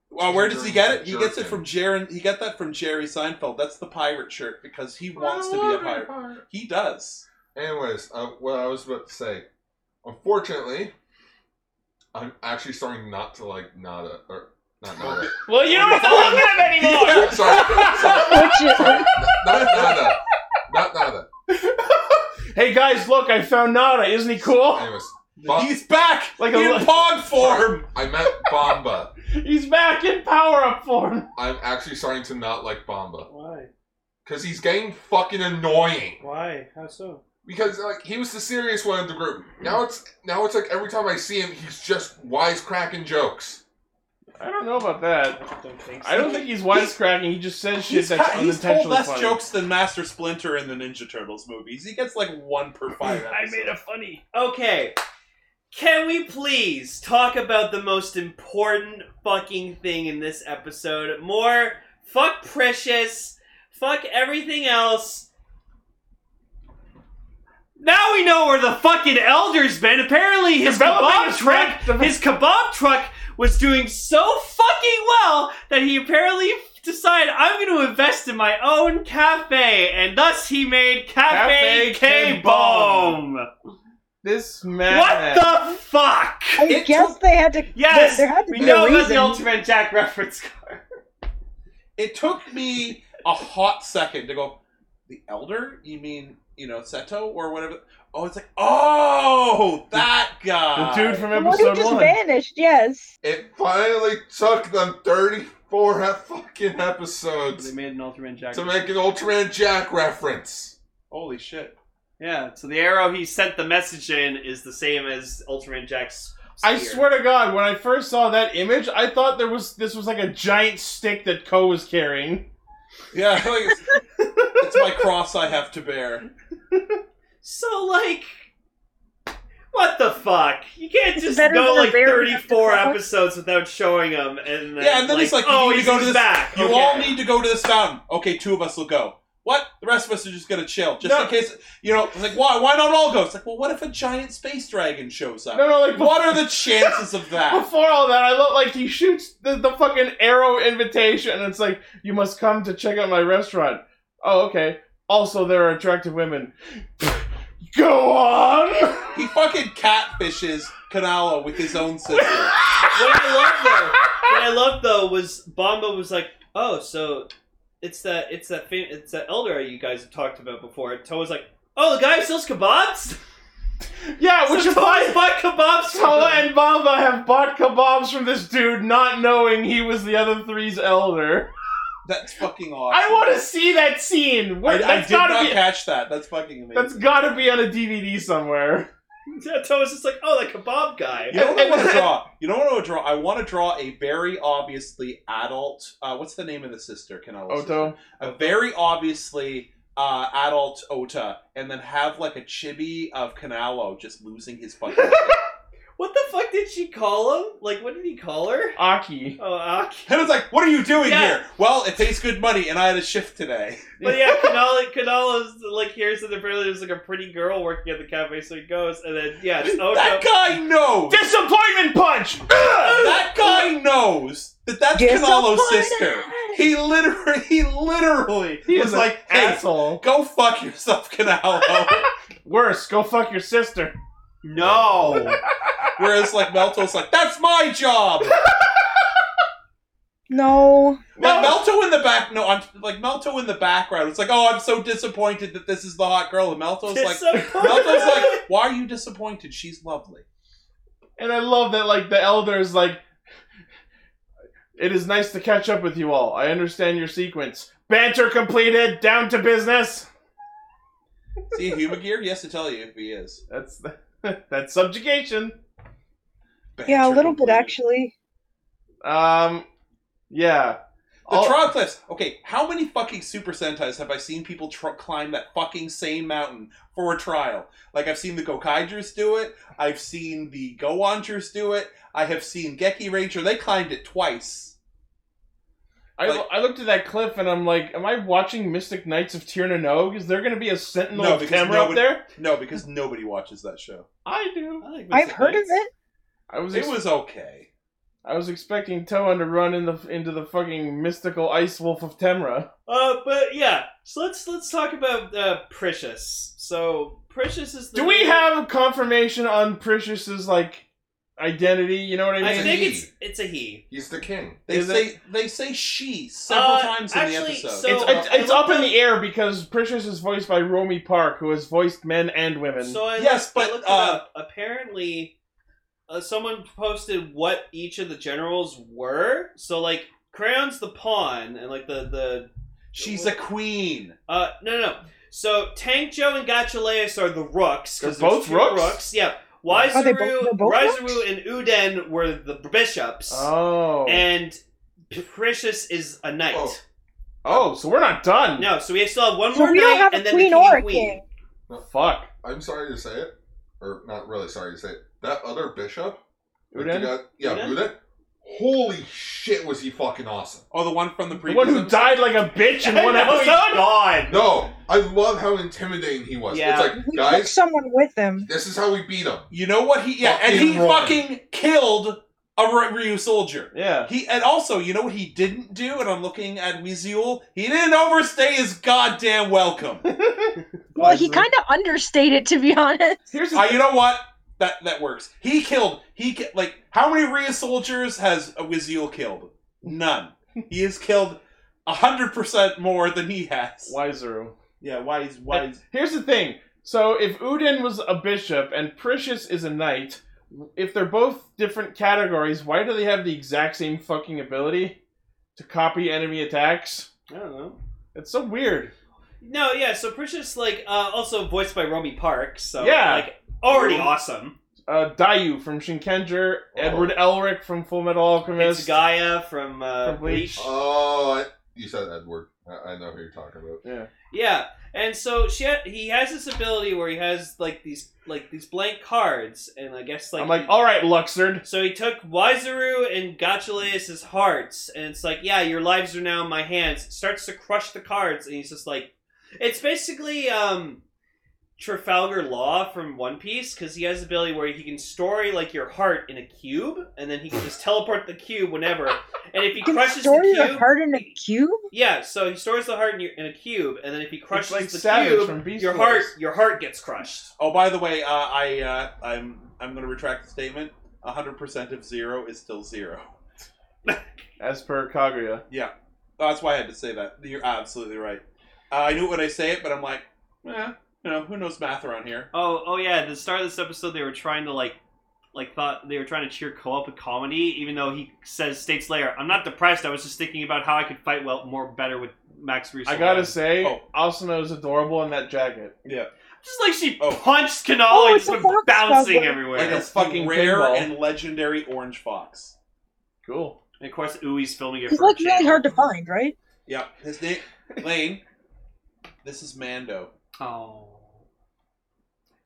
[SPEAKER 5] Well, where does he get it? He gets it
[SPEAKER 1] Jerkin.
[SPEAKER 5] from Jerry. He got that from Jerry Seinfeld. That's the pirate shirt because he wants to be a pirate. He does.
[SPEAKER 1] Anyways, uh, what I was about to say. Unfortunately, I'm actually starting not to like Nada or not Nada.
[SPEAKER 6] Well, you don't love him anymore.
[SPEAKER 1] sorry, sorry,
[SPEAKER 3] Which-
[SPEAKER 1] sorry, not Nada, not Nada.
[SPEAKER 4] Hey guys, look, I found Nada. Isn't he cool?
[SPEAKER 1] Anyways, Bom-
[SPEAKER 5] He's back
[SPEAKER 4] Like
[SPEAKER 5] like
[SPEAKER 4] a lo-
[SPEAKER 5] in pog form.
[SPEAKER 1] I meant Bomba.
[SPEAKER 4] He's back in power up form.
[SPEAKER 1] I'm actually starting to not like Bomba
[SPEAKER 4] Why?
[SPEAKER 1] because he's getting fucking annoying.
[SPEAKER 4] Why? How so?
[SPEAKER 1] Because like he was the serious one of the group. Now it's now it's like every time I see him, he's just wisecracking jokes.
[SPEAKER 4] I don't know about that.
[SPEAKER 6] Don't think
[SPEAKER 4] I don't think he's wisecracking. He just says shit
[SPEAKER 5] He's,
[SPEAKER 4] that's
[SPEAKER 5] ha- he's told
[SPEAKER 4] unintentionally
[SPEAKER 5] less
[SPEAKER 4] funny.
[SPEAKER 5] jokes than Master Splinter in the Ninja Turtles movies. He gets like one per five.
[SPEAKER 4] I made
[SPEAKER 5] a.
[SPEAKER 4] a funny.
[SPEAKER 6] Okay. Can we please talk about the most important fucking thing in this episode? More fuck Precious, fuck everything else. Now we know where the fucking elder's been. Apparently his
[SPEAKER 4] Developing
[SPEAKER 6] kebab
[SPEAKER 4] a
[SPEAKER 6] truck,
[SPEAKER 4] track-
[SPEAKER 6] his kebab truck was doing so fucking well that he apparently decided I'm going to invest in my own cafe, and thus he made
[SPEAKER 4] Cafe
[SPEAKER 6] Cafe, K
[SPEAKER 4] K-Bomb.
[SPEAKER 6] Bomb.
[SPEAKER 4] This man.
[SPEAKER 6] What the fuck?
[SPEAKER 3] I
[SPEAKER 5] It
[SPEAKER 3] guess they had to.
[SPEAKER 6] Yes,
[SPEAKER 3] there, there had to
[SPEAKER 6] We
[SPEAKER 3] be
[SPEAKER 6] know
[SPEAKER 3] a
[SPEAKER 6] about the
[SPEAKER 3] reason.
[SPEAKER 6] Ultraman Jack reference card.
[SPEAKER 5] It took me a hot second to go. The Elder? You mean you know Seto or whatever? Oh, it's like oh that
[SPEAKER 4] The
[SPEAKER 5] guy.
[SPEAKER 4] dude from
[SPEAKER 3] The one who
[SPEAKER 4] episode
[SPEAKER 3] just
[SPEAKER 4] one.
[SPEAKER 3] vanished. Yes.
[SPEAKER 1] It finally took them 34 e- fucking episodes
[SPEAKER 6] made an Ultraman Jack.
[SPEAKER 1] to make an Ultraman Jack reference.
[SPEAKER 5] Holy shit!
[SPEAKER 6] Yeah, so the arrow he sent the message in is the same as Ultraman Jack's.
[SPEAKER 4] I
[SPEAKER 6] spear.
[SPEAKER 4] swear to God, when I first saw that image, I thought there was this was like a giant stick that Ko was carrying.
[SPEAKER 5] Yeah, like it's, it's my cross I have to bear.
[SPEAKER 6] So like, what the fuck? You can't
[SPEAKER 3] It's
[SPEAKER 6] just
[SPEAKER 3] better
[SPEAKER 6] go
[SPEAKER 3] than a
[SPEAKER 6] like
[SPEAKER 3] bear we have to
[SPEAKER 6] thirty-four
[SPEAKER 3] cover.
[SPEAKER 6] episodes without showing him, and then,
[SPEAKER 5] Yeah, and then he's like,
[SPEAKER 6] "Oh,
[SPEAKER 5] you need
[SPEAKER 6] he's
[SPEAKER 5] to go to this.
[SPEAKER 6] back.
[SPEAKER 5] You
[SPEAKER 6] Okay.
[SPEAKER 5] all need to go to this fountain. Okay, two of us will go. What? The rest of us are just gonna chill, just
[SPEAKER 4] No.
[SPEAKER 5] in case. You know, it's like why? Why not all go? It's like, well, what if a giant space dragon shows up?
[SPEAKER 4] No, no, like
[SPEAKER 5] What are the chances of that?
[SPEAKER 4] Before all that, I love like he shoots the, the fucking arrow invitation, and it's like you must come to check out my restaurant. Oh, okay. Also, there are attractive women. Go on.
[SPEAKER 5] He fucking catfishes Kanala with his own sister.
[SPEAKER 6] What I love though, what I love though was Bomba was like, "Oh, so it's that it's that fam- it's that elder you guys have talked about before." And Toe was like, "Oh, the guy who sells kebabs."
[SPEAKER 4] Yeah,
[SPEAKER 6] Would
[SPEAKER 4] which
[SPEAKER 6] you
[SPEAKER 4] is
[SPEAKER 6] buy
[SPEAKER 4] why
[SPEAKER 6] buy kebabs
[SPEAKER 4] Tola
[SPEAKER 6] from him?
[SPEAKER 4] and Bamba have bought kebabs from this dude, not knowing he was the other three's elder.
[SPEAKER 5] That's fucking awesome.
[SPEAKER 4] I want to see that scene. Where,
[SPEAKER 5] I, I
[SPEAKER 4] that's
[SPEAKER 5] did not
[SPEAKER 4] gotta be.
[SPEAKER 5] catch that. That's fucking amazing.
[SPEAKER 4] That's gotta be on a DVD somewhere.
[SPEAKER 6] Thomas is like, oh, the kebab guy.
[SPEAKER 5] You don't want to draw. You don't want to draw. I want to draw a very obviously adult. Uh, what's the name of the sister? Canelo.
[SPEAKER 4] Oto.
[SPEAKER 5] a very obviously uh, adult Ota, and then have like a chibi of Canalo just losing his fucking. shit.
[SPEAKER 6] What the fuck did she call him? Like, what did he call her?
[SPEAKER 4] Aki.
[SPEAKER 6] Oh, Aki.
[SPEAKER 5] and it's like, what are you doing
[SPEAKER 6] Yeah.
[SPEAKER 5] here? Well, it takes good money, and I had a shift today.
[SPEAKER 6] But yeah, Kanala, Kanala's like hears that apparently there's like a pretty girl working at the cafe, so he goes, and then yeah, it's Oto.
[SPEAKER 5] That guy knows.
[SPEAKER 4] Disappointment punch!
[SPEAKER 5] That guy knows that that's Canalo's sister. He literally, he literally
[SPEAKER 4] He
[SPEAKER 5] was
[SPEAKER 4] is
[SPEAKER 5] like,
[SPEAKER 4] an
[SPEAKER 5] hey,
[SPEAKER 4] asshole.
[SPEAKER 5] go fuck yourself, Canalo.
[SPEAKER 4] Worse, go fuck your sister.
[SPEAKER 6] no.
[SPEAKER 5] Whereas like Melto's like, that's my job.
[SPEAKER 3] No.
[SPEAKER 5] Like Melto in the back, no, I'm like Melto in the background. It's like, oh, I'm so disappointed that this is the hot girl, and Melto's like, Melto's like, why are you disappointed? She's lovely.
[SPEAKER 4] And I love that, like, the elder is like, It is nice to catch up with you all. I understand your sequence. Banter completed, down to business.
[SPEAKER 5] Is he a human gear? He has to tell you if he is.
[SPEAKER 4] That's that's subjugation.
[SPEAKER 3] Yeah, a little bit
[SPEAKER 5] Banter.
[SPEAKER 3] actually.
[SPEAKER 4] Um, yeah.
[SPEAKER 5] The
[SPEAKER 4] All-
[SPEAKER 5] Troglyphs. Okay, how many fucking Super Sentais have I seen people tr- climb that fucking same mountain for a trial? Like I've seen the Gokaijers do it. I've seen the Goanchers do it. I have seen Geki Ranger. They climbed it twice.
[SPEAKER 4] I,
[SPEAKER 5] Like-
[SPEAKER 4] I looked at that cliff and I'm like, am I watching Mystic Knights of Tir na Nog? Is there going to be a Sentinel
[SPEAKER 5] No,
[SPEAKER 4] of
[SPEAKER 5] because
[SPEAKER 4] Tamra
[SPEAKER 5] no
[SPEAKER 4] up
[SPEAKER 5] one-
[SPEAKER 4] there?
[SPEAKER 5] No, because nobody watches that show.
[SPEAKER 4] I do.
[SPEAKER 3] I've heard of it.
[SPEAKER 4] I was,
[SPEAKER 5] It
[SPEAKER 4] ex-
[SPEAKER 5] was okay.
[SPEAKER 4] I was expecting Toan to run in the, into the fucking mystical ice wolf of Temra.
[SPEAKER 6] Uh, but yeah, so let's let's talk about uh, Precious. So Precious is. The
[SPEAKER 4] Do we
[SPEAKER 6] new-
[SPEAKER 4] have confirmation on Precious's like identity? You know what I mean?
[SPEAKER 6] I
[SPEAKER 1] a
[SPEAKER 6] think
[SPEAKER 1] he?
[SPEAKER 6] it's it's a he.
[SPEAKER 1] He's the king.
[SPEAKER 5] They
[SPEAKER 4] Is
[SPEAKER 5] say
[SPEAKER 4] it-
[SPEAKER 5] they say she several
[SPEAKER 6] Uh,
[SPEAKER 5] times in
[SPEAKER 6] actually,
[SPEAKER 5] the episode.
[SPEAKER 6] so-
[SPEAKER 4] it's it's,
[SPEAKER 6] I
[SPEAKER 4] it's up
[SPEAKER 6] looked
[SPEAKER 4] in the air because Precious is voiced by Romy Park, who has voiced men and women.
[SPEAKER 6] So I
[SPEAKER 5] Yes,
[SPEAKER 6] looked- I
[SPEAKER 5] but,
[SPEAKER 6] looked it
[SPEAKER 5] uh,
[SPEAKER 6] up. apparently, uh, someone posted what each of the generals were. So like Crayon's the pawn, and like the the
[SPEAKER 5] She's a queen.
[SPEAKER 6] Uh, no, no. So Tank Joe and Gachaleus are the rooks. 'cause
[SPEAKER 4] They're
[SPEAKER 6] there's
[SPEAKER 4] both
[SPEAKER 6] two
[SPEAKER 4] rooks?
[SPEAKER 6] Yeah.
[SPEAKER 3] Are they
[SPEAKER 6] Waizuru,
[SPEAKER 3] both- they're both
[SPEAKER 6] Waizuru and Uden were the bishops,
[SPEAKER 4] oh,
[SPEAKER 6] and Precious is a knight.
[SPEAKER 1] Oh.
[SPEAKER 4] oh, so we're not done.
[SPEAKER 6] No, so we still have one
[SPEAKER 3] So
[SPEAKER 6] more
[SPEAKER 3] we
[SPEAKER 6] knight,
[SPEAKER 3] don't have
[SPEAKER 6] and
[SPEAKER 3] a
[SPEAKER 6] then
[SPEAKER 3] queen
[SPEAKER 6] the king
[SPEAKER 3] or a
[SPEAKER 6] and queen.
[SPEAKER 3] king.
[SPEAKER 4] Fuck.
[SPEAKER 1] I'm sorry to say it, or not really sorry to say it. That other bishop, like the
[SPEAKER 4] Uden?
[SPEAKER 1] guy- yeah,
[SPEAKER 6] Uden?
[SPEAKER 1] Uden. Holy shit, was he fucking awesome!
[SPEAKER 5] Oh, the one from the
[SPEAKER 4] The
[SPEAKER 5] previous.
[SPEAKER 4] one who
[SPEAKER 5] episode?
[SPEAKER 4] died like a bitch in one
[SPEAKER 6] Now he's
[SPEAKER 4] episode.
[SPEAKER 6] gone.
[SPEAKER 1] No, I love how intimidating he was.
[SPEAKER 6] Yeah.
[SPEAKER 1] It's like,
[SPEAKER 3] We took
[SPEAKER 1] guys,
[SPEAKER 3] someone with him.
[SPEAKER 1] this is how we beat him.
[SPEAKER 5] You know what he? Yeah, and
[SPEAKER 1] Fucking
[SPEAKER 5] he
[SPEAKER 1] wrong.
[SPEAKER 5] fucking killed a Ry- Ryu soldier.
[SPEAKER 4] Yeah.
[SPEAKER 5] He and also, you know what he didn't do? And I'm looking at Weezul. He didn't overstay his goddamn welcome.
[SPEAKER 3] Well, he
[SPEAKER 4] Waizuru.
[SPEAKER 3] kind of understated, to be honest.
[SPEAKER 4] Here's the
[SPEAKER 5] Uh, you know what? That that works. He killed. He ki- like how many Ryu soldiers has Weezul killed? None. He has killed hundred percent more than he has.
[SPEAKER 4] Wiseru.
[SPEAKER 5] Yeah, why is why is
[SPEAKER 4] Here's the thing. So if Udin was a bishop and Precious is a knight, if they're both different categories, why do they have the exact same fucking ability to copy enemy attacks?
[SPEAKER 6] I don't know.
[SPEAKER 4] It's so weird.
[SPEAKER 6] No, yeah. So Precious, like, uh, also voiced by Romy Park. So
[SPEAKER 4] Yeah.
[SPEAKER 6] like already awesome.
[SPEAKER 4] Uh, Dayu from Shinkenger,
[SPEAKER 1] Oh.
[SPEAKER 4] Edward Elric from Full Metal
[SPEAKER 6] It's
[SPEAKER 4] Alchemist.
[SPEAKER 6] Gaia from uh,
[SPEAKER 4] From Bleach.
[SPEAKER 6] Bleach.
[SPEAKER 1] Oh, I, you said Edward. I, I know who you're talking about.
[SPEAKER 6] Yeah, and so she ha- he has this ability where he has like these like these blank cards, and I guess like,
[SPEAKER 4] I'm like, all right, Luxord.
[SPEAKER 6] so he took Wiseru and Gachaleus' hearts, and it's like, yeah, your lives are now in my hands. Starts to crush the cards, and he's just like, it's basically um Trafalgar Law from One Piece because he has the ability where he can store like your heart in a cube, and then he can just teleport the cube whenever, and if he
[SPEAKER 3] Can
[SPEAKER 6] crushes
[SPEAKER 3] store
[SPEAKER 6] the
[SPEAKER 3] your
[SPEAKER 6] cube.
[SPEAKER 3] heart in a cube?
[SPEAKER 6] Yeah, so he stores the heart in, your, in a cube, and then if he crushes
[SPEAKER 4] like
[SPEAKER 6] the
[SPEAKER 4] Savage
[SPEAKER 6] cube,
[SPEAKER 4] from Beast
[SPEAKER 6] your
[SPEAKER 4] Boys.
[SPEAKER 6] heart your heart gets crushed.
[SPEAKER 5] Oh, by the way, uh, I uh, I'm I'm going to retract the statement. 100% of zero is still zero.
[SPEAKER 4] As per Kaguya.
[SPEAKER 5] Oh, That's why I had to say that. You're absolutely right. Uh, I knew it when I say it, but I'm like, eh, you know, who knows math around here?
[SPEAKER 6] Oh, oh yeah. At the start of this episode, they were trying to like, like thought they were trying to cheer Ko up with comedy, even though he says states later, "I'm not depressed. I was just thinking about how I could fight well more better with Max Russo."
[SPEAKER 4] I gotta say,
[SPEAKER 5] Oh.
[SPEAKER 4] Asuna is adorable in that jacket.
[SPEAKER 6] Just like she
[SPEAKER 5] Oh.
[SPEAKER 6] punched Canali
[SPEAKER 3] Oh,
[SPEAKER 6] and
[SPEAKER 3] it's a
[SPEAKER 6] went
[SPEAKER 3] fox
[SPEAKER 6] bouncing
[SPEAKER 3] buzzer.
[SPEAKER 6] everywhere.
[SPEAKER 5] Like
[SPEAKER 6] And,
[SPEAKER 5] a
[SPEAKER 4] That's
[SPEAKER 5] fucking
[SPEAKER 4] fucking
[SPEAKER 5] rare
[SPEAKER 4] pinball.
[SPEAKER 5] and legendary orange fox.
[SPEAKER 4] Cool.
[SPEAKER 6] of course, Ui's filming it
[SPEAKER 3] It's
[SPEAKER 6] for
[SPEAKER 3] like
[SPEAKER 6] a channel.
[SPEAKER 3] really hard to find, right?
[SPEAKER 5] Yep. His name Lane. This is Mando.
[SPEAKER 6] Oh.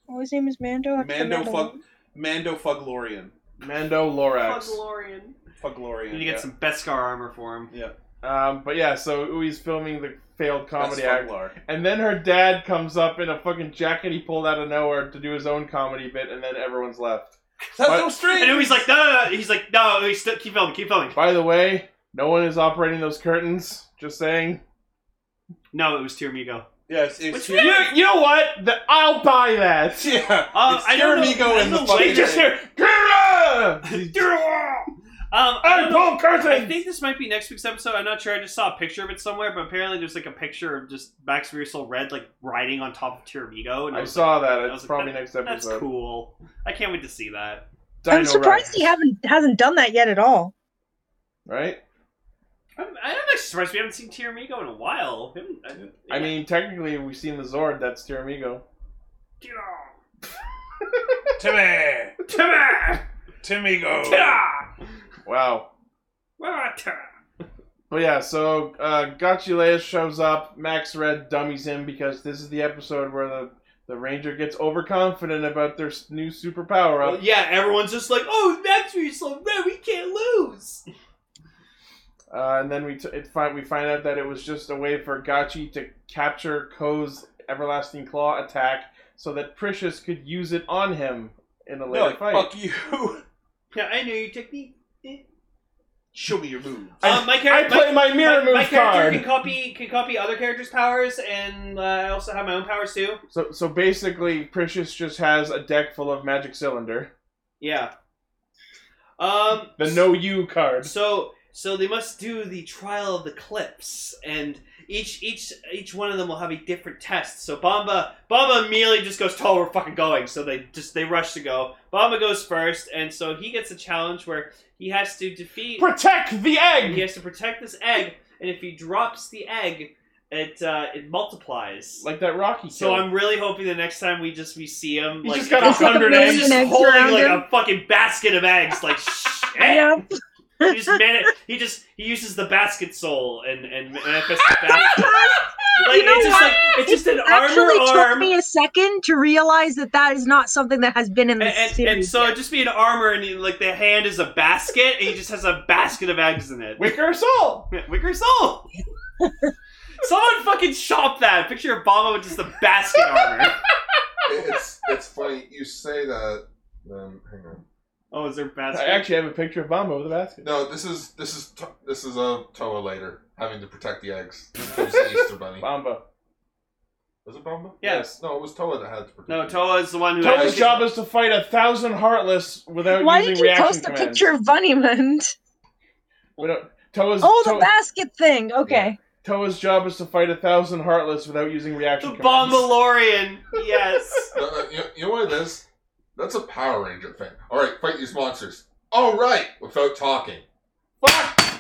[SPEAKER 3] Oh, his name is Mando. after
[SPEAKER 5] Mando fuck
[SPEAKER 3] Mandalorian.
[SPEAKER 5] Mando Fuglorian.
[SPEAKER 4] Mando Lorax.
[SPEAKER 8] Fuglorian.
[SPEAKER 5] Fuglorian.
[SPEAKER 6] You need to
[SPEAKER 5] yeah.
[SPEAKER 6] get some Beskar armor for him.
[SPEAKER 5] Yeah.
[SPEAKER 4] Um, but yeah, so Ui's filming the failed
[SPEAKER 5] That's
[SPEAKER 4] comedy act.
[SPEAKER 5] Fuglar.
[SPEAKER 4] And then her dad comes up in a fucking jacket he pulled out of nowhere to do his own comedy bit, and then everyone's left.
[SPEAKER 5] That's
[SPEAKER 4] But-
[SPEAKER 5] no strings.
[SPEAKER 6] And Ui's like, no, no, no. He's like, no, Ui, st- keep filming, keep filming.
[SPEAKER 4] By the way, no one is operating those curtains. Just saying.
[SPEAKER 6] No, it was Tiramigo.
[SPEAKER 5] Yes,
[SPEAKER 6] Which
[SPEAKER 5] it's
[SPEAKER 4] You, you know what? The, I'll buy that.
[SPEAKER 5] Yeah.
[SPEAKER 6] Uh,
[SPEAKER 5] it's
[SPEAKER 6] I don't know-
[SPEAKER 5] Tiramigo
[SPEAKER 6] I
[SPEAKER 5] in the
[SPEAKER 6] don't know
[SPEAKER 5] fucking
[SPEAKER 4] They just hear, "Kira!"
[SPEAKER 6] Um, I
[SPEAKER 4] I
[SPEAKER 6] don't know.
[SPEAKER 4] pull curtains.
[SPEAKER 6] I think this might be next week's episode. I'm not sure. I just saw a picture of it somewhere, but apparently there's like a picture of just Max Reersel Red like riding on top of Tiramigo. And I
[SPEAKER 4] I
[SPEAKER 6] was
[SPEAKER 4] saw
[SPEAKER 6] like- I
[SPEAKER 4] that.
[SPEAKER 6] was
[SPEAKER 4] It's
[SPEAKER 6] like,
[SPEAKER 4] probably
[SPEAKER 6] that-
[SPEAKER 4] next
[SPEAKER 6] That's
[SPEAKER 4] episode.
[SPEAKER 6] cool. I can't wait to see that.
[SPEAKER 4] Dino
[SPEAKER 3] I'm surprised
[SPEAKER 4] Riders,
[SPEAKER 3] he haven't hasn't done that yet at all.
[SPEAKER 4] Right?
[SPEAKER 6] I'm, I'm actually surprised we haven't seen Tiramigo in a while. We haven't- I,
[SPEAKER 4] I mean, technically, we've seen the Zord. That's Tiramigo.
[SPEAKER 5] Timmy!
[SPEAKER 6] Timmy!
[SPEAKER 5] Timmy goes.
[SPEAKER 4] Wow. But yeah, so uh, Gachilea shows up. Max Red dummies him because this is the episode where the, the Ranger gets overconfident about their s- new superpower up.
[SPEAKER 6] Well, yeah, everyone's just like, oh, Max Reersel Red, we can't lose.
[SPEAKER 4] Uh, and then we t- it find we find out that it was just a way for Gachi to capture Ko's everlasting claw attack, so that Precious could use it on him in a later
[SPEAKER 5] No, like,
[SPEAKER 4] fight.
[SPEAKER 5] fuck you.
[SPEAKER 6] Yeah, I know your technique.
[SPEAKER 5] Show me your moves.
[SPEAKER 4] I-
[SPEAKER 6] Uh, my
[SPEAKER 4] I
[SPEAKER 6] character,
[SPEAKER 4] play my mirror
[SPEAKER 6] my,
[SPEAKER 4] move
[SPEAKER 6] my character
[SPEAKER 4] card.
[SPEAKER 6] can copy can copy other characters' powers, and uh, I also have my own powers too.
[SPEAKER 4] So so basically, Precious just has a deck full of magic cylinder.
[SPEAKER 6] Yeah. Um.
[SPEAKER 4] The no you card.
[SPEAKER 6] So so they must do the trial of the clips, and each each each one of them will have a different test. So Bamba Bamba immediately just goes, "Oh, we're fucking going!" So they just they rush to go. Bamba goes first, and so he gets a challenge where he has to defeat.
[SPEAKER 4] Protect the
[SPEAKER 6] and
[SPEAKER 4] egg.
[SPEAKER 6] he has to protect this egg, and if he drops the egg, it uh, it multiplies.
[SPEAKER 4] Like that Rocky.
[SPEAKER 6] so
[SPEAKER 4] kid.
[SPEAKER 6] I'm really hoping the next time we just we see him,
[SPEAKER 4] He's
[SPEAKER 6] like
[SPEAKER 4] just got a
[SPEAKER 6] he's
[SPEAKER 4] hundred
[SPEAKER 6] just
[SPEAKER 4] eggs.
[SPEAKER 3] million eggs
[SPEAKER 6] holding
[SPEAKER 3] around
[SPEAKER 6] like
[SPEAKER 3] him.
[SPEAKER 6] a fucking basket of eggs, like shit.
[SPEAKER 3] Yeah.
[SPEAKER 6] He just man- he just he uses the basket soul and and manifests the basket. Like,
[SPEAKER 3] You know
[SPEAKER 6] it's just
[SPEAKER 3] what?
[SPEAKER 6] like it's just an armor
[SPEAKER 3] Actually, took
[SPEAKER 6] arm.
[SPEAKER 3] me a second to realize that that is not something that has been in
[SPEAKER 6] And,
[SPEAKER 3] this
[SPEAKER 6] and,
[SPEAKER 3] series.
[SPEAKER 6] and so it'd just be an armor, and he, like the hand is a basket, and he just has a basket of eggs in it.
[SPEAKER 4] Wicker Soul.
[SPEAKER 6] Wicker Soul! Someone fucking shop that. Picture of Obama with just the basket armor.
[SPEAKER 1] It's it's funny you say that. Then hang on.
[SPEAKER 6] Oh, is there basket?
[SPEAKER 4] I actually have a picture of Bamba with a basket.
[SPEAKER 1] No, this is this is to- this is a Toa later having to protect the eggs. It was the Easter Bunny.
[SPEAKER 4] Bamba.
[SPEAKER 1] Was it Bamba?
[SPEAKER 6] Yes.
[SPEAKER 1] No, it was Toa that had to protect.
[SPEAKER 6] No,
[SPEAKER 1] it.
[SPEAKER 6] Toa is the one who.
[SPEAKER 4] Toa's job is to fight a thousand heartless without
[SPEAKER 3] Why
[SPEAKER 4] using
[SPEAKER 3] did you
[SPEAKER 4] reaction
[SPEAKER 3] post
[SPEAKER 4] commands.
[SPEAKER 3] a picture of Bunnymund?
[SPEAKER 4] We don't- Toa's,
[SPEAKER 3] Oh, the
[SPEAKER 4] Toa-
[SPEAKER 3] basket thing. Okay.
[SPEAKER 4] Toa's job is to fight a thousand heartless without using
[SPEAKER 6] The
[SPEAKER 4] reaction commands.
[SPEAKER 6] Bombalorian. Yes.
[SPEAKER 1] No, no, you, you know what it is? That's a Power Ranger thing. All right, fight these monsters. All right, without talking. Fuck.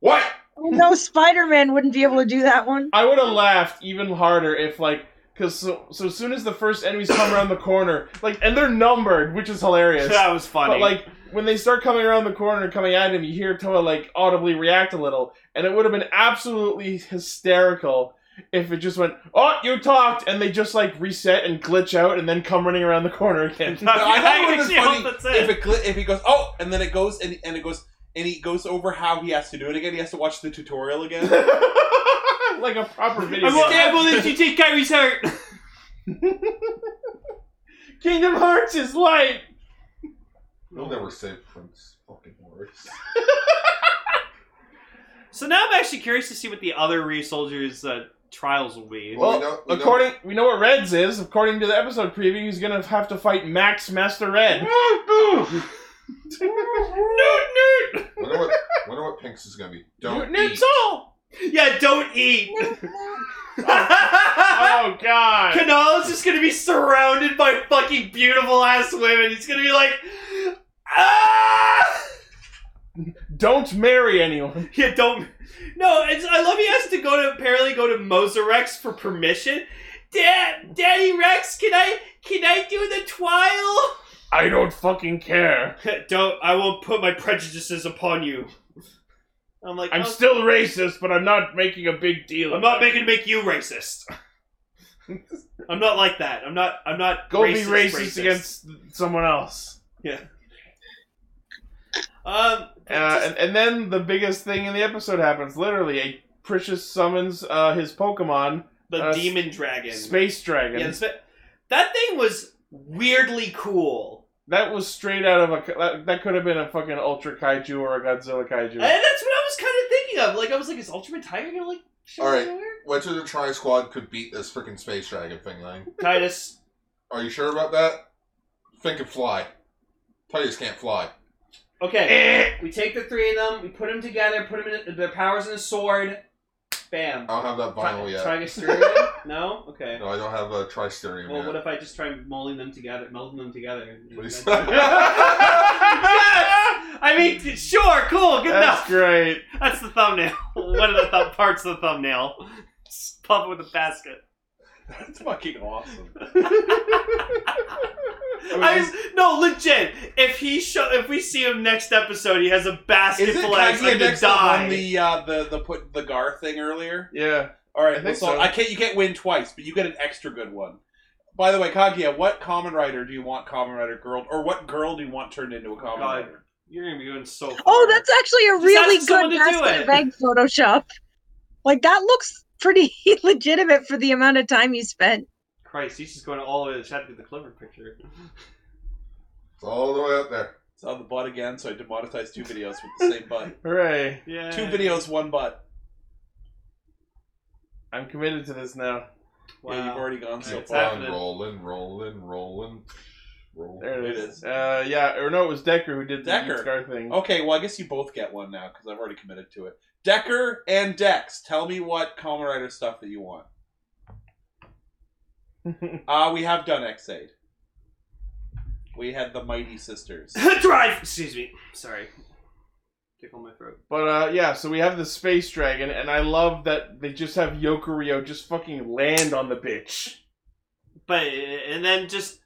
[SPEAKER 1] What?
[SPEAKER 3] No, Spider Man wouldn't be able to do that one.
[SPEAKER 4] I would have laughed even harder if like because so, so as soon as the first enemies come around the corner, like and they're numbered, which is hilarious.
[SPEAKER 6] That was funny.
[SPEAKER 4] But like when they start coming around the corner and coming at him, you hear Toa like audibly react a little, and it would have been absolutely hysterical if it just went, "Oh, you talked," and they just like reset and glitch out and then come running around the corner again.
[SPEAKER 6] No,
[SPEAKER 5] I thought it would've
[SPEAKER 6] actually
[SPEAKER 5] been
[SPEAKER 6] hope
[SPEAKER 5] funny
[SPEAKER 6] that's
[SPEAKER 5] if
[SPEAKER 6] it.
[SPEAKER 5] it gl- if he goes oh and then it goes and and it goes and he goes over how he has to do it again. He has to watch the tutorial again.
[SPEAKER 4] like a proper video.
[SPEAKER 6] I'm unable that you take Kyrie's heart.
[SPEAKER 4] Kingdom Hearts is light.
[SPEAKER 1] You'll never say Prince fucking words.
[SPEAKER 6] So now I'm actually curious to see what the other Re Soldiers uh, trials will be.
[SPEAKER 1] Well,
[SPEAKER 4] Well,
[SPEAKER 1] we know- we know-
[SPEAKER 4] according we know what Reds is. According to the episode preview, he's gonna have to fight Max Master Red.
[SPEAKER 1] Wonder what? Wonder what Pink's is gonna be. Don't
[SPEAKER 4] Newt
[SPEAKER 1] eat.
[SPEAKER 4] Soul!
[SPEAKER 6] yeah, don't eat.
[SPEAKER 4] Oh God!
[SPEAKER 6] Kanala's just gonna be surrounded by fucking beautiful ass women. He's gonna be like, ah!
[SPEAKER 4] Don't marry anyone.
[SPEAKER 6] Yeah, don't. No, it's, I love he has to go to apparently go to Moserex for permission, Dad, Daddy Rex, can I can I do the twirl?
[SPEAKER 4] I don't fucking care.
[SPEAKER 6] Don't I won't put my prejudices upon you. I'm like
[SPEAKER 4] I'm
[SPEAKER 6] "Oh,
[SPEAKER 4] still racist, but I'm not making a big deal.
[SPEAKER 6] I'm not making to make you racist. I'm not like that. I'm not. I'm not.
[SPEAKER 4] Go
[SPEAKER 6] racist,
[SPEAKER 4] be racist, against someone else.
[SPEAKER 6] Um.
[SPEAKER 4] Uh, and, and then the biggest thing in the episode happens. Literally, a Precious summons uh, his Pokemon,
[SPEAKER 6] the
[SPEAKER 4] uh,
[SPEAKER 6] demon dragon.
[SPEAKER 4] Space Dragon.
[SPEAKER 6] Yeah, the spa- that thing was weirdly cool,
[SPEAKER 4] That was straight out of a. That, that could have been a fucking Ultra Kaiju or a Godzilla Kaiju.
[SPEAKER 6] and that's what I was kind of thinking of. Like I was like, is Ultimate Tiger gonna like show
[SPEAKER 1] All
[SPEAKER 6] up
[SPEAKER 1] right.
[SPEAKER 6] anywhere?
[SPEAKER 1] Which of the Tri Squad could beat this freaking space dragon thing, Lang?
[SPEAKER 6] Titus,
[SPEAKER 1] Are you sure about that? Think and fly. Titus can't fly.
[SPEAKER 6] okay. We take the three of them, we put them together, put them in their powers in a sword. Bam.
[SPEAKER 1] I don't have that vinyl
[SPEAKER 6] Ti-
[SPEAKER 1] yet.
[SPEAKER 6] Tigesterium? no? Okay.
[SPEAKER 1] No, I don't have a tri steering
[SPEAKER 6] Well,
[SPEAKER 1] yet.
[SPEAKER 6] what if I just try molding them together, melding them together?
[SPEAKER 1] Please.
[SPEAKER 6] yes! I mean, t- sure, cool, good
[SPEAKER 4] That's
[SPEAKER 6] enough.
[SPEAKER 4] great.
[SPEAKER 6] That's the thumbnail. One of the thumb parts of the thumbnail. Just pump with a basket.
[SPEAKER 5] That's fucking awesome.
[SPEAKER 6] I was, no, legit. If he show, if we see him next episode, he has a basket
[SPEAKER 5] Is it
[SPEAKER 6] full of eggs. I'm
[SPEAKER 5] Kaguya
[SPEAKER 6] gonna
[SPEAKER 5] next that
[SPEAKER 6] die.
[SPEAKER 5] won the uh, the the put the Gar thing earlier?
[SPEAKER 4] Yeah.
[SPEAKER 5] All right,
[SPEAKER 4] I think
[SPEAKER 5] so
[SPEAKER 4] so.
[SPEAKER 5] I can't. You can't win twice, but you get an extra good one. By the way, Kaguya, what common writer do you want common writer girl, or what girl do you want turned into a common
[SPEAKER 6] God.
[SPEAKER 5] writer?
[SPEAKER 6] You're gonna be going so. Far.
[SPEAKER 3] Oh, that's actually a
[SPEAKER 6] Just
[SPEAKER 3] really
[SPEAKER 6] ask someone
[SPEAKER 3] good
[SPEAKER 6] to do
[SPEAKER 3] basket
[SPEAKER 6] it.
[SPEAKER 3] of egg Photoshop. Like that looks pretty legitimate for the amount of time you spent.
[SPEAKER 6] Christ. He's just going all the way to the chat to get the clever picture.
[SPEAKER 1] It's all the way up there.
[SPEAKER 5] It's on the butt again, so I demonetized two videos with the same butt.
[SPEAKER 4] Hooray.
[SPEAKER 6] Yeah.
[SPEAKER 5] Two videos, one butt.
[SPEAKER 4] I'm committed to this now.
[SPEAKER 5] Yeah, you've
[SPEAKER 6] Wow.
[SPEAKER 5] already gone so
[SPEAKER 6] It's
[SPEAKER 5] far.
[SPEAKER 6] happening.
[SPEAKER 1] Rolling, rolling, rolling, rolling.
[SPEAKER 4] There it
[SPEAKER 5] It
[SPEAKER 4] is.
[SPEAKER 5] is.
[SPEAKER 4] Uh, yeah, or no, it was Decker who did the
[SPEAKER 5] Decker.
[SPEAKER 4] Decker. Oh. Scar thing.
[SPEAKER 5] Okay, well, I guess you both get one now because I've already committed to it. Decker and Dex, tell me what common writer stuff that you want. Uh, we have done X8. We had the Mighty Sisters.
[SPEAKER 6] Drive. Excuse me. Sorry. Tickle my throat.
[SPEAKER 4] but uh, yeah, so we have the Space Dragon, and I love that they just have Yokurio just fucking land on the bitch.
[SPEAKER 6] But and then just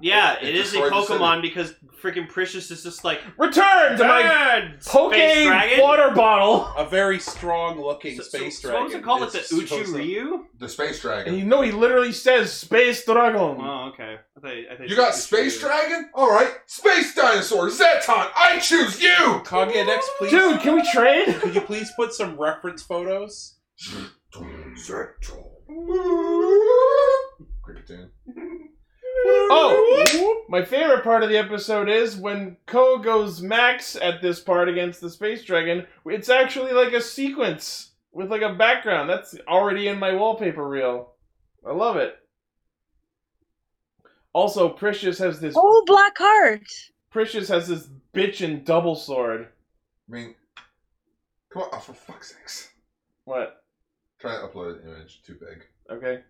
[SPEAKER 6] yeah,
[SPEAKER 1] It- it
[SPEAKER 6] it is a
[SPEAKER 1] destroyed the
[SPEAKER 6] Pokemon because freaking Precious is just like
[SPEAKER 4] Return to my
[SPEAKER 6] "Ah,
[SPEAKER 4] poke
[SPEAKER 6] Space Dragon."
[SPEAKER 4] water bottle.
[SPEAKER 5] A very strong looking
[SPEAKER 6] So- so-
[SPEAKER 5] space
[SPEAKER 6] so
[SPEAKER 5] dragon.
[SPEAKER 6] What was it called? Like the
[SPEAKER 5] is
[SPEAKER 6] Uchu
[SPEAKER 5] supposed to-
[SPEAKER 6] Ryu?
[SPEAKER 1] The space
[SPEAKER 4] And
[SPEAKER 1] dragon.
[SPEAKER 4] you know he literally says Space Dragon.
[SPEAKER 6] Oh, okay. I thought, I thought
[SPEAKER 1] You got
[SPEAKER 6] said Uchu
[SPEAKER 1] space
[SPEAKER 6] Ryu.
[SPEAKER 1] dragon? Alright. Space dinosaur, Zeton, I choose you!
[SPEAKER 5] Kaguya Dex,
[SPEAKER 6] Oh.
[SPEAKER 5] please.
[SPEAKER 4] Dude, can we trade?
[SPEAKER 5] Could you please put some reference photos?
[SPEAKER 1] Cricket tune.
[SPEAKER 4] Oh, my favorite part of the episode is when Ko goes max at this part against the space dragon. It's actually like a sequence with like a background that's already in my wallpaper reel. I love it. Also, Precious has this
[SPEAKER 3] Oh, black heart.
[SPEAKER 4] Precious has this bitchin' double sword.
[SPEAKER 1] I mean, come on, oh, for fuck's sakes.
[SPEAKER 4] What?
[SPEAKER 1] Try to upload an image. Too big.
[SPEAKER 4] Okay.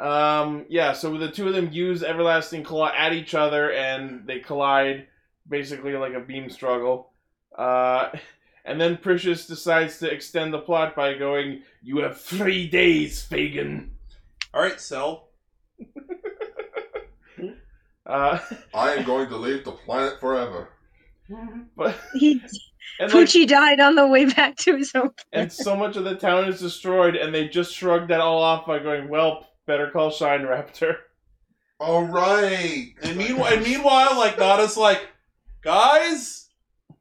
[SPEAKER 4] Um. Yeah. So the two of them use everlasting claw at each other, and they collide, basically like a beam struggle. Uh, and then Precious decides to extend the plot by going, "You have three days, Fagin."
[SPEAKER 5] Alright, Cell.
[SPEAKER 4] Uh,
[SPEAKER 1] I am going to leave the planet forever.
[SPEAKER 4] but
[SPEAKER 3] He
[SPEAKER 4] and, like,
[SPEAKER 3] Poochie died on the way back to his home.
[SPEAKER 4] and so much of the town is destroyed, and they just shrug that all off by going, "Well, better call Shine Raptor."
[SPEAKER 1] Alright!
[SPEAKER 5] And meanwhile, and meanwhile, like Nada's like, guys,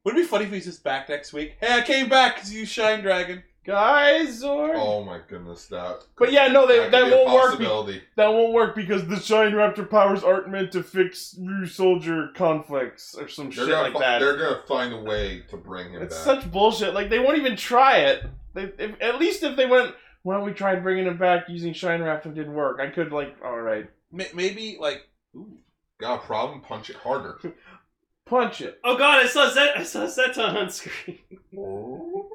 [SPEAKER 5] would it be funny if he's just back next week? Hey, I came back 'cause you shine dragon.
[SPEAKER 4] Guys, Zord.
[SPEAKER 1] Oh my goodness, that.
[SPEAKER 4] But yeah, no, they-
[SPEAKER 1] could
[SPEAKER 4] that
[SPEAKER 1] be a
[SPEAKER 4] won't work be-
[SPEAKER 1] possibility.
[SPEAKER 4] That won't work because the Shine Raptor powers aren't meant to fix new soldier conflicts or some
[SPEAKER 1] They're
[SPEAKER 4] shit
[SPEAKER 1] gonna
[SPEAKER 4] like
[SPEAKER 1] fi-
[SPEAKER 4] that.
[SPEAKER 1] They're gonna find a way to bring him
[SPEAKER 4] It's
[SPEAKER 1] back.
[SPEAKER 4] such bullshit. Like they won't even try it. They, if, at least if they went, well, we tried bringing him back using Shine Raptor, it didn't work. I could like, all right,
[SPEAKER 5] Ma maybe like, ooh,
[SPEAKER 1] Got a problem? Punch it harder.
[SPEAKER 4] punch it.
[SPEAKER 6] Oh god, I saw Zet. I saw Zeton on screen.
[SPEAKER 5] well,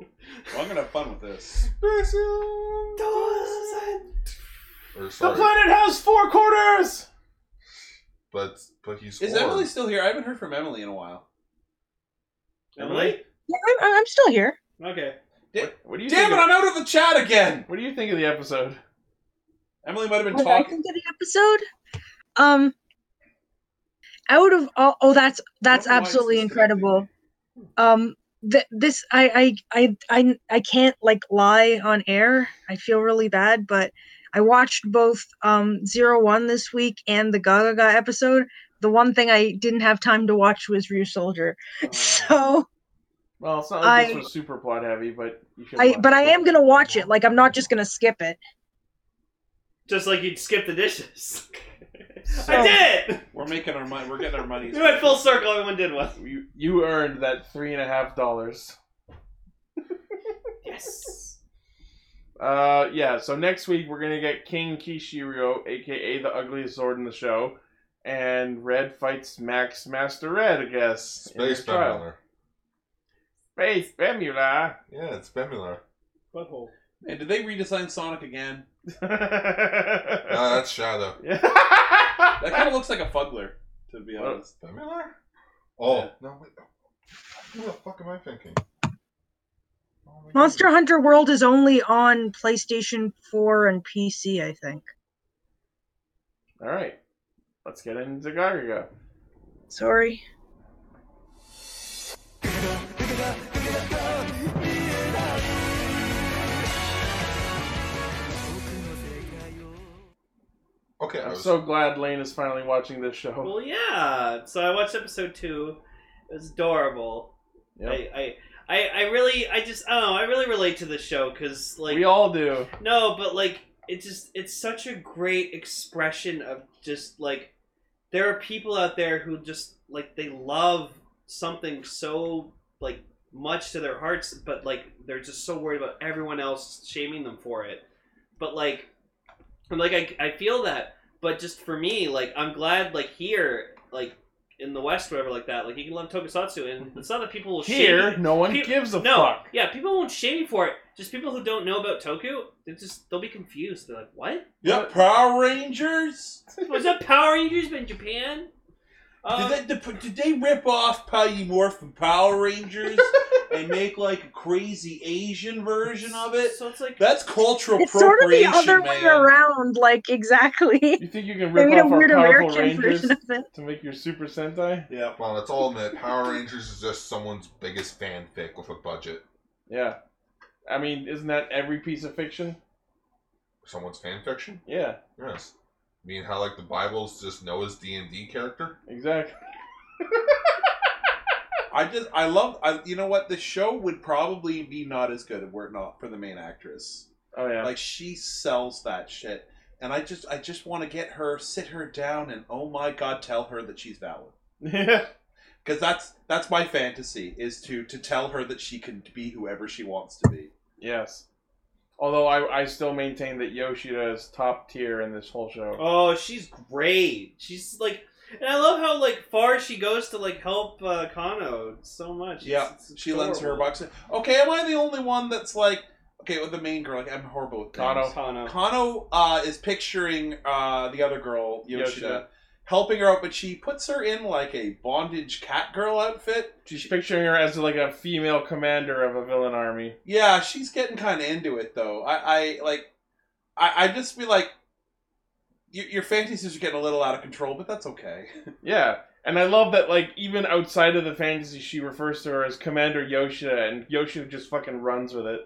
[SPEAKER 5] I'm gonna have fun with this.
[SPEAKER 1] Or
[SPEAKER 4] The
[SPEAKER 1] sorry,
[SPEAKER 4] planet has four corners.
[SPEAKER 1] but but he's
[SPEAKER 5] Is
[SPEAKER 1] Orb.
[SPEAKER 5] Emily still here? I haven't heard from Emily in a while.
[SPEAKER 6] Emily?
[SPEAKER 3] Yeah, I'm, I'm still here.
[SPEAKER 6] Okay.
[SPEAKER 4] What, what do you
[SPEAKER 5] Damn
[SPEAKER 4] think
[SPEAKER 5] it!
[SPEAKER 4] Of,
[SPEAKER 5] I'm out of the chat again.
[SPEAKER 4] what do you think of the episode?
[SPEAKER 5] Emily might have been
[SPEAKER 3] What I
[SPEAKER 5] talking.
[SPEAKER 3] think of the episode. Um, out of all, oh, that's that's
[SPEAKER 5] know why it's
[SPEAKER 3] absolutely
[SPEAKER 5] disconnecting.
[SPEAKER 3] incredible. Um, th- this I, I I I I can't like lie on air. I feel really bad, but I watched both um Zero One this week and the Gaga Gaga episode. The one thing I didn't have time to watch was Rue Soldier, so.
[SPEAKER 4] Um, Well, it's not like
[SPEAKER 3] I-
[SPEAKER 4] this was super plot heavy, but you should.
[SPEAKER 3] I
[SPEAKER 4] watch
[SPEAKER 3] but
[SPEAKER 4] it.
[SPEAKER 3] I am gonna watch it. Like I'm not just gonna skip it.
[SPEAKER 6] Just like you'd skip the dishes.
[SPEAKER 3] So-
[SPEAKER 6] I did it!
[SPEAKER 5] We're making our money. We're getting our money.
[SPEAKER 6] We went full circle, everyone did one.
[SPEAKER 4] You, you earned that three and a half dollars.
[SPEAKER 6] Yes.
[SPEAKER 4] Uh, yeah. So next week we're gonna get King Kishirio, aka the ugliest sword in the show, and Red fights Max Master Red. I guess in
[SPEAKER 1] Space
[SPEAKER 4] his trial.
[SPEAKER 1] Bemular.
[SPEAKER 4] Space Bemula.
[SPEAKER 1] Yeah, it's Bemular.
[SPEAKER 6] Butthole.
[SPEAKER 5] And did they redesign Sonic again?
[SPEAKER 1] No, Ah, that's Shadow.
[SPEAKER 5] That kind of looks like a Fuggler, to be
[SPEAKER 4] What?
[SPEAKER 5] honest.
[SPEAKER 1] Bemular? Oh,
[SPEAKER 5] Yeah.
[SPEAKER 1] no, wait. Who the fuck am I thinking? Oh my
[SPEAKER 3] Monster
[SPEAKER 1] goodness.
[SPEAKER 3] Hunter World is only on PlayStation 4 and PC, I think.
[SPEAKER 4] All right, let's get into Gagaga.
[SPEAKER 3] Sorry.
[SPEAKER 1] Okay, I
[SPEAKER 4] I'm
[SPEAKER 1] was,
[SPEAKER 4] so glad Lane is finally watching this show.
[SPEAKER 6] Well, yeah. So I watched episode two. It was adorable.
[SPEAKER 4] Yep.
[SPEAKER 6] I, I, I, I really, I just, I don't know. I really relate to the show because, like,
[SPEAKER 4] we all do.
[SPEAKER 6] no, but like, it just, it's such a great expression of just like, there are people out there who just like they love something so like much to their hearts, but like they're just so worried about everyone else shaming them for it. But like, and like I, I feel that but just for me, like I'm glad like here, like in the West, whatever, like that, like you can love Tokusatsu, and it's not that people will shame
[SPEAKER 4] Here,
[SPEAKER 6] you-
[SPEAKER 4] no one
[SPEAKER 6] Pe-
[SPEAKER 4] gives a
[SPEAKER 6] no,
[SPEAKER 4] fuck.
[SPEAKER 6] yeah, people won't shame you for it. Just people who don't know about Toku, they just they'll be confused. They're like, "What?
[SPEAKER 5] Yeah, Power Rangers.
[SPEAKER 6] Was that Power Rangers in Japan?" Um,
[SPEAKER 5] did, they, did, did they rip off Polymorph from Power Rangers and make like a crazy Asian version of it?
[SPEAKER 6] so it's like
[SPEAKER 5] That's cultural
[SPEAKER 3] It's sort of the
[SPEAKER 5] appropriation,
[SPEAKER 3] other
[SPEAKER 5] man.
[SPEAKER 3] way around, like exactly. They
[SPEAKER 4] You think you can uh, rip
[SPEAKER 3] made a
[SPEAKER 4] off our
[SPEAKER 3] weird
[SPEAKER 4] powerful
[SPEAKER 3] American
[SPEAKER 4] rangers
[SPEAKER 3] version of it.
[SPEAKER 4] to make your Super Sentai?
[SPEAKER 5] Yeah.
[SPEAKER 1] Well, let's all admit, Power Rangers is just someone's biggest fanfic with a budget.
[SPEAKER 4] Yeah. I mean, isn't that every piece of fiction?
[SPEAKER 1] Someone's fanfiction?
[SPEAKER 4] Yeah,
[SPEAKER 1] Yes. I mean, how like the Bible's just Noah's D and D character?
[SPEAKER 4] exactly.
[SPEAKER 5] I just I love I you know what the show would probably be not as good if were it not for the main actress.
[SPEAKER 4] Oh yeah.
[SPEAKER 5] Like she sells that shit. And I just I just want to get her, sit her down and oh my god, tell her that she's valid.
[SPEAKER 4] Yeah.
[SPEAKER 5] Cuz that's that's my fantasy is to to tell her that she can be whoever she wants to be.
[SPEAKER 4] yes. Although I, I still maintain that Yoshida is top tier in this whole show.
[SPEAKER 6] Oh, she's great. She's like, and I love how like far she goes to like help uh, Kano so much.
[SPEAKER 5] Yeah,
[SPEAKER 6] It's- it's
[SPEAKER 5] she lends her a
[SPEAKER 6] adorable.
[SPEAKER 5] box. Okay, am I the only one that's like okay with the main girl? Like I'm horrible with
[SPEAKER 4] Kano.
[SPEAKER 5] names.
[SPEAKER 6] Kano.
[SPEAKER 5] Kano uh, is picturing uh, the other girl Yoshida,
[SPEAKER 4] Yoshida.
[SPEAKER 5] helping her out, but she puts her in like a bondage cat girl outfit.
[SPEAKER 4] She's
[SPEAKER 5] She-
[SPEAKER 4] picturing her as like a female commander of a villain army.
[SPEAKER 5] yeah, she's getting kind of into it though. I, I like, I, I just be like, your, your fantasies are getting a little out of control, but that's okay.
[SPEAKER 4] Yeah. And I love that, like, even outside of the fantasy, she refers to her as Commander Yoshida, and Yoshida just fucking runs with it.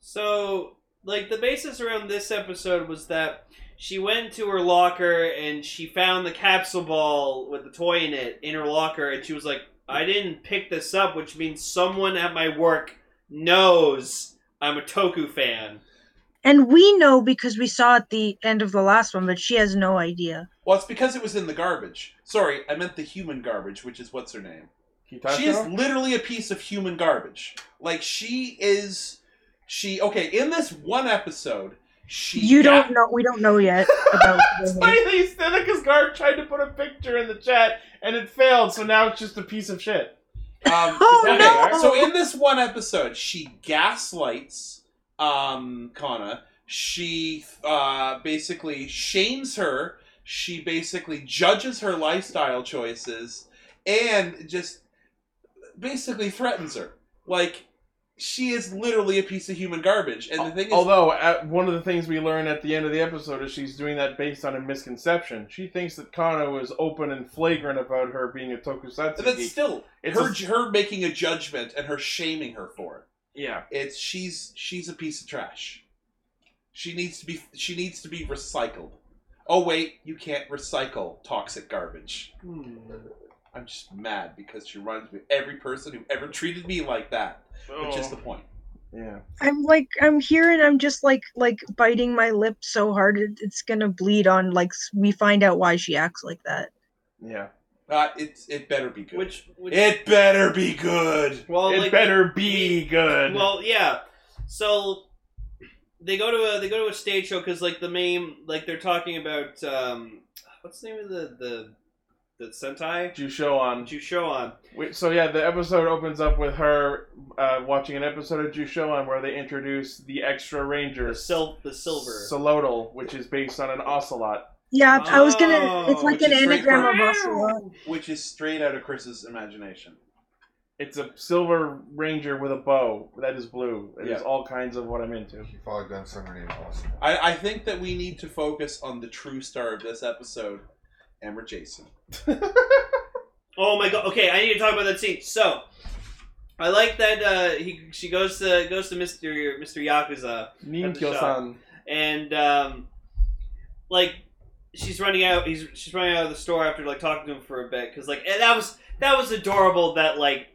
[SPEAKER 6] So, like, the basis around this episode was that she went to her locker and she found the capsule ball with the toy in it in her locker, and she was like, I didn't pick this up, which means someone at my work knows I'm a Toku fan.
[SPEAKER 3] And we know because we saw at the end of the last one, but she has no idea.
[SPEAKER 5] Well, it's because it was in the garbage. Sorry, I meant the human garbage, which is what's her name.
[SPEAKER 4] Hitachi?
[SPEAKER 5] She is literally a piece of human garbage. Like she is she okay, in this one episode, she
[SPEAKER 3] You don't know. We don't know yet about. the-
[SPEAKER 4] Finally, Seneca's guard tried to put a picture in the chat, and it failed, so now it's just a piece of shit.
[SPEAKER 5] um,
[SPEAKER 3] Oh,
[SPEAKER 5] okay,
[SPEAKER 3] no!
[SPEAKER 5] so in this one episode, she gaslights um Kana. She uh basically shames her, she basically judges her lifestyle choices and just basically threatens her. Like she is literally a piece of human garbage. And the thing is,
[SPEAKER 4] Although at, one of the things we learn at the end of the episode is she's doing that based on a misconception. She thinks that Kano is open and flagrant about her being a tokusatsu.
[SPEAKER 5] but that's
[SPEAKER 4] geek.
[SPEAKER 5] still
[SPEAKER 4] It's
[SPEAKER 5] her
[SPEAKER 4] a-
[SPEAKER 5] her making a judgment and her shaming her for it.
[SPEAKER 4] yeah.
[SPEAKER 5] It's she's she's a piece of trash. She needs to be she needs to be recycled. Oh wait, you can't recycle toxic garbage. I'm just mad because she reminds me of every person who ever treated me like that, which is the point.
[SPEAKER 4] yeah.
[SPEAKER 3] I'm like I'm here and I'm just like like biting my lip so hard it, it's gonna bleed on. Like s- we find out why she acts like that.
[SPEAKER 4] Yeah.
[SPEAKER 5] Uh, it it better be good.
[SPEAKER 6] Which, which
[SPEAKER 5] it better be good.
[SPEAKER 6] well,
[SPEAKER 4] it
[SPEAKER 6] like,
[SPEAKER 4] better be good.
[SPEAKER 6] Well, yeah. So they go to a they go to a stage show because like the main like they're talking about um what's the name of the the the sentai
[SPEAKER 4] you show on.
[SPEAKER 6] Jushoan.
[SPEAKER 4] Wait, So yeah, the episode opens up with her uh, watching an episode of Jushoan where they introduce the extra ranger
[SPEAKER 6] The sil the silver.
[SPEAKER 4] Solodal, which is based on an ocelot.
[SPEAKER 3] Yeah, I was gonna. It's
[SPEAKER 6] Oh,
[SPEAKER 3] like
[SPEAKER 5] which
[SPEAKER 3] an
[SPEAKER 5] is great
[SPEAKER 3] anagram
[SPEAKER 5] for-
[SPEAKER 3] of Ocelot.
[SPEAKER 5] Which is straight out of Chris's imagination.
[SPEAKER 4] It's a silver ranger with a bow that is blue. It is
[SPEAKER 5] Yeah.
[SPEAKER 4] all kinds of what I'm into.
[SPEAKER 1] You probably done somewhere named Austin.
[SPEAKER 5] I, I think that we need to focus on the true star of this episode, Amber Jason.
[SPEAKER 6] Oh my god. Okay, I need to talk about that scene. So, I like that uh, he she goes to goes to Mister Mister Yakuza
[SPEAKER 4] Ninkyo-san.
[SPEAKER 6] and um, like she's running out. He's she's running out of the store after like talking to him for a bit because like and that was that was adorable. That like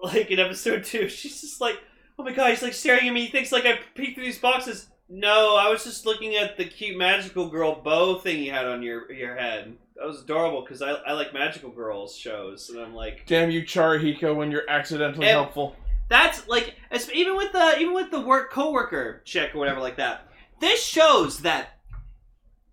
[SPEAKER 6] like in episode two, she's just like, oh my god, he's like staring at me. He thinks like I peeked through these boxes. No, I was just looking at the cute magical girl bow thing you had on your your head. That was adorable because I, I like magical girls shows, and I'm like,
[SPEAKER 4] Damn you, Charahiko, when you're accidentally
[SPEAKER 6] Ev-
[SPEAKER 4] helpful.
[SPEAKER 6] that's like as- even with the even with the work coworker check or whatever like that. This shows that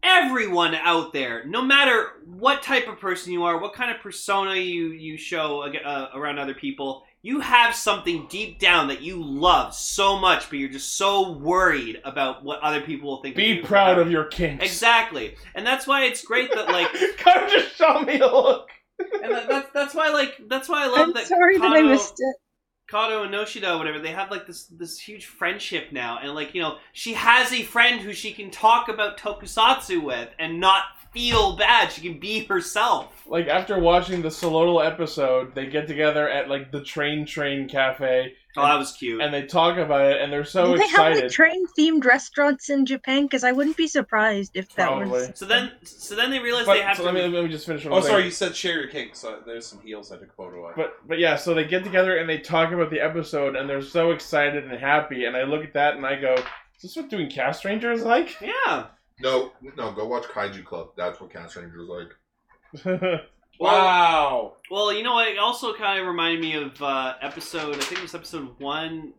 [SPEAKER 6] everyone out there, no matter what type of person you are, what kind of persona you you show ag- uh, around other people, you have something deep down that you love so much, but you're just so worried about what other people will think.
[SPEAKER 4] Be
[SPEAKER 6] you for
[SPEAKER 4] proud
[SPEAKER 6] having-
[SPEAKER 4] of your kinks.
[SPEAKER 6] Exactly, and that's why it's great that like,
[SPEAKER 4] Come just show me a look.
[SPEAKER 6] and that, that's that's why like that's why I love
[SPEAKER 3] I'm
[SPEAKER 6] that.
[SPEAKER 3] sorry that I
[SPEAKER 6] Kano-
[SPEAKER 3] missed it.
[SPEAKER 6] Kado and Noshida, or whatever, they have like this this huge friendship now, and like you know, she has a friend who she can talk about tokusatsu with and not feel bad. She can be herself.
[SPEAKER 4] Like after watching the Solodal episode, they get together at like the Train Train Cafe
[SPEAKER 6] Oh, that was cute.
[SPEAKER 4] and they talk about it, and they're so
[SPEAKER 3] Do they have
[SPEAKER 4] excited.
[SPEAKER 3] like train themed restaurants in Japan? Because I wouldn't be surprised if that
[SPEAKER 4] Probably.
[SPEAKER 3] was.
[SPEAKER 6] so then, so then they realize
[SPEAKER 4] But-
[SPEAKER 6] they have
[SPEAKER 4] so
[SPEAKER 6] to.
[SPEAKER 4] let me, let me just finish. What
[SPEAKER 5] Oh,
[SPEAKER 4] I'm saying.
[SPEAKER 5] sorry, you said share your cake, so there's some heels I had to quote away.
[SPEAKER 4] But but yeah, so they get together and they talk about the episode, and they're so excited and happy. And I look at that and I go, "Is this what doing Cast Ranger is like?"
[SPEAKER 6] yeah.
[SPEAKER 1] No, no, go watch Kaiju Club. That's what Cast Ranger was like.
[SPEAKER 5] wow.
[SPEAKER 6] Well, you know, what? it also kind of reminded me of uh, episode. I think it was episode one.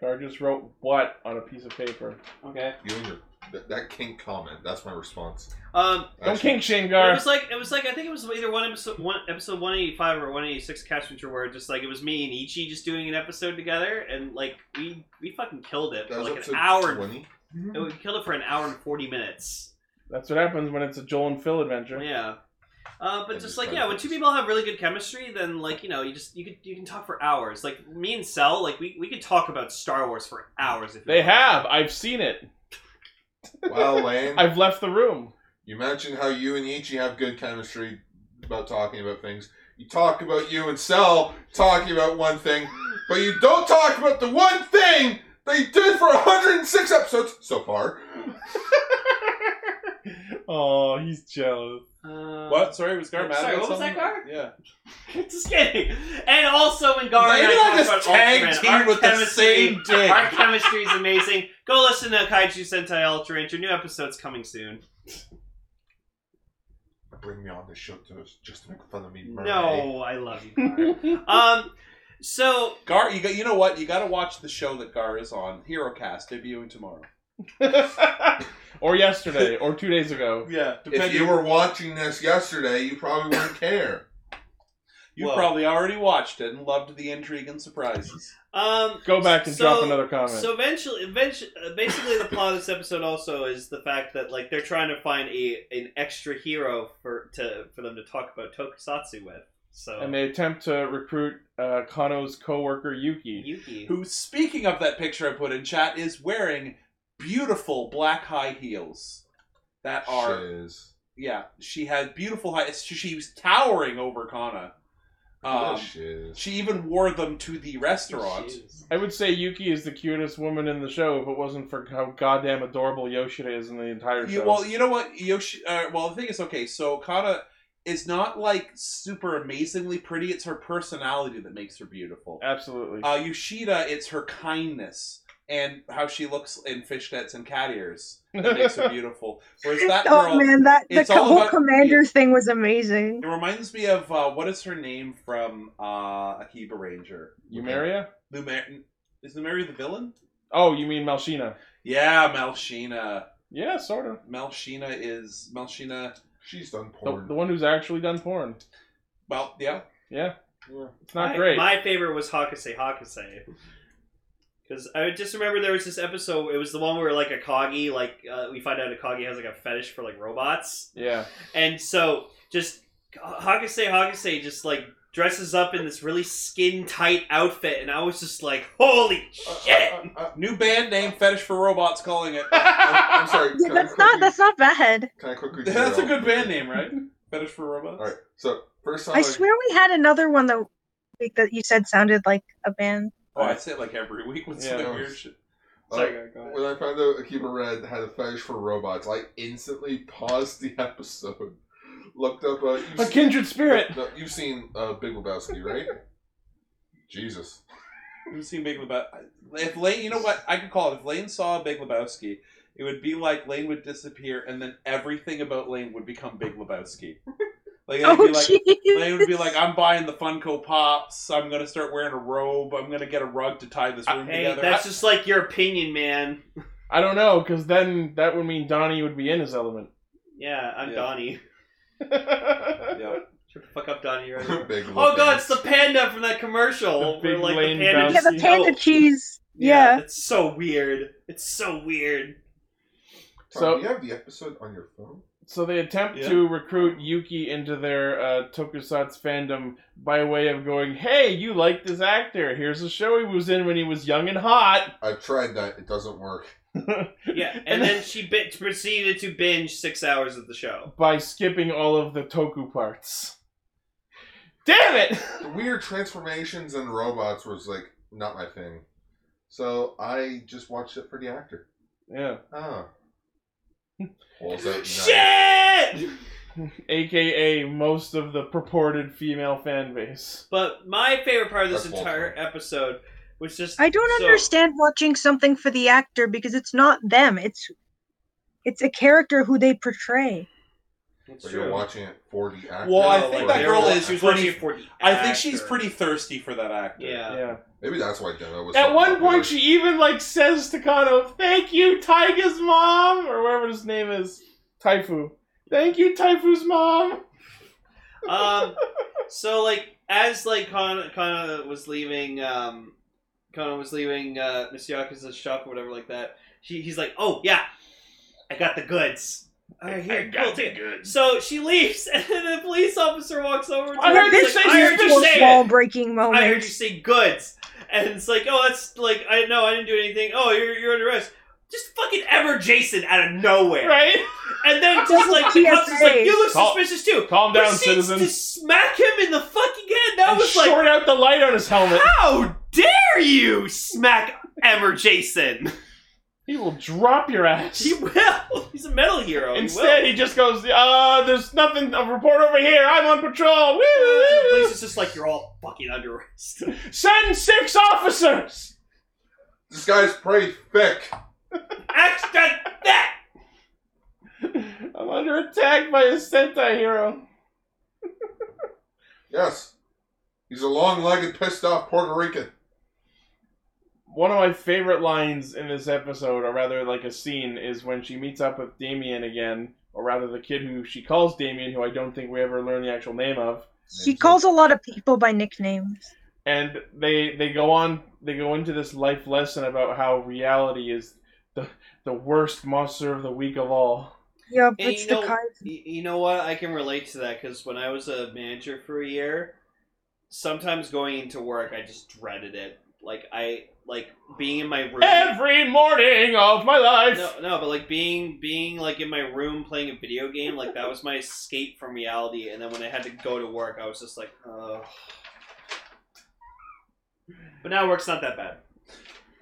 [SPEAKER 4] Gar just wrote what on a piece of paper.
[SPEAKER 6] Okay.
[SPEAKER 1] You and your that, that kink comment. That's my response.
[SPEAKER 6] Um,
[SPEAKER 4] Don't kink shame,
[SPEAKER 6] It
[SPEAKER 4] Gar.
[SPEAKER 6] was like it was like I think it was either one episode one episode one eighty five or one eighty six Cast Ranger where just like it was me and Ichi just doing an episode together and like we we fucking killed it
[SPEAKER 1] That
[SPEAKER 6] for
[SPEAKER 1] was
[SPEAKER 6] like
[SPEAKER 1] episode
[SPEAKER 6] an hour.
[SPEAKER 1] 20.
[SPEAKER 6] and We killed it for an hour and forty minutes.
[SPEAKER 4] That's what happens when it's a Joel and Phil adventure.
[SPEAKER 6] Yeah. Uh, but
[SPEAKER 1] And
[SPEAKER 6] just
[SPEAKER 1] just
[SPEAKER 6] like
[SPEAKER 1] fun
[SPEAKER 6] yeah, when two
[SPEAKER 1] things.
[SPEAKER 6] people have really good chemistry, then like you know you just you could you can talk for hours. Like me and Cell, like we, we could talk about Star Wars for hours if we
[SPEAKER 4] They
[SPEAKER 6] wanted.
[SPEAKER 4] have. I've seen it.
[SPEAKER 1] Well, Lane,
[SPEAKER 4] I've left the room.
[SPEAKER 1] you mentioned how you and Ichi have good chemistry about talking about things. You talk about you and Cell talking about one thing, but you don't talk about the one thing they did for 106 episodes so far.
[SPEAKER 4] Oh, he's jealous.
[SPEAKER 6] Uh,
[SPEAKER 5] What? Sorry, was Gar
[SPEAKER 6] I'm
[SPEAKER 5] mad
[SPEAKER 6] sorry,
[SPEAKER 5] about
[SPEAKER 6] what was that,
[SPEAKER 5] something?
[SPEAKER 6] Gar?
[SPEAKER 5] Yeah.
[SPEAKER 6] Just kidding. And also when Gar and
[SPEAKER 5] Maybe
[SPEAKER 6] I
[SPEAKER 5] I'll
[SPEAKER 6] talked about
[SPEAKER 5] just tag
[SPEAKER 6] Ultraman,
[SPEAKER 5] team
[SPEAKER 6] our
[SPEAKER 5] with the
[SPEAKER 6] chemistry-
[SPEAKER 5] same dick.
[SPEAKER 6] Our chemistry is amazing. Go listen to Kaiju Sentai Ultra Ranger. New episode's coming soon.
[SPEAKER 1] Bring me on the show to, just to make fun of me. Murray.
[SPEAKER 6] No, I love you. Gar. um, so
[SPEAKER 5] Gar, you got. You know what? You got to watch the show that Gar is on, HeroCast, debuting tomorrow.
[SPEAKER 4] or yesterday, or two days ago.
[SPEAKER 5] Yeah,
[SPEAKER 1] If you were watching this yesterday, you probably wouldn't care.
[SPEAKER 5] you
[SPEAKER 6] Whoa.
[SPEAKER 5] probably already watched it and loved the intrigue and surprises.
[SPEAKER 6] um,
[SPEAKER 4] Go back and
[SPEAKER 6] so-
[SPEAKER 4] drop another comment.
[SPEAKER 6] So eventually, eventually, basically, the plot of this episode also is the fact that like they're trying to find a an extra hero for to for them to talk about tokusatsu with. So
[SPEAKER 4] and they attempt to recruit uh, Kano's co-worker Yuki.
[SPEAKER 6] Yuki.
[SPEAKER 5] who, speaking of that picture I put in chat, is wearing beautiful black high heels that are
[SPEAKER 1] Shiz.
[SPEAKER 5] yeah. She had beautiful high. She, she was towering over Kana. Um,
[SPEAKER 1] Shiz.
[SPEAKER 5] she even wore them to the restaurant.
[SPEAKER 6] Shoes.
[SPEAKER 4] I would say Yuki is the cutest woman in the show if it wasn't for how goddamn adorable Yoshida is in the entire show.
[SPEAKER 5] You, well, you know what, Yoshi. Uh, well, the thing is, okay, so Kana is not like super amazingly pretty. It's her personality that makes her beautiful.
[SPEAKER 4] Absolutely.
[SPEAKER 5] Uh, Yoshida, it's her kindness and how she looks in fishnets and cat ears that makes her beautiful. Whereas that
[SPEAKER 3] oh
[SPEAKER 5] girl,
[SPEAKER 3] man, that the
[SPEAKER 5] it's all
[SPEAKER 3] whole
[SPEAKER 5] about-
[SPEAKER 3] commander thing was amazing.
[SPEAKER 5] it reminds me of uh, what is her name from uh, Akiba Ranger?
[SPEAKER 4] Yumeria?
[SPEAKER 5] Lumer- is Lumeria the villain?
[SPEAKER 4] Oh, you mean Malshina?
[SPEAKER 5] Yeah, Malshina.
[SPEAKER 4] Yeah, sort of.
[SPEAKER 5] Malshina is Malshina.
[SPEAKER 1] She's done
[SPEAKER 4] The,
[SPEAKER 1] porn.
[SPEAKER 4] the one who's actually done porn.
[SPEAKER 5] Well, yeah.
[SPEAKER 4] Yeah, it's not
[SPEAKER 6] my,
[SPEAKER 4] great.
[SPEAKER 6] My favorite was Hakusei Hakusei. Because I just remember there was this episode. It was the one where like Akagi, like uh, we find out Akagi has like a fetish for like robots,
[SPEAKER 4] Yeah.
[SPEAKER 6] and so just Hakusei Hakusei just like dresses up in this really skin tight outfit, and I was just like, holy
[SPEAKER 1] Uh,
[SPEAKER 6] shit!
[SPEAKER 5] New band name, Fetish for Robots, calling it.
[SPEAKER 1] I'm sorry.
[SPEAKER 3] Yeah,
[SPEAKER 1] can I
[SPEAKER 3] that's not
[SPEAKER 1] quickly-
[SPEAKER 3] that's not bad.
[SPEAKER 1] Can I quickly?
[SPEAKER 5] That's a
[SPEAKER 1] derail?
[SPEAKER 5] good band name, right? Fetish for Robots.
[SPEAKER 1] All right. So first time
[SPEAKER 3] I swear we had another one that week that you said sounded like a band.
[SPEAKER 5] Oh, I say it like every week with some
[SPEAKER 4] Yeah.
[SPEAKER 5] of the weird shit.
[SPEAKER 1] Like, uh, when I found out Akiba Red had a fetish for robots, I instantly paused the episode, looked up. Uh, you've
[SPEAKER 4] A
[SPEAKER 1] seen-
[SPEAKER 4] kindred spirit.
[SPEAKER 1] No, you've seen uh, Big Lebowski, right? Jesus.
[SPEAKER 5] You've seen Big Lebowski. If Lane, you know what I could call it. If Lane saw Big Lebowski, it would be like Lane would disappear, and then everything about Lane would become Big Lebowski. Like, it'd
[SPEAKER 3] Oh
[SPEAKER 5] be like
[SPEAKER 3] jeez.
[SPEAKER 5] Lane would be like, "I'm buying the Funko Pops. I'm gonna start wearing a robe. I'm gonna get a rug to tie this room
[SPEAKER 6] Uh, Hey,
[SPEAKER 5] together."
[SPEAKER 6] that's just like your opinion, man.
[SPEAKER 4] I don't know, because then that would mean Donnie would be in his element.
[SPEAKER 6] Yeah, I'm
[SPEAKER 5] Yeah.
[SPEAKER 6] Donnie.
[SPEAKER 5] I- yeah.
[SPEAKER 6] Shut the fuck up, Donnie. You're out of here.
[SPEAKER 1] Big
[SPEAKER 6] Oh god,
[SPEAKER 1] Lebowski.
[SPEAKER 6] it's the panda from that commercial.
[SPEAKER 4] The
[SPEAKER 6] where,
[SPEAKER 4] big
[SPEAKER 6] like
[SPEAKER 4] lane
[SPEAKER 6] the panda.
[SPEAKER 4] bouncy.
[SPEAKER 3] Yeah, the
[SPEAKER 6] just-
[SPEAKER 3] panda cheese.
[SPEAKER 6] Yeah,
[SPEAKER 3] Yeah.
[SPEAKER 6] it's so weird. It's so weird.
[SPEAKER 1] Tom,
[SPEAKER 4] So-
[SPEAKER 1] do you have the episode on your phone?
[SPEAKER 4] So they attempt
[SPEAKER 5] Yeah.
[SPEAKER 4] to recruit Yuki into their uh, Tokusatsu fandom by way of going, "Hey, you like this actor? Here's a show he was in when he was young and hot."
[SPEAKER 1] I've tried that. It doesn't work.
[SPEAKER 6] Yeah, and then she bit, proceeded to binge six hours of the show.
[SPEAKER 4] by skipping all of the Toku parts. Damn it!
[SPEAKER 1] The weird transformations and robots was like not my thing, so I just watched it for the actor.
[SPEAKER 4] Yeah,
[SPEAKER 1] Oh. Also, nice.
[SPEAKER 6] Shit!
[SPEAKER 4] aka most of the purported female fan base.
[SPEAKER 6] But my favorite part of this
[SPEAKER 1] That's
[SPEAKER 6] entire
[SPEAKER 1] awful.
[SPEAKER 6] episode was just
[SPEAKER 3] I don't
[SPEAKER 6] so-
[SPEAKER 3] understand watching something for the actor because it's not them. It's it's a character who they portray.
[SPEAKER 6] It's
[SPEAKER 1] But you're
[SPEAKER 6] true.
[SPEAKER 1] watching it for the actor.
[SPEAKER 5] Well, I
[SPEAKER 6] No,
[SPEAKER 5] think
[SPEAKER 6] like,
[SPEAKER 5] that
[SPEAKER 6] they're
[SPEAKER 5] girl
[SPEAKER 6] all-
[SPEAKER 5] is
[SPEAKER 6] I'm
[SPEAKER 5] pretty-
[SPEAKER 6] watching for the
[SPEAKER 5] I think she's
[SPEAKER 6] actor.
[SPEAKER 5] pretty thirsty for that actor.
[SPEAKER 6] Yeah.
[SPEAKER 4] Yeah.
[SPEAKER 1] Maybe that's why Demo was.
[SPEAKER 4] At
[SPEAKER 1] so
[SPEAKER 4] one
[SPEAKER 1] popular.
[SPEAKER 4] point, she even like says to Kano, "Thank you, Taiga's mom," or whatever his name is, Taifu. Thank you, Taifu's mom.
[SPEAKER 6] um, so like as like Kana, Kana was leaving, um, Kana was leaving uh, Miss Yakuza's shop or whatever like that. She, he's like, oh yeah, I got the goods. All right, here, cool, take it."
[SPEAKER 4] goods.
[SPEAKER 6] So she leaves, and then the police officer walks over. To
[SPEAKER 4] I
[SPEAKER 6] her
[SPEAKER 4] heard
[SPEAKER 6] and
[SPEAKER 4] you
[SPEAKER 6] is like,
[SPEAKER 4] say
[SPEAKER 6] I heard
[SPEAKER 4] you
[SPEAKER 6] you
[SPEAKER 4] spoke
[SPEAKER 6] say
[SPEAKER 3] small
[SPEAKER 6] it.
[SPEAKER 3] breaking
[SPEAKER 6] I heard you
[SPEAKER 3] moments.
[SPEAKER 6] say goods, and it's like, oh, that's like, I no, I didn't do anything. Oh, you're you're under arrest. Just fucking ever Jason out of nowhere,
[SPEAKER 4] Right?
[SPEAKER 6] and then just like the cops is like, you look
[SPEAKER 4] Call-
[SPEAKER 6] suspicious too.
[SPEAKER 4] Calm down,
[SPEAKER 6] Proceeds
[SPEAKER 4] citizen.
[SPEAKER 6] to smack him in the fucking head. That
[SPEAKER 4] And
[SPEAKER 6] was like,
[SPEAKER 4] short out the light on his helmet.
[SPEAKER 6] how dare you smack Ever Jason?
[SPEAKER 4] He will drop your ass.
[SPEAKER 6] He will. He's a metal hero. he
[SPEAKER 4] Instead,
[SPEAKER 6] will.
[SPEAKER 4] he just goes, uh, there's nothing, a report over here, I'm on patrol. Woo,
[SPEAKER 6] the
[SPEAKER 4] woo, woo,
[SPEAKER 6] police
[SPEAKER 4] woo.
[SPEAKER 6] is just like, you're all fucking under arrest.
[SPEAKER 4] Send six officers!
[SPEAKER 1] This guy's pretty thick.
[SPEAKER 6] Extra that.
[SPEAKER 4] I'm under attack by a Sentai hero.
[SPEAKER 1] Yes. He's a long legged, pissed off Puerto Rican.
[SPEAKER 4] One of my favorite lines in this episode, or rather like a scene, is when she meets up with Damien again, or rather the kid who she calls Damien, who I don't think we ever learn the actual name of.
[SPEAKER 3] She calls a lot of people by nicknames.
[SPEAKER 4] and they they go on they go into this life lesson about how reality is the the worst monster of the week of all.
[SPEAKER 3] Yep,
[SPEAKER 6] And
[SPEAKER 3] it's
[SPEAKER 6] you
[SPEAKER 3] the
[SPEAKER 6] know-
[SPEAKER 3] kind.
[SPEAKER 6] Y- You know what? I can relate to that because when I was a manager for a year, sometimes going into work, I just dreaded it. Like I like being in my room.
[SPEAKER 4] Every morning of my life.
[SPEAKER 6] no, no, but like being being like in my room playing a video game, like that was my escape from reality. And then when I had to go to work, I was just like, oh. But now work's not that bad.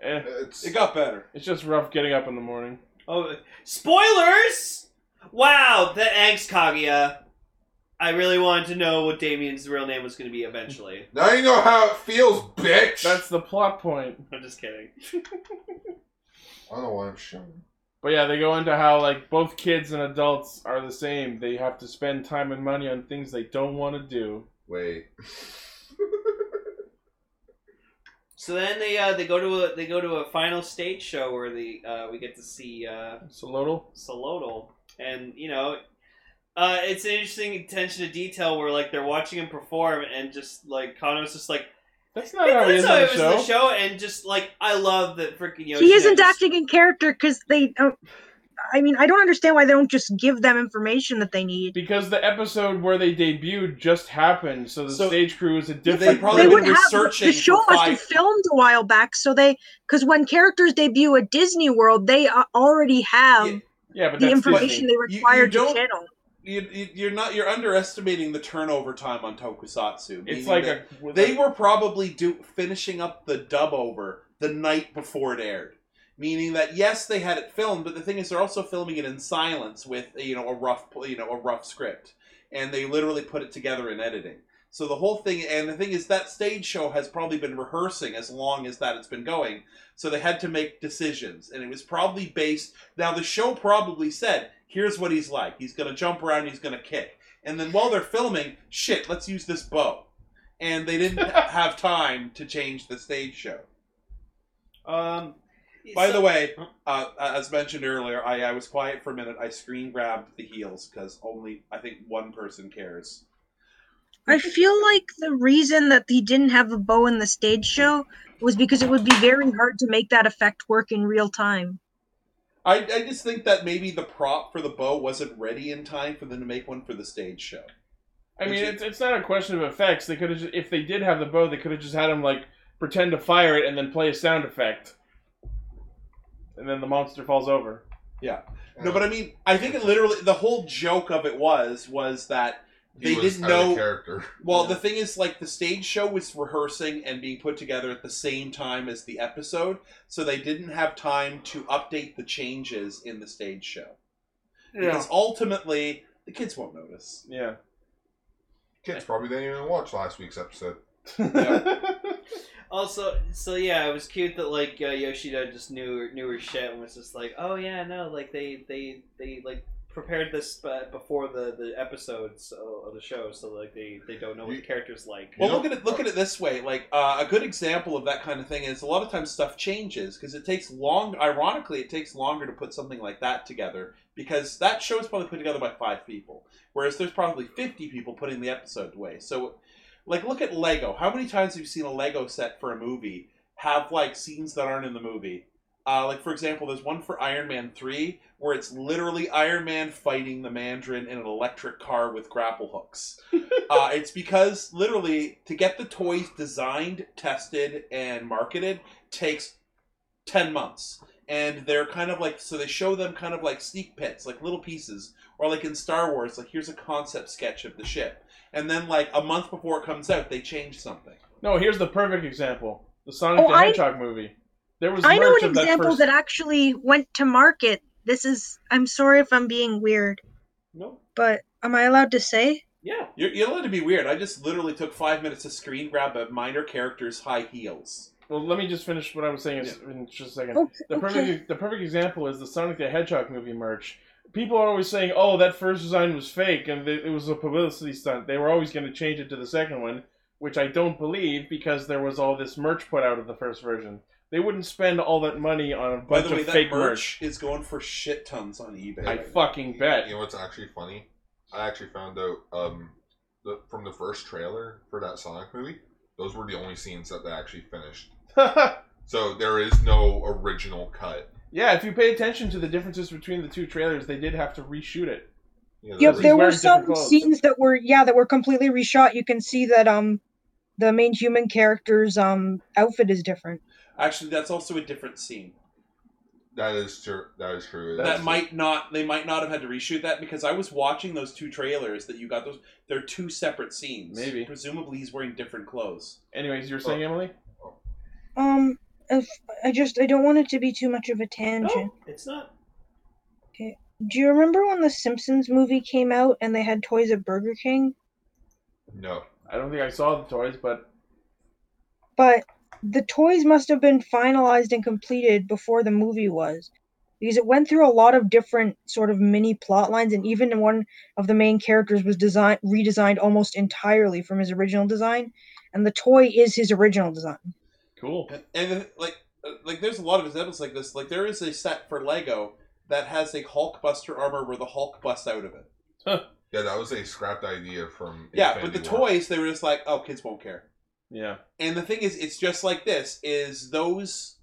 [SPEAKER 4] Eh,
[SPEAKER 1] It's,
[SPEAKER 5] It got better.
[SPEAKER 4] it's just rough getting up in the morning.
[SPEAKER 6] Oh, spoilers! Wow, that angst, Kaguya. I really wanted to know what Damien's real name was going to be eventually.
[SPEAKER 1] now you know how it feels, bitch.
[SPEAKER 4] That's the plot point.
[SPEAKER 6] I'm just kidding.
[SPEAKER 1] I don't know why I'm showing.
[SPEAKER 4] But yeah, they go into how like both kids and adults are the same. They have to spend time and money on things they don't want to do.
[SPEAKER 1] Wait.
[SPEAKER 6] So then they uh, they go to a they go to a final stage show where the uh, we get to see uh,
[SPEAKER 4] Solodal.
[SPEAKER 6] Solodal, and you know, uh, it's an interesting attention to detail where like they're watching him perform, and just like Kano's just like
[SPEAKER 4] That's not how he
[SPEAKER 6] that's
[SPEAKER 4] is
[SPEAKER 6] how
[SPEAKER 4] on
[SPEAKER 6] it
[SPEAKER 4] the
[SPEAKER 6] was in the
[SPEAKER 4] show.
[SPEAKER 6] show, and just like I love that freaking Yoshino.
[SPEAKER 3] he isn't
[SPEAKER 6] just-
[SPEAKER 3] acting in character because they don't. I mean, I don't understand why they don't just give them information that they need.
[SPEAKER 4] Because the episode where they debuted just happened, so the
[SPEAKER 5] So-
[SPEAKER 4] stage crew is a
[SPEAKER 5] They
[SPEAKER 4] different.
[SPEAKER 5] probably
[SPEAKER 3] They
[SPEAKER 5] been
[SPEAKER 3] would
[SPEAKER 4] group.
[SPEAKER 3] have
[SPEAKER 5] researching
[SPEAKER 3] the show
[SPEAKER 5] for
[SPEAKER 3] must be
[SPEAKER 5] five-
[SPEAKER 3] filmed a while back, so they because when characters debut at Disney World, they uh, already have
[SPEAKER 5] Yeah,
[SPEAKER 4] yeah, but
[SPEAKER 3] the
[SPEAKER 4] that's
[SPEAKER 3] information
[SPEAKER 4] Disney.
[SPEAKER 3] they
[SPEAKER 5] you
[SPEAKER 3] required to
[SPEAKER 5] don't-
[SPEAKER 3] channel.
[SPEAKER 5] You, you, you're not. You're underestimating the turnover time on Tokusatsu. meaning
[SPEAKER 4] It's like
[SPEAKER 5] that
[SPEAKER 4] a
[SPEAKER 5] they were probably do finishing up the dub over the night before it aired. Meaning that yes, they had it filmed, but the thing is, they're also filming it in silence with you know a rough you know a rough script, and they literally put it together in editing. So the whole thing, and the thing is, that stage show has probably been rehearsing as long as that it's been going. So they had to make decisions, and it was probably based. Now the show probably said, "Here's what he's like. He's gonna jump around. He's gonna kick." And then while they're filming, shit, let's use this bow. And they didn't ha- have time to change the stage show.
[SPEAKER 6] Um,
[SPEAKER 5] By the
[SPEAKER 6] so-
[SPEAKER 5] way, uh, as mentioned earlier, I, I was quiet for a minute. I screen grabbed the heels because only I think one person cares.
[SPEAKER 3] I feel like the reason that he didn't have a bow in the stage show was because it would be very hard to make that effect work in real time.
[SPEAKER 5] I, I just think that maybe the prop for the bow wasn't ready in time for them to make one for the stage show.
[SPEAKER 4] I mean, it's, it's not a question of effects. They could have, if they did have the bow, they could have just had him like pretend to fire it and then play a sound effect, and then the monster falls over.
[SPEAKER 5] No, but I mean, I think it literally the whole joke of it was was that
[SPEAKER 1] He
[SPEAKER 5] they
[SPEAKER 1] was
[SPEAKER 5] didn't
[SPEAKER 1] out of
[SPEAKER 5] know
[SPEAKER 1] character.
[SPEAKER 5] Well,
[SPEAKER 6] Yeah.
[SPEAKER 5] the thing is, like, the stage show was rehearsing and being put together at the same time as the episode, so they didn't have time to update the changes in the stage show.
[SPEAKER 4] Yeah,
[SPEAKER 5] Because ultimately, the kids won't notice.
[SPEAKER 4] yeah.
[SPEAKER 1] Kids probably didn't even watch last week's episode.
[SPEAKER 6] Also, so yeah, it was cute that like uh, Yoshida just knew her, knew her shit and was just like, oh yeah, no, like they they they like prepared this uh, before the the episodes uh, of the show, so like they they don't know what the characters like.
[SPEAKER 5] Well,
[SPEAKER 1] Yeah.
[SPEAKER 5] look at it. Look at it this way. Like uh, a good example of that kind of thing is a lot of times stuff changes because it takes long. Ironically, it takes longer to put something like that together because that show is probably put together by five people, whereas there's probably fifty people putting the episode away. So, like, look at Lego. How many times have you seen a Lego set for a movie have like scenes that aren't in the movie? Uh, like for example, there's one for Iron Man three where it's literally Iron Man fighting the Mandarin in an electric car with grapple hooks uh, it's because literally to get the toys designed, tested, and marketed takes 10 months. And they're kind of like, so they show them kind of like sneak pits, like little pieces. Or like in Star Wars, like here's a concept sketch of the ship. And then like a month before it comes out, they change something.
[SPEAKER 4] No, here's the perfect example: the Sonic
[SPEAKER 3] Oh,
[SPEAKER 4] the
[SPEAKER 3] I-
[SPEAKER 4] Hedgehog movie. There was
[SPEAKER 3] I know
[SPEAKER 4] merch
[SPEAKER 3] an
[SPEAKER 4] of that
[SPEAKER 3] example
[SPEAKER 4] first-
[SPEAKER 3] that actually went to market. This is I'm sorry if I'm being weird,
[SPEAKER 6] No,
[SPEAKER 3] but am I allowed to say?
[SPEAKER 6] yeah,
[SPEAKER 5] You're, you're allowed to be weird. I just literally took five minutes to screen grab a minor character's high heels.
[SPEAKER 4] Well, let me just finish what I was saying in- in just a second.
[SPEAKER 3] Okay.
[SPEAKER 4] The
[SPEAKER 3] Oh, okay.
[SPEAKER 4] perfect the perfect example is the Sonic the Hedgehog movie merch. People are always saying, "Oh, that first design was fake and th- it was a publicity stunt." They were always going to change it to the second one, which I don't believe because there was all this merch put out of the first version. They wouldn't spend all that money on a
[SPEAKER 5] By
[SPEAKER 4] bunch
[SPEAKER 5] the way,
[SPEAKER 4] of
[SPEAKER 5] that
[SPEAKER 4] fake
[SPEAKER 5] merch is going for shit tons on eBay.
[SPEAKER 4] I
[SPEAKER 5] right now.
[SPEAKER 4] fucking bet.
[SPEAKER 1] You know what's actually funny? I actually found out um, the, from the first trailer for that Sonic movie, those were the only scenes that they actually finished. So there is no original cut.
[SPEAKER 4] Yeah, if you pay attention to the differences between the two trailers, they did have to reshoot it.
[SPEAKER 3] Yep,
[SPEAKER 4] He's
[SPEAKER 3] there were
[SPEAKER 4] wearing
[SPEAKER 3] some
[SPEAKER 4] different clothes.
[SPEAKER 3] scenes that were yeah that were completely reshot. You can see that um the main human character's um outfit is different.
[SPEAKER 5] Actually, that's also a different scene.
[SPEAKER 1] That is true. That is true.
[SPEAKER 5] that might not. They might not have had to reshoot that because I was watching those two trailers that you got. Those they're two separate scenes.
[SPEAKER 4] Maybe.
[SPEAKER 5] Presumably, he's wearing different clothes.
[SPEAKER 4] Anyways, you were saying, Emily?
[SPEAKER 3] Um, if, I just I don't want it to be too much of a tangent.
[SPEAKER 6] It's not.
[SPEAKER 3] Do you remember when the Simpsons movie came out and they had toys at Burger King?
[SPEAKER 1] No.
[SPEAKER 4] I don't think I saw the toys, but
[SPEAKER 3] But the toys must have been finalized and completed before the movie was. Because it went through a lot of different sort of mini plot lines, and even one of the main characters was designed redesigned almost entirely from his original design, and the toy is his original design.
[SPEAKER 4] cool.
[SPEAKER 5] And, and then, like, uh, like there's a lot of examples like this. Like there is a set for Lego that has a Hulkbuster armor where the Hulk busts out of it.
[SPEAKER 1] Yeah, that was a scrapped idea from.
[SPEAKER 5] yeah,
[SPEAKER 1] Infinity
[SPEAKER 5] but the
[SPEAKER 1] War.
[SPEAKER 5] toys they were just like, oh, kids won't care.
[SPEAKER 4] Yeah.
[SPEAKER 5] And the thing is, it's just like this: is those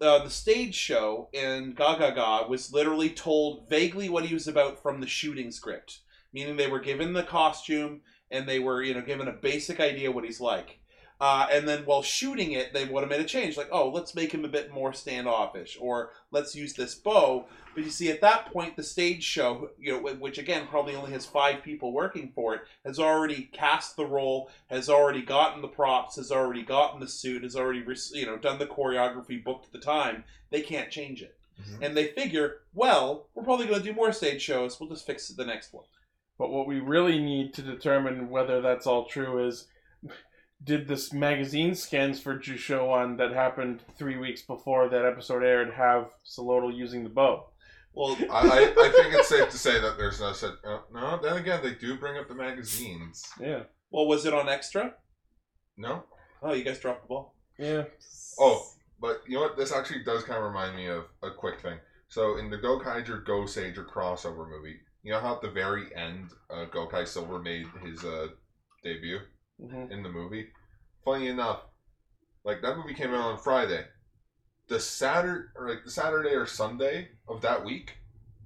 [SPEAKER 5] uh, the stage show in Gaga Ga was literally told vaguely what he was about from the shooting script, meaning they were given the costume and they were you know given a basic idea what he's like. Uh, and then while shooting it, they would have made a change, like, oh, let's make him a bit more standoffish, or let's use this bow. But you see, at that point, the stage show, you know, wh- which again probably only has five people working for it, has already cast the role has already gotten the props, has already gotten the suit, has already re- you know done the choreography, booked the time. They can't change it,
[SPEAKER 1] Mhm.
[SPEAKER 5] and they figure, well, we're probably going to do more stage shows. We'll just fix it the next one.
[SPEAKER 4] But what we really need to determine whether that's all true is did this magazine scans for Jushowan that happened three weeks before that episode aired have Solodal using the bow?
[SPEAKER 5] Well,
[SPEAKER 1] I, I, I think it's safe to say that there's no such. Uh, no, then again, they do bring up the magazines.
[SPEAKER 4] Yeah.
[SPEAKER 5] well, was it on extra?
[SPEAKER 1] No?
[SPEAKER 5] Oh, you guys dropped the ball.
[SPEAKER 4] Yeah.
[SPEAKER 1] Oh, but you know what? This actually does kind of remind me of a quick thing. So in the Gokai or Go Sager crossover movie, you know how at the very end, uh, Gokai Silver made his uh, debut
[SPEAKER 4] hmm
[SPEAKER 1] in the movie? Funny enough, like that movie came out on Friday. The Saturday, or like the Saturday or Sunday of that week,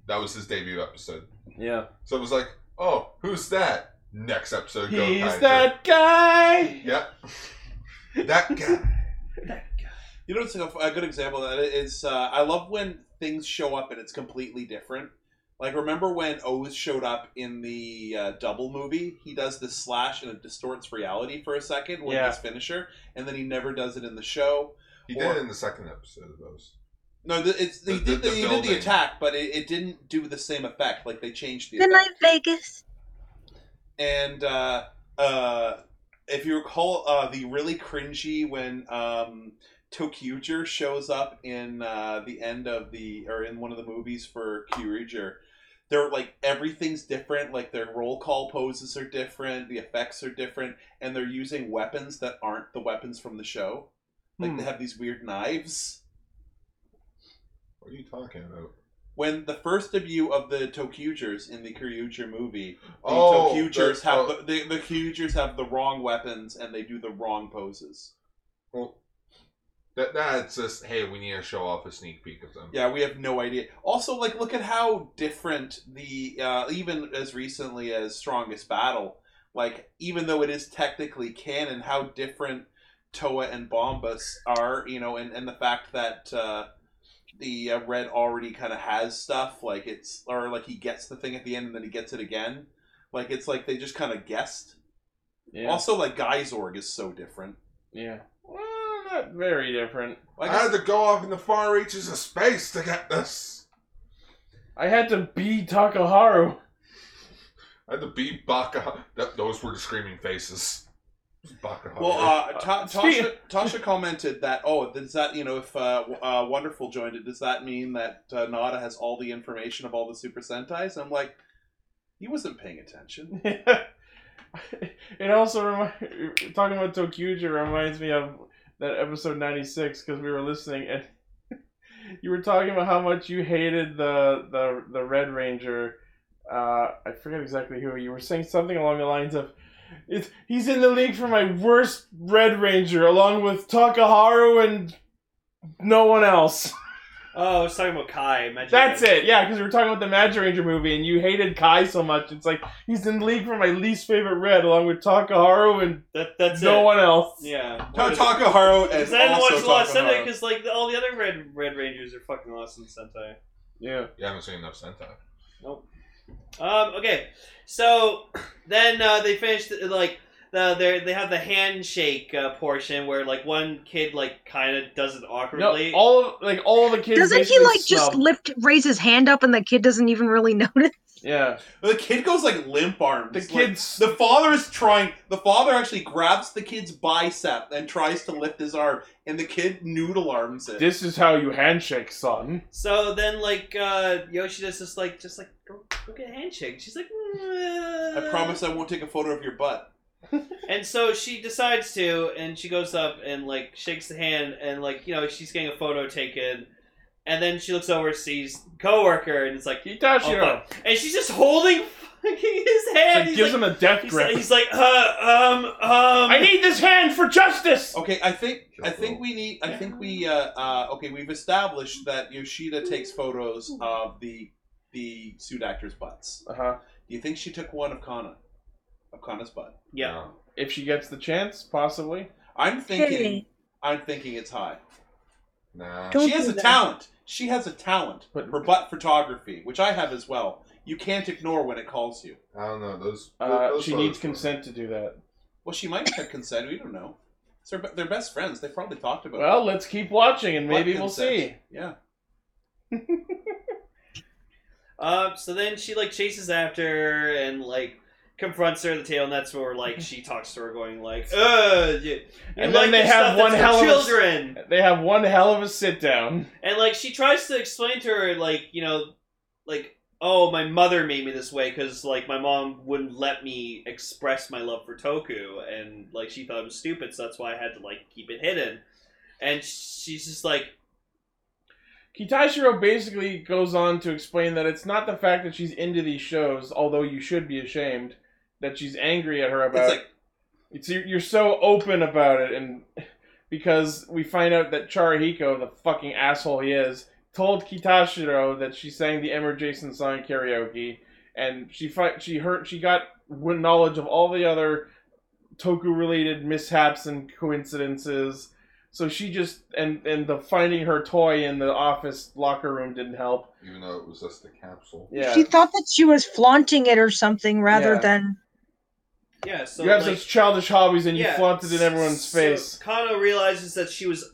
[SPEAKER 1] that was his debut episode.
[SPEAKER 4] Yeah.
[SPEAKER 1] So it was like, oh, who's that? Next episode, Gokai.
[SPEAKER 4] He's that guy!
[SPEAKER 1] Yep. that guy.
[SPEAKER 5] You know, it's a, a good example of that is uh, I love when things show up and it's completely different. Like remember when Oz showed up in the uh, double movie? He does this slash and it distorts reality for a second when
[SPEAKER 4] Yeah.
[SPEAKER 5] he's finisher, and then he never does it in the show.
[SPEAKER 1] He
[SPEAKER 5] Or-
[SPEAKER 1] did it in the second episode of those.
[SPEAKER 5] No, the, it's they
[SPEAKER 1] The-
[SPEAKER 5] did
[SPEAKER 1] the- the
[SPEAKER 5] the, they did
[SPEAKER 1] building.
[SPEAKER 5] the attack, but it, it didn't do the same effect. Like they changed the
[SPEAKER 3] Good night,
[SPEAKER 5] effect.
[SPEAKER 3] Vegas.
[SPEAKER 5] And uh, uh, if you recall, uh, the really cringy when um, Tokyuger shows up in uh, the end of the or in one of the movies for Kyuger, they're like everything's different. Like their roll call poses are different, the effects are different, and they're using weapons that aren't the weapons from the show. Like
[SPEAKER 4] Hmm.
[SPEAKER 5] they have these weird knives.
[SPEAKER 1] What are you talking about?
[SPEAKER 5] when the first debut of the Tokyugers in the Kyuger movie, the Tokyugers
[SPEAKER 1] the-
[SPEAKER 5] have
[SPEAKER 1] oh,
[SPEAKER 5] the, the, the Kyugers have the wrong weapons and they do the wrong poses.
[SPEAKER 1] well, that that's just hey, we need to show off a sneak peek of them.
[SPEAKER 5] Yeah, we have no idea. Also, like look at how different the uh, even as recently as Strongest Battle, like even though it is technically canon, how different Toa and Bombas are, you know, and, and the fact that uh, the uh, Red already kind of has stuff, like it's or like he gets the thing at the end and then he gets it again, like it's like they just kind of guessed.
[SPEAKER 4] Yeah.
[SPEAKER 5] Also, like Geysorg is so different.
[SPEAKER 4] yeah. Well, not very different.
[SPEAKER 5] Like,
[SPEAKER 1] I had to go off in the far reaches of space to get this.
[SPEAKER 4] I had to be Takaharu.
[SPEAKER 1] I had to beat Baka. That, those were the screaming faces. Baka.
[SPEAKER 5] Well, uh, Ta-
[SPEAKER 4] Uh,
[SPEAKER 5] Tasha, Tasha commented that, oh, does that, you know, if uh, w- uh, Wonderful joined it, does that mean that uh, Nada has all the information of all the Super Sentais? I'm like, he wasn't paying attention.
[SPEAKER 4] it also remind, talking about Tokyuger reminds me of that episode 96 because we were listening and you were talking about how much you hated the the, the Red Ranger. Uh, I forget exactly who you were saying something along the lines of. It's, he's in the league for my worst Red Ranger, along with Takaharu and no one else.
[SPEAKER 6] Oh, I was talking about Kai. Magic
[SPEAKER 4] That's
[SPEAKER 6] Mike.
[SPEAKER 4] it. Yeah, because we were talking about the Magic Ranger movie, and you hated Kai so much. It's like he's in the league for my least favorite red, along with Takaharu and
[SPEAKER 6] That, that's
[SPEAKER 4] no
[SPEAKER 6] it.
[SPEAKER 4] one else.
[SPEAKER 6] Yeah.
[SPEAKER 1] No, Takaharu
[SPEAKER 6] Because
[SPEAKER 1] is
[SPEAKER 6] I didn't
[SPEAKER 1] also
[SPEAKER 6] watch the last Sentai
[SPEAKER 1] Takaharu.
[SPEAKER 6] because like the- all the other Red Red Rangers are fucking lost in Sentai.
[SPEAKER 4] Yeah.
[SPEAKER 1] You haven't seen enough Sentai.
[SPEAKER 6] Um, okay, so then uh, they finished like the they they have the handshake uh, portion where like one kid like kind of does it
[SPEAKER 4] No,
[SPEAKER 6] awkwardly.
[SPEAKER 4] all of like all of the kids.
[SPEAKER 3] Doesn't he
[SPEAKER 4] basically
[SPEAKER 3] like just
[SPEAKER 4] snubbed.
[SPEAKER 3] lift raise his hand up and the kid doesn't even really notice?
[SPEAKER 4] yeah.
[SPEAKER 5] The kid goes like limp arms.
[SPEAKER 4] The
[SPEAKER 5] Like,
[SPEAKER 4] kids.
[SPEAKER 5] the father is trying. The father actually grabs the kid's bicep and tries to lift his arm, and the kid noodle arms it.
[SPEAKER 4] This is how you handshake, son.
[SPEAKER 6] So then like uh, Yoshida's just like just like go, go get a handshake. She's like,
[SPEAKER 5] I
[SPEAKER 6] "Mm."
[SPEAKER 5] promise I won't take a photo of your butt.
[SPEAKER 6] And so she decides to, and she goes up and like shakes the hand, and like you know she's getting a photo taken, and then she looks over, sees coworker, and it's like,
[SPEAKER 4] Kitashiro.
[SPEAKER 6] Oh, and she's just holding fucking his hand.
[SPEAKER 4] Like,
[SPEAKER 6] he's
[SPEAKER 4] gives him
[SPEAKER 6] like,
[SPEAKER 4] a death
[SPEAKER 6] he's,
[SPEAKER 4] grip.
[SPEAKER 6] like- he's like, uh, um, um.
[SPEAKER 4] I need this hand for justice.
[SPEAKER 5] Okay, I think I think we need. I think we. Uh, uh, okay, we've established that Yoshida takes photos of the the suit actors' butts.
[SPEAKER 4] Uh huh.
[SPEAKER 5] Do you think she took one of Kana, of Kana's butt?
[SPEAKER 6] yeah.
[SPEAKER 4] If she gets the chance, possibly.
[SPEAKER 5] I'm thinking.
[SPEAKER 3] Hey.
[SPEAKER 5] I'm thinking it's high.
[SPEAKER 1] Nah.
[SPEAKER 3] Don't
[SPEAKER 5] she has
[SPEAKER 3] do
[SPEAKER 5] a
[SPEAKER 3] that.
[SPEAKER 5] talent. She has a talent
[SPEAKER 4] But-
[SPEAKER 5] for butt photography, which I have as well. You can't ignore when it calls you.
[SPEAKER 1] I don't know. Those.
[SPEAKER 4] Uh,
[SPEAKER 1] those
[SPEAKER 4] she
[SPEAKER 1] photos
[SPEAKER 4] needs
[SPEAKER 1] were-
[SPEAKER 4] consent to do that.
[SPEAKER 5] Well, she might have consent. We don't know. It's her, they're best friends. They probably talked about.
[SPEAKER 4] Well,
[SPEAKER 5] it.
[SPEAKER 4] let's keep watching and
[SPEAKER 5] Butt
[SPEAKER 4] maybe we'll
[SPEAKER 5] consent.
[SPEAKER 4] see.
[SPEAKER 5] Yeah.
[SPEAKER 6] Uh, so then she like chases after and like confronts her at the tail, and that's where like she talks to her, going like, "Uh, you, you
[SPEAKER 4] And then
[SPEAKER 6] like
[SPEAKER 4] they
[SPEAKER 6] this
[SPEAKER 4] have
[SPEAKER 6] stuff
[SPEAKER 4] one
[SPEAKER 6] that's for
[SPEAKER 4] hell of a s-
[SPEAKER 6] children."
[SPEAKER 4] They have one hell of a sit down.
[SPEAKER 6] And like she tries to explain to her, like you know, like oh my mother made me this way because like my mom wouldn't let me express my love for Toku, and like she thought it was stupid, so that's why I had to like keep it hidden. And she's just like,
[SPEAKER 4] Kitashiro basically goes on to explain that it's not the fact that she's into these shows, although you should be ashamed that she's angry at her about.
[SPEAKER 5] It's like
[SPEAKER 4] It's you're, you're so open about it, and because we find out that Charahiko, the fucking asshole he is, told Kitashiro that she sang the Emma Jason song karaoke, and she fi- she heard she got w- knowledge of all the other Toku related mishaps and coincidences. So she just and and the finding her toy in the office locker room didn't help.
[SPEAKER 1] Even though it was just a capsule.
[SPEAKER 4] Yeah,
[SPEAKER 3] She thought that she was flaunting it or something rather
[SPEAKER 4] Yeah.
[SPEAKER 3] than
[SPEAKER 6] yeah, so
[SPEAKER 4] you have
[SPEAKER 6] like,
[SPEAKER 4] such childish hobbies, and you
[SPEAKER 6] yeah,
[SPEAKER 4] flaunt it in everyone's
[SPEAKER 6] so
[SPEAKER 4] face.
[SPEAKER 6] Kano realizes that she was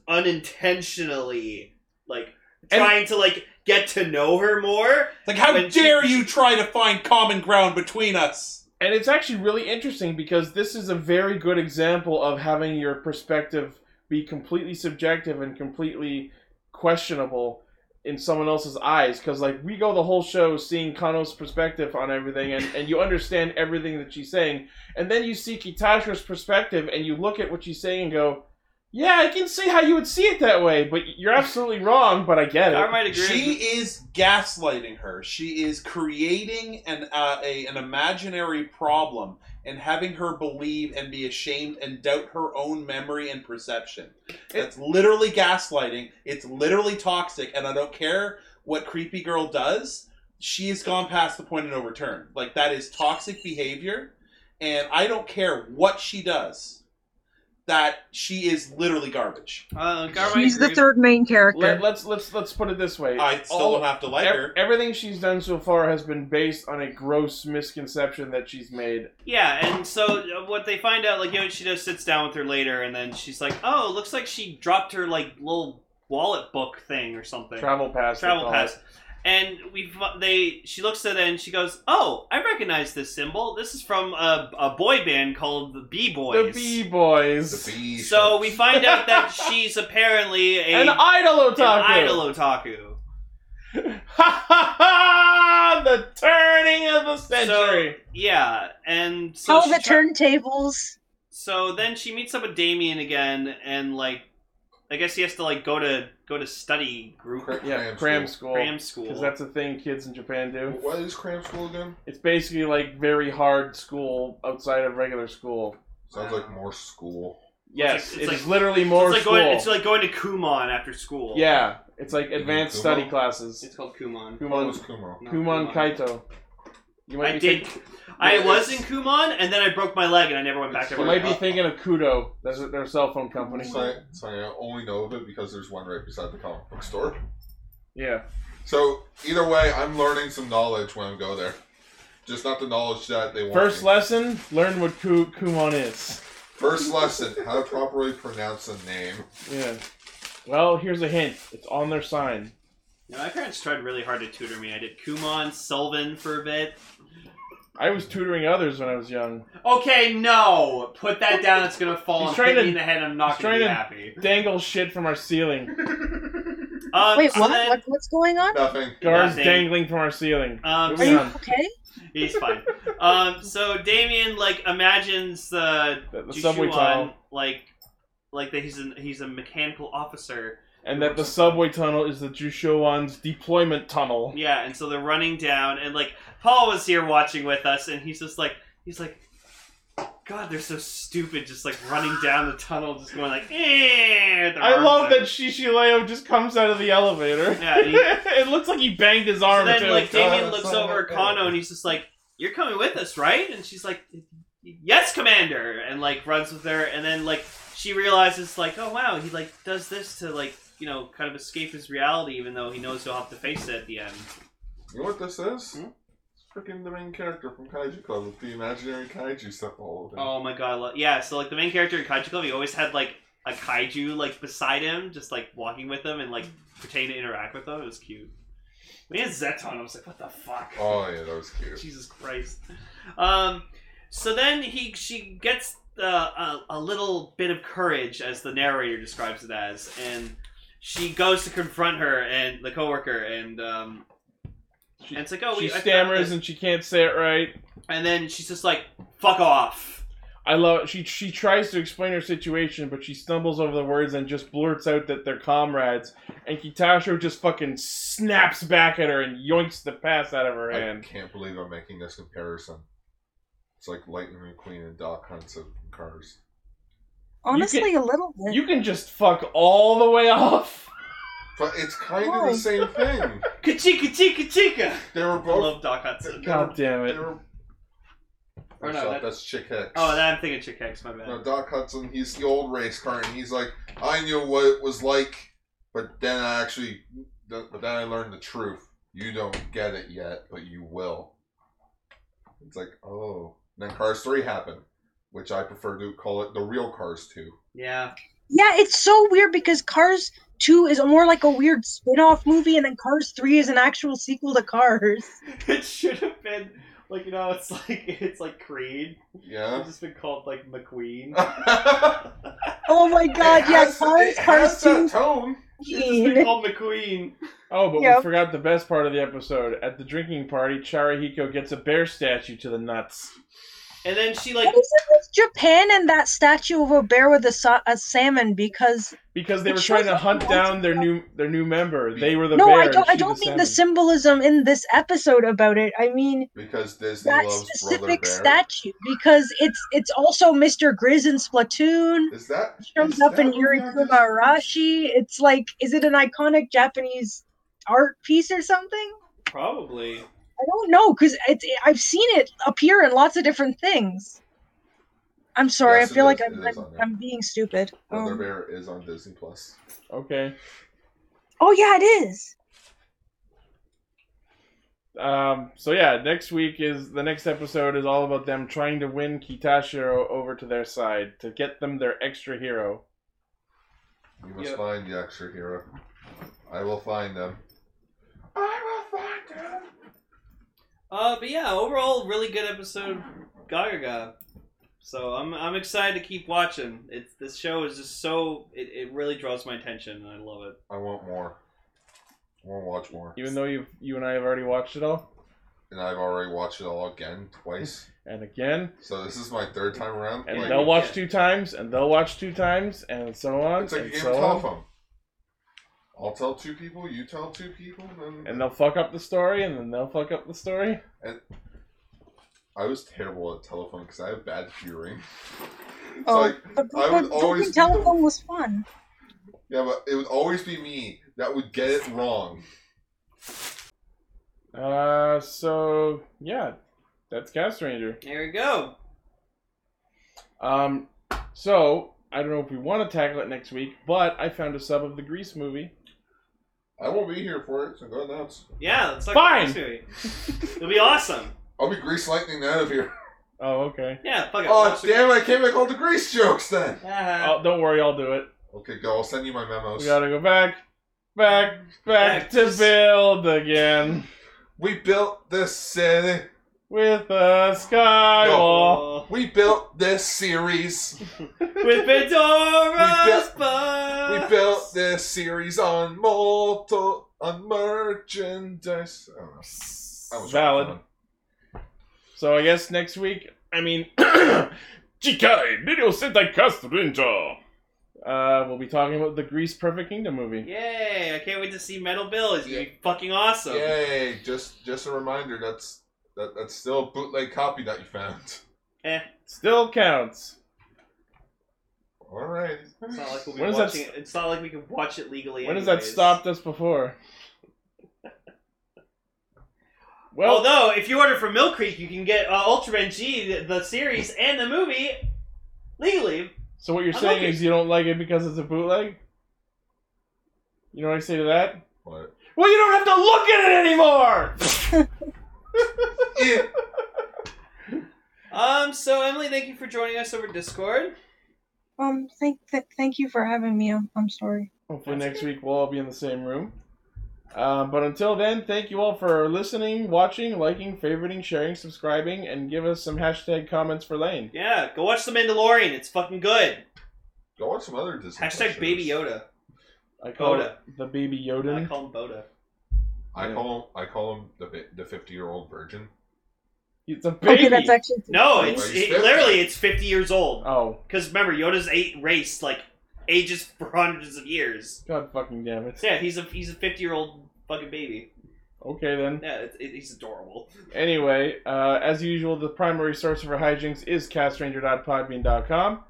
[SPEAKER 6] unintentionally like
[SPEAKER 4] And-
[SPEAKER 6] trying to like get to know her more.
[SPEAKER 5] it's like how
[SPEAKER 6] when she-
[SPEAKER 5] dare you try to find common ground between us?
[SPEAKER 4] and it's actually really interesting because this is a very good example of having your perspective be completely subjective and completely questionable in someone else's eyes because like we go the whole show seeing kano's perspective on everything and, and you understand everything that she's saying and then you see kitashiro's perspective and you look at what she's saying and go yeah i can see how you would see it that way but you're absolutely wrong but i get
[SPEAKER 6] I
[SPEAKER 4] it
[SPEAKER 6] might agree.
[SPEAKER 5] She
[SPEAKER 6] with-
[SPEAKER 5] is gaslighting her. She is creating an uh, a, an imaginary problem and having her believe and be ashamed and doubt her own memory and perception. That's literally gaslighting. It's literally toxic, and I don't care what creepy girl does. She has gone past the point of no return. Like that is toxic behavior, and I don't care what she does. That she is literally garbage.
[SPEAKER 6] uh, Gar might
[SPEAKER 3] he's the
[SPEAKER 6] agree.
[SPEAKER 3] third main character.
[SPEAKER 4] Let, let's let's let's put it this way
[SPEAKER 5] I still
[SPEAKER 4] All-
[SPEAKER 5] don't have to like
[SPEAKER 4] Oh, Ev-
[SPEAKER 5] her.
[SPEAKER 4] Everything she's done so far has been based on a gross misconception that she's made.
[SPEAKER 6] Yeah, and so uh, what they find out, like Yoshida sits down with her later, and then she's like, "Oh, looks like she dropped her like little wallet book thing or something,
[SPEAKER 4] Travel pass. they
[SPEAKER 6] travel
[SPEAKER 4] call
[SPEAKER 6] pass."
[SPEAKER 4] it.
[SPEAKER 6] And we, fi- they, she looks at it and she goes, "Oh, I recognize this symbol. This is from a, a boy band called the B
[SPEAKER 4] The
[SPEAKER 6] Boys."
[SPEAKER 4] B
[SPEAKER 1] The
[SPEAKER 4] boys.
[SPEAKER 1] bee.
[SPEAKER 6] So
[SPEAKER 1] shot.
[SPEAKER 6] we find out that she's apparently a
[SPEAKER 4] An idol
[SPEAKER 6] an
[SPEAKER 4] otaku.
[SPEAKER 6] idol otaku.
[SPEAKER 4] Ha ha ha! The turning of the century.
[SPEAKER 6] Yeah, and so
[SPEAKER 3] oh,
[SPEAKER 6] she
[SPEAKER 3] the
[SPEAKER 6] try-
[SPEAKER 3] turntables.
[SPEAKER 6] So then she meets up with Damien again, and like, I guess he has to like go to go to study group
[SPEAKER 1] Cra-
[SPEAKER 4] yeah,
[SPEAKER 1] cram
[SPEAKER 4] cram
[SPEAKER 1] school.
[SPEAKER 4] school.
[SPEAKER 6] cram school.
[SPEAKER 4] Because that's a thing kids in Japan do.
[SPEAKER 1] What is cram school again?
[SPEAKER 4] It's basically like very hard school outside of regular school.
[SPEAKER 1] Sounds like more school.
[SPEAKER 4] Yes,
[SPEAKER 6] it's
[SPEAKER 4] it
[SPEAKER 6] like-
[SPEAKER 4] is literally
[SPEAKER 6] So
[SPEAKER 4] more
[SPEAKER 6] it's like
[SPEAKER 4] school.
[SPEAKER 6] going. It's like going to Kumon after school.
[SPEAKER 4] yeah, It's like advanced
[SPEAKER 1] Kumon?
[SPEAKER 4] study classes.
[SPEAKER 6] It's called Kumon.
[SPEAKER 1] That
[SPEAKER 4] Kumon,
[SPEAKER 1] was Kumon.
[SPEAKER 6] No,
[SPEAKER 4] Kumon Kaito. You might
[SPEAKER 6] I
[SPEAKER 4] be
[SPEAKER 6] did.
[SPEAKER 4] think-
[SPEAKER 6] I
[SPEAKER 4] Well,
[SPEAKER 6] was in
[SPEAKER 4] it's-
[SPEAKER 6] Kumon, and then I broke my leg, and I never went back
[SPEAKER 1] It's-
[SPEAKER 6] there.
[SPEAKER 4] you might be thinking of Kudo. That's their cell phone company.
[SPEAKER 1] Sorry, sorry, I only know of it because there's one right beside the comic book store.
[SPEAKER 4] Yeah.
[SPEAKER 1] So either way, I'm learning some knowledge when I go there. Just not the knowledge that they want.
[SPEAKER 4] First
[SPEAKER 1] me.
[SPEAKER 4] lesson: learn what Ku- Kumon is.
[SPEAKER 1] First lesson: how to properly pronounce a name.
[SPEAKER 4] Yeah. Well, here's a hint. It's on their sign.
[SPEAKER 6] No, my parents tried really hard to tutor me. I did Kumon, Sylvan for a bit.
[SPEAKER 4] I was tutoring others when I was young.
[SPEAKER 6] Okay, no, put that down. It's gonna fall
[SPEAKER 4] He's
[SPEAKER 6] and
[SPEAKER 4] trying
[SPEAKER 6] hit
[SPEAKER 4] to-
[SPEAKER 6] me in the head. I'm not
[SPEAKER 4] he's
[SPEAKER 6] gonna be
[SPEAKER 4] trying to-
[SPEAKER 6] happy.
[SPEAKER 4] Dangle shit from our ceiling.
[SPEAKER 6] Um,
[SPEAKER 3] Wait,
[SPEAKER 6] so
[SPEAKER 3] what?
[SPEAKER 6] then-
[SPEAKER 3] what? What's going on?
[SPEAKER 1] Nothing.
[SPEAKER 4] Guards
[SPEAKER 6] Nothing.
[SPEAKER 4] dangling from our ceiling.
[SPEAKER 6] Um,
[SPEAKER 3] Are
[SPEAKER 4] Moving
[SPEAKER 3] you
[SPEAKER 4] on.
[SPEAKER 3] okay?
[SPEAKER 6] He's fine. Um, so Damien like imagines uh,
[SPEAKER 4] The, the
[SPEAKER 6] Jushuan,
[SPEAKER 4] subway tunnel,
[SPEAKER 6] like like that he's an, he's a mechanical officer.
[SPEAKER 4] and that the subway tunnel is the Jushowan's deployment tunnel.
[SPEAKER 6] Yeah, and so they're running down, and like Paul was here watching with us, and he's just like he's like, God, they're so stupid, just like running down the tunnel, just going like, eh. with their
[SPEAKER 4] I
[SPEAKER 6] arms
[SPEAKER 4] love
[SPEAKER 6] out.
[SPEAKER 4] that Shishileo just comes out of the elevator.
[SPEAKER 6] Yeah, he-
[SPEAKER 4] it looks like he banged his
[SPEAKER 6] So
[SPEAKER 4] arm
[SPEAKER 6] then
[SPEAKER 4] too.
[SPEAKER 6] like Damien
[SPEAKER 1] God,
[SPEAKER 6] looks
[SPEAKER 1] son of
[SPEAKER 6] over
[SPEAKER 1] a
[SPEAKER 6] at Kano,
[SPEAKER 1] bitch.
[SPEAKER 6] and he's just like, You're coming with us, right? And she's like, Yes, Commander, and like runs with her, and then like she realizes like, oh wow, he like does this to like you know kind of escape his reality, even though he knows he'll have to face it at the end.
[SPEAKER 1] You know what this is?
[SPEAKER 6] Hmm?
[SPEAKER 1] It's freaking the main character from Kaiju Club with the imaginary kaiju stuff all over him.
[SPEAKER 6] Oh my god, I lo- yeah. So like the main character in Kaiju Club, he always had like a kaiju like beside him, just like walking with him and like pretending to interact with him. It was cute. We had Zeton. I was like, what the fuck?
[SPEAKER 1] Oh yeah, that was cute.
[SPEAKER 6] Jesus Christ. Um, so then he she gets uh, a, a little bit of courage, as the narrator describes it as, and she goes to confront her and the coworker, and um,
[SPEAKER 4] She-
[SPEAKER 6] and it's like, oh,
[SPEAKER 4] she
[SPEAKER 6] we, I thought
[SPEAKER 4] stammers
[SPEAKER 6] this-
[SPEAKER 4] and she can't say it right.
[SPEAKER 6] and then she's just like, fuck off.
[SPEAKER 4] I love it. she. She tries to explain her situation, but she stumbles over the words and just blurts out that they're comrades. And Kitashiro just fucking snaps back at her and yoinks the pass out of her
[SPEAKER 1] I
[SPEAKER 4] hand.
[SPEAKER 1] can't believe I'm making this comparison. It's like Lightning McQueen and Doc Hudson from Cars.
[SPEAKER 3] Honestly, a little bit.
[SPEAKER 4] You can just fuck all the way off.
[SPEAKER 1] But it's kind of
[SPEAKER 3] Why?
[SPEAKER 1] the same thing.
[SPEAKER 6] Kachika chika chika.
[SPEAKER 1] They were
[SPEAKER 6] I
[SPEAKER 1] both.
[SPEAKER 6] love Doc Hudson.
[SPEAKER 4] God damn
[SPEAKER 1] They
[SPEAKER 4] it!
[SPEAKER 1] were.
[SPEAKER 6] Or Oh, no,
[SPEAKER 1] Stop,
[SPEAKER 6] that-
[SPEAKER 1] that's Chick Hicks.
[SPEAKER 6] Oh, that, I'm thinking Chick Hicks, my bad.
[SPEAKER 1] No, Doc Hudson, he's the old race car, and he's like, I knew what it was like, but then I actually, th- but then I learned the truth. You don't get it yet, but you will. It's like, oh. And then Cars 3 happened, which I prefer to call it the real Cars 2.
[SPEAKER 6] Yeah.
[SPEAKER 3] Yeah, it's so weird because Cars 2 is more like a weird spin off movie, and then Cars 3 is an actual sequel to Cars.
[SPEAKER 6] It should have been like you know, it's like it's like Creed.
[SPEAKER 1] Yeah?
[SPEAKER 6] It's just been called like McQueen.
[SPEAKER 1] God,
[SPEAKER 3] Oh my god, yeah, Cars,
[SPEAKER 1] it
[SPEAKER 3] Cars
[SPEAKER 1] has
[SPEAKER 3] 2.
[SPEAKER 1] that tone.
[SPEAKER 6] It's just been called McQueen.
[SPEAKER 4] Oh, but we
[SPEAKER 3] Yep.
[SPEAKER 4] forgot the best part of the episode. At the drinking party, Charahiko gets a bear statue to the nuts.
[SPEAKER 6] And then she like
[SPEAKER 3] What is it with Japan and that statue of a bear with a, sa- a salmon? Because
[SPEAKER 4] Because they
[SPEAKER 3] It
[SPEAKER 4] were
[SPEAKER 3] shows
[SPEAKER 4] trying to
[SPEAKER 3] that
[SPEAKER 4] hunt
[SPEAKER 3] he wants
[SPEAKER 4] down their new their new member. They were the
[SPEAKER 3] no,
[SPEAKER 4] bear.
[SPEAKER 3] I don't.
[SPEAKER 4] and
[SPEAKER 3] I
[SPEAKER 4] she
[SPEAKER 3] don't mean the
[SPEAKER 4] salmon.
[SPEAKER 3] symbolism in this episode about it. I mean
[SPEAKER 1] Because Disney
[SPEAKER 3] that
[SPEAKER 1] loves Brother
[SPEAKER 3] specific
[SPEAKER 1] Bear.
[SPEAKER 3] statue because it's it's also Mr. Grizz in Splatoon.
[SPEAKER 1] is that
[SPEAKER 3] shows
[SPEAKER 1] is
[SPEAKER 3] up in
[SPEAKER 1] that
[SPEAKER 3] Yuri
[SPEAKER 1] what that is?
[SPEAKER 3] Kumarashi. It's like, is it an iconic Japanese art piece or something?
[SPEAKER 6] probably
[SPEAKER 3] I don't know because I've seen it appear in lots of different things. I'm sorry.
[SPEAKER 1] Yes,
[SPEAKER 3] I
[SPEAKER 1] it
[SPEAKER 3] feel
[SPEAKER 1] is.
[SPEAKER 3] like
[SPEAKER 1] It
[SPEAKER 3] I'm,
[SPEAKER 1] is
[SPEAKER 3] I'm,
[SPEAKER 1] on there.
[SPEAKER 3] I'm being stupid.
[SPEAKER 1] Brother
[SPEAKER 3] Um,
[SPEAKER 1] Bear is on Disney Plus.
[SPEAKER 4] Okay.
[SPEAKER 3] oh yeah, it is.
[SPEAKER 4] Um, so yeah, next week is the next episode is all about them trying to win Kitashiro over to their side to get them their extra hero.
[SPEAKER 1] You must
[SPEAKER 6] Yep.
[SPEAKER 1] find the extra hero. I will find them. I will find them.
[SPEAKER 6] Uh, but yeah, overall, really good episode, of Gagaga. So I'm I'm excited to keep watching. It's this show is just so it, it really draws my attention and I love it.
[SPEAKER 1] I want more. I want to watch more.
[SPEAKER 4] Even though you you and I have already watched it all,
[SPEAKER 1] And I've already watched it all again twice.
[SPEAKER 4] and again,
[SPEAKER 1] so this is my third time around.
[SPEAKER 4] and
[SPEAKER 1] like,
[SPEAKER 4] they'll watch two times, and they'll watch two times, and so on,
[SPEAKER 1] it's like a
[SPEAKER 4] and
[SPEAKER 1] game
[SPEAKER 4] so
[SPEAKER 1] of
[SPEAKER 4] on,
[SPEAKER 1] telephone. I'll tell two people, you tell two people, and,
[SPEAKER 4] and they'll fuck up the story, and then they'll fuck up the story.
[SPEAKER 1] I was terrible at telephone because I have bad hearing. It's
[SPEAKER 3] Oh,
[SPEAKER 1] like,
[SPEAKER 3] but,
[SPEAKER 1] I
[SPEAKER 3] but,
[SPEAKER 1] would
[SPEAKER 3] but
[SPEAKER 1] always
[SPEAKER 3] Broken Telephone was fun.
[SPEAKER 1] Yeah, but it would always be me that would get it wrong.
[SPEAKER 4] Uh, so yeah, that's Cast Ranger.
[SPEAKER 6] There we go.
[SPEAKER 4] Um, so I don't know if we want to tackle it next week, but I found a sub of the Grease movie.
[SPEAKER 1] I won't be here for it, so go nuts.
[SPEAKER 6] Yeah, let's talk
[SPEAKER 4] Fine.
[SPEAKER 6] about this movie. It'll be awesome.
[SPEAKER 1] I'll be grease lightning out of here.
[SPEAKER 4] Oh, okay.
[SPEAKER 6] Yeah, fuck it.
[SPEAKER 1] Oh
[SPEAKER 6] Watch the-
[SPEAKER 1] damn! I can't make all the grease jokes then.
[SPEAKER 6] Ah.
[SPEAKER 4] Oh, don't worry, I'll do it.
[SPEAKER 1] Okay, go. I'll send you my memos.
[SPEAKER 4] We gotta go back, back, back
[SPEAKER 6] Back
[SPEAKER 4] to
[SPEAKER 6] to-
[SPEAKER 4] build again
[SPEAKER 1] We built this city.
[SPEAKER 4] with a skywall.
[SPEAKER 6] Oh.
[SPEAKER 1] We built this series.
[SPEAKER 6] With Pandora's
[SPEAKER 1] built- We
[SPEAKER 6] box.
[SPEAKER 1] built this series on multiple on merchandise. I don't know. That was
[SPEAKER 4] Valid.
[SPEAKER 1] fun.
[SPEAKER 4] So I guess next week, I mean, Chikai, Little Sentai Cast Ranger. Uh, we'll be talking about the Grease Perfect Kingdom movie.
[SPEAKER 6] Yay! I can't wait to see Metal Bill. It's gonna
[SPEAKER 1] Yeah.
[SPEAKER 6] be fucking awesome.
[SPEAKER 1] Yay! Just just a reminder. That's that, that's still a bootleg copy that you found.
[SPEAKER 6] Eh,
[SPEAKER 4] Still counts.
[SPEAKER 1] All right.
[SPEAKER 6] it's not like we'll be
[SPEAKER 4] When does that
[SPEAKER 6] watching it. It's not like we can watch it legally.
[SPEAKER 4] When has that
[SPEAKER 6] anyways.
[SPEAKER 4] stopped us before? Well,
[SPEAKER 6] Although, if you order from Mill Creek, you can get uh, Ultraman G, the, the series and the movie, legally.
[SPEAKER 4] so what you're
[SPEAKER 6] I
[SPEAKER 4] saying
[SPEAKER 6] like it.
[SPEAKER 4] is you don't like it because it's a bootleg? You know what I say to that?
[SPEAKER 1] What?
[SPEAKER 4] Well, you don't have to look at it anymore!
[SPEAKER 1] Yeah.
[SPEAKER 6] Um. So Emily, thank you for joining us over Discord.
[SPEAKER 3] Um, thank th- thank you for having me. I'm, I'm sorry.
[SPEAKER 4] Hopefully next week we'll all be in the same room. Um, but until then, thank you all for listening, watching, liking, favoriting, sharing, subscribing, and give us some hashtag comments for Lane.
[SPEAKER 6] Yeah, go watch The Mandalorian. It's fucking good.
[SPEAKER 1] Go watch some other Disney. Plus
[SPEAKER 6] Hashtag Baby
[SPEAKER 1] shows.
[SPEAKER 6] Yoda.
[SPEAKER 4] I call
[SPEAKER 6] Boda.
[SPEAKER 4] it the baby
[SPEAKER 6] I
[SPEAKER 4] Yoda.
[SPEAKER 6] call him Boda.
[SPEAKER 1] I call him. I call him the ba- the fifty year old virgin.
[SPEAKER 4] It's a baby.
[SPEAKER 3] Okay, that's actually
[SPEAKER 6] No,
[SPEAKER 1] Wait,
[SPEAKER 6] it's
[SPEAKER 1] are you
[SPEAKER 6] it,
[SPEAKER 1] serious?
[SPEAKER 6] literally it's fifty years old.
[SPEAKER 4] oh,
[SPEAKER 6] Because remember, Yoda's eight race like ages for hundreds of years.
[SPEAKER 4] god fucking damn it.
[SPEAKER 6] So yeah, he's a he's a fifty year old fucking baby.
[SPEAKER 4] Okay then.
[SPEAKER 6] Yeah, it, it, he's adorable.
[SPEAKER 4] Anyway, uh, as usual, the primary source of our hijinks is castranger.podbean.com.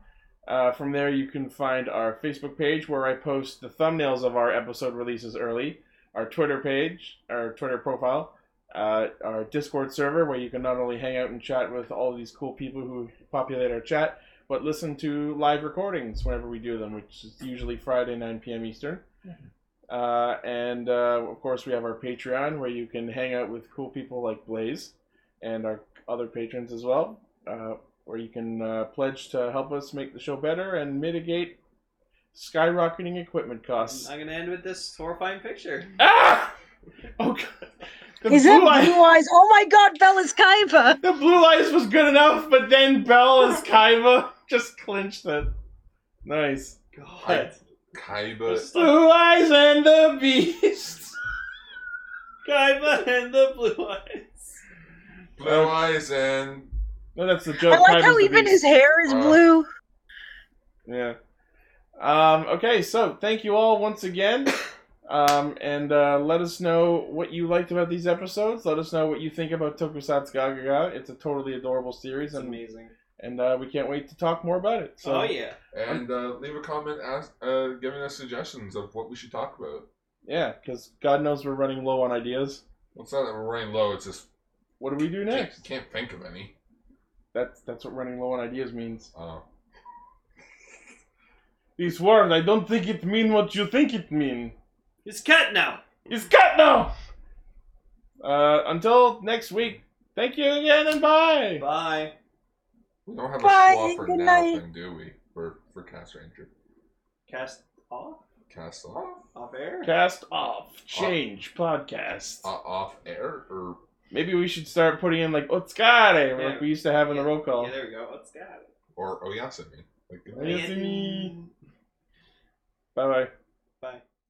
[SPEAKER 4] Uh, from there, you can find our Facebook page where I post the thumbnails of our episode releases early, our Twitter page, our Twitter profile, uh, our Discord server where you can not only hang out and chat with all these cool people who populate our chat, but listen to live recordings whenever we do them, which is usually Friday, 9 p.m. Eastern. Uh, and uh, of course, we have our Patreon where you can hang out with cool people like Blaze and our other patrons as well, uh, where you can uh, pledge to help us make the show better and mitigate skyrocketing equipment costs.
[SPEAKER 6] I'm gonna end with this horrifying picture.
[SPEAKER 4] Ah! Oh, God. The
[SPEAKER 3] Is
[SPEAKER 4] blue
[SPEAKER 3] that
[SPEAKER 4] eye-
[SPEAKER 3] blue eyes? Oh my god, Bella's Kaiba!
[SPEAKER 4] The blue eyes was good enough, but then Bell as Kaiba just clinched it. Nice.
[SPEAKER 6] God,
[SPEAKER 1] Kaiba.
[SPEAKER 4] Blue eyes and the beast.
[SPEAKER 6] Kaiba and the blue eyes.
[SPEAKER 1] Blue eyes and
[SPEAKER 4] No, that's the joke.
[SPEAKER 3] I like
[SPEAKER 4] Kaiba's
[SPEAKER 3] how
[SPEAKER 4] the
[SPEAKER 3] even
[SPEAKER 4] beast.
[SPEAKER 3] his hair is
[SPEAKER 1] Uh,
[SPEAKER 3] blue.
[SPEAKER 4] Yeah. Um, okay, so thank you all once again. Um, and uh, let us know what you liked about these episodes. Let us know what you think about Tokusatsu Gagaga. It's a totally adorable series,
[SPEAKER 6] It's
[SPEAKER 4] and
[SPEAKER 6] amazing.
[SPEAKER 4] and uh, we can't wait to talk more about it. So
[SPEAKER 6] oh yeah.
[SPEAKER 1] and uh, leave a comment ask, uh, giving us suggestions of what we should talk about.
[SPEAKER 4] yeah, because God knows we're running low on ideas.
[SPEAKER 1] Well, it's not that we're running low. It's just
[SPEAKER 4] What do we do
[SPEAKER 1] can't,
[SPEAKER 4] next?
[SPEAKER 1] can't think of any.
[SPEAKER 4] That's that's what running low on ideas means.
[SPEAKER 1] Oh,
[SPEAKER 4] These words, I don't think it mean what you think it mean.
[SPEAKER 6] It's cut now.
[SPEAKER 4] It's cut now. Uh, until next week. Thank you again, and bye.
[SPEAKER 6] Bye.
[SPEAKER 1] we don't have
[SPEAKER 3] Bye,
[SPEAKER 1] a swap for
[SPEAKER 3] good
[SPEAKER 1] now
[SPEAKER 3] night.
[SPEAKER 1] thing, do we? For for Cast Ranger,
[SPEAKER 6] Cast off
[SPEAKER 1] cast off,
[SPEAKER 6] off air.
[SPEAKER 4] Cast off. Change podcast.
[SPEAKER 6] Oh.
[SPEAKER 1] uh, off air or
[SPEAKER 4] Maybe we should start putting in like Otskare,
[SPEAKER 6] Yeah.
[SPEAKER 4] like we used to have in the roll call.
[SPEAKER 6] Yeah, there we go. Let's get it.
[SPEAKER 1] oh, or Oyasumi. Like, good night.
[SPEAKER 4] Oyasumi. Bye bye.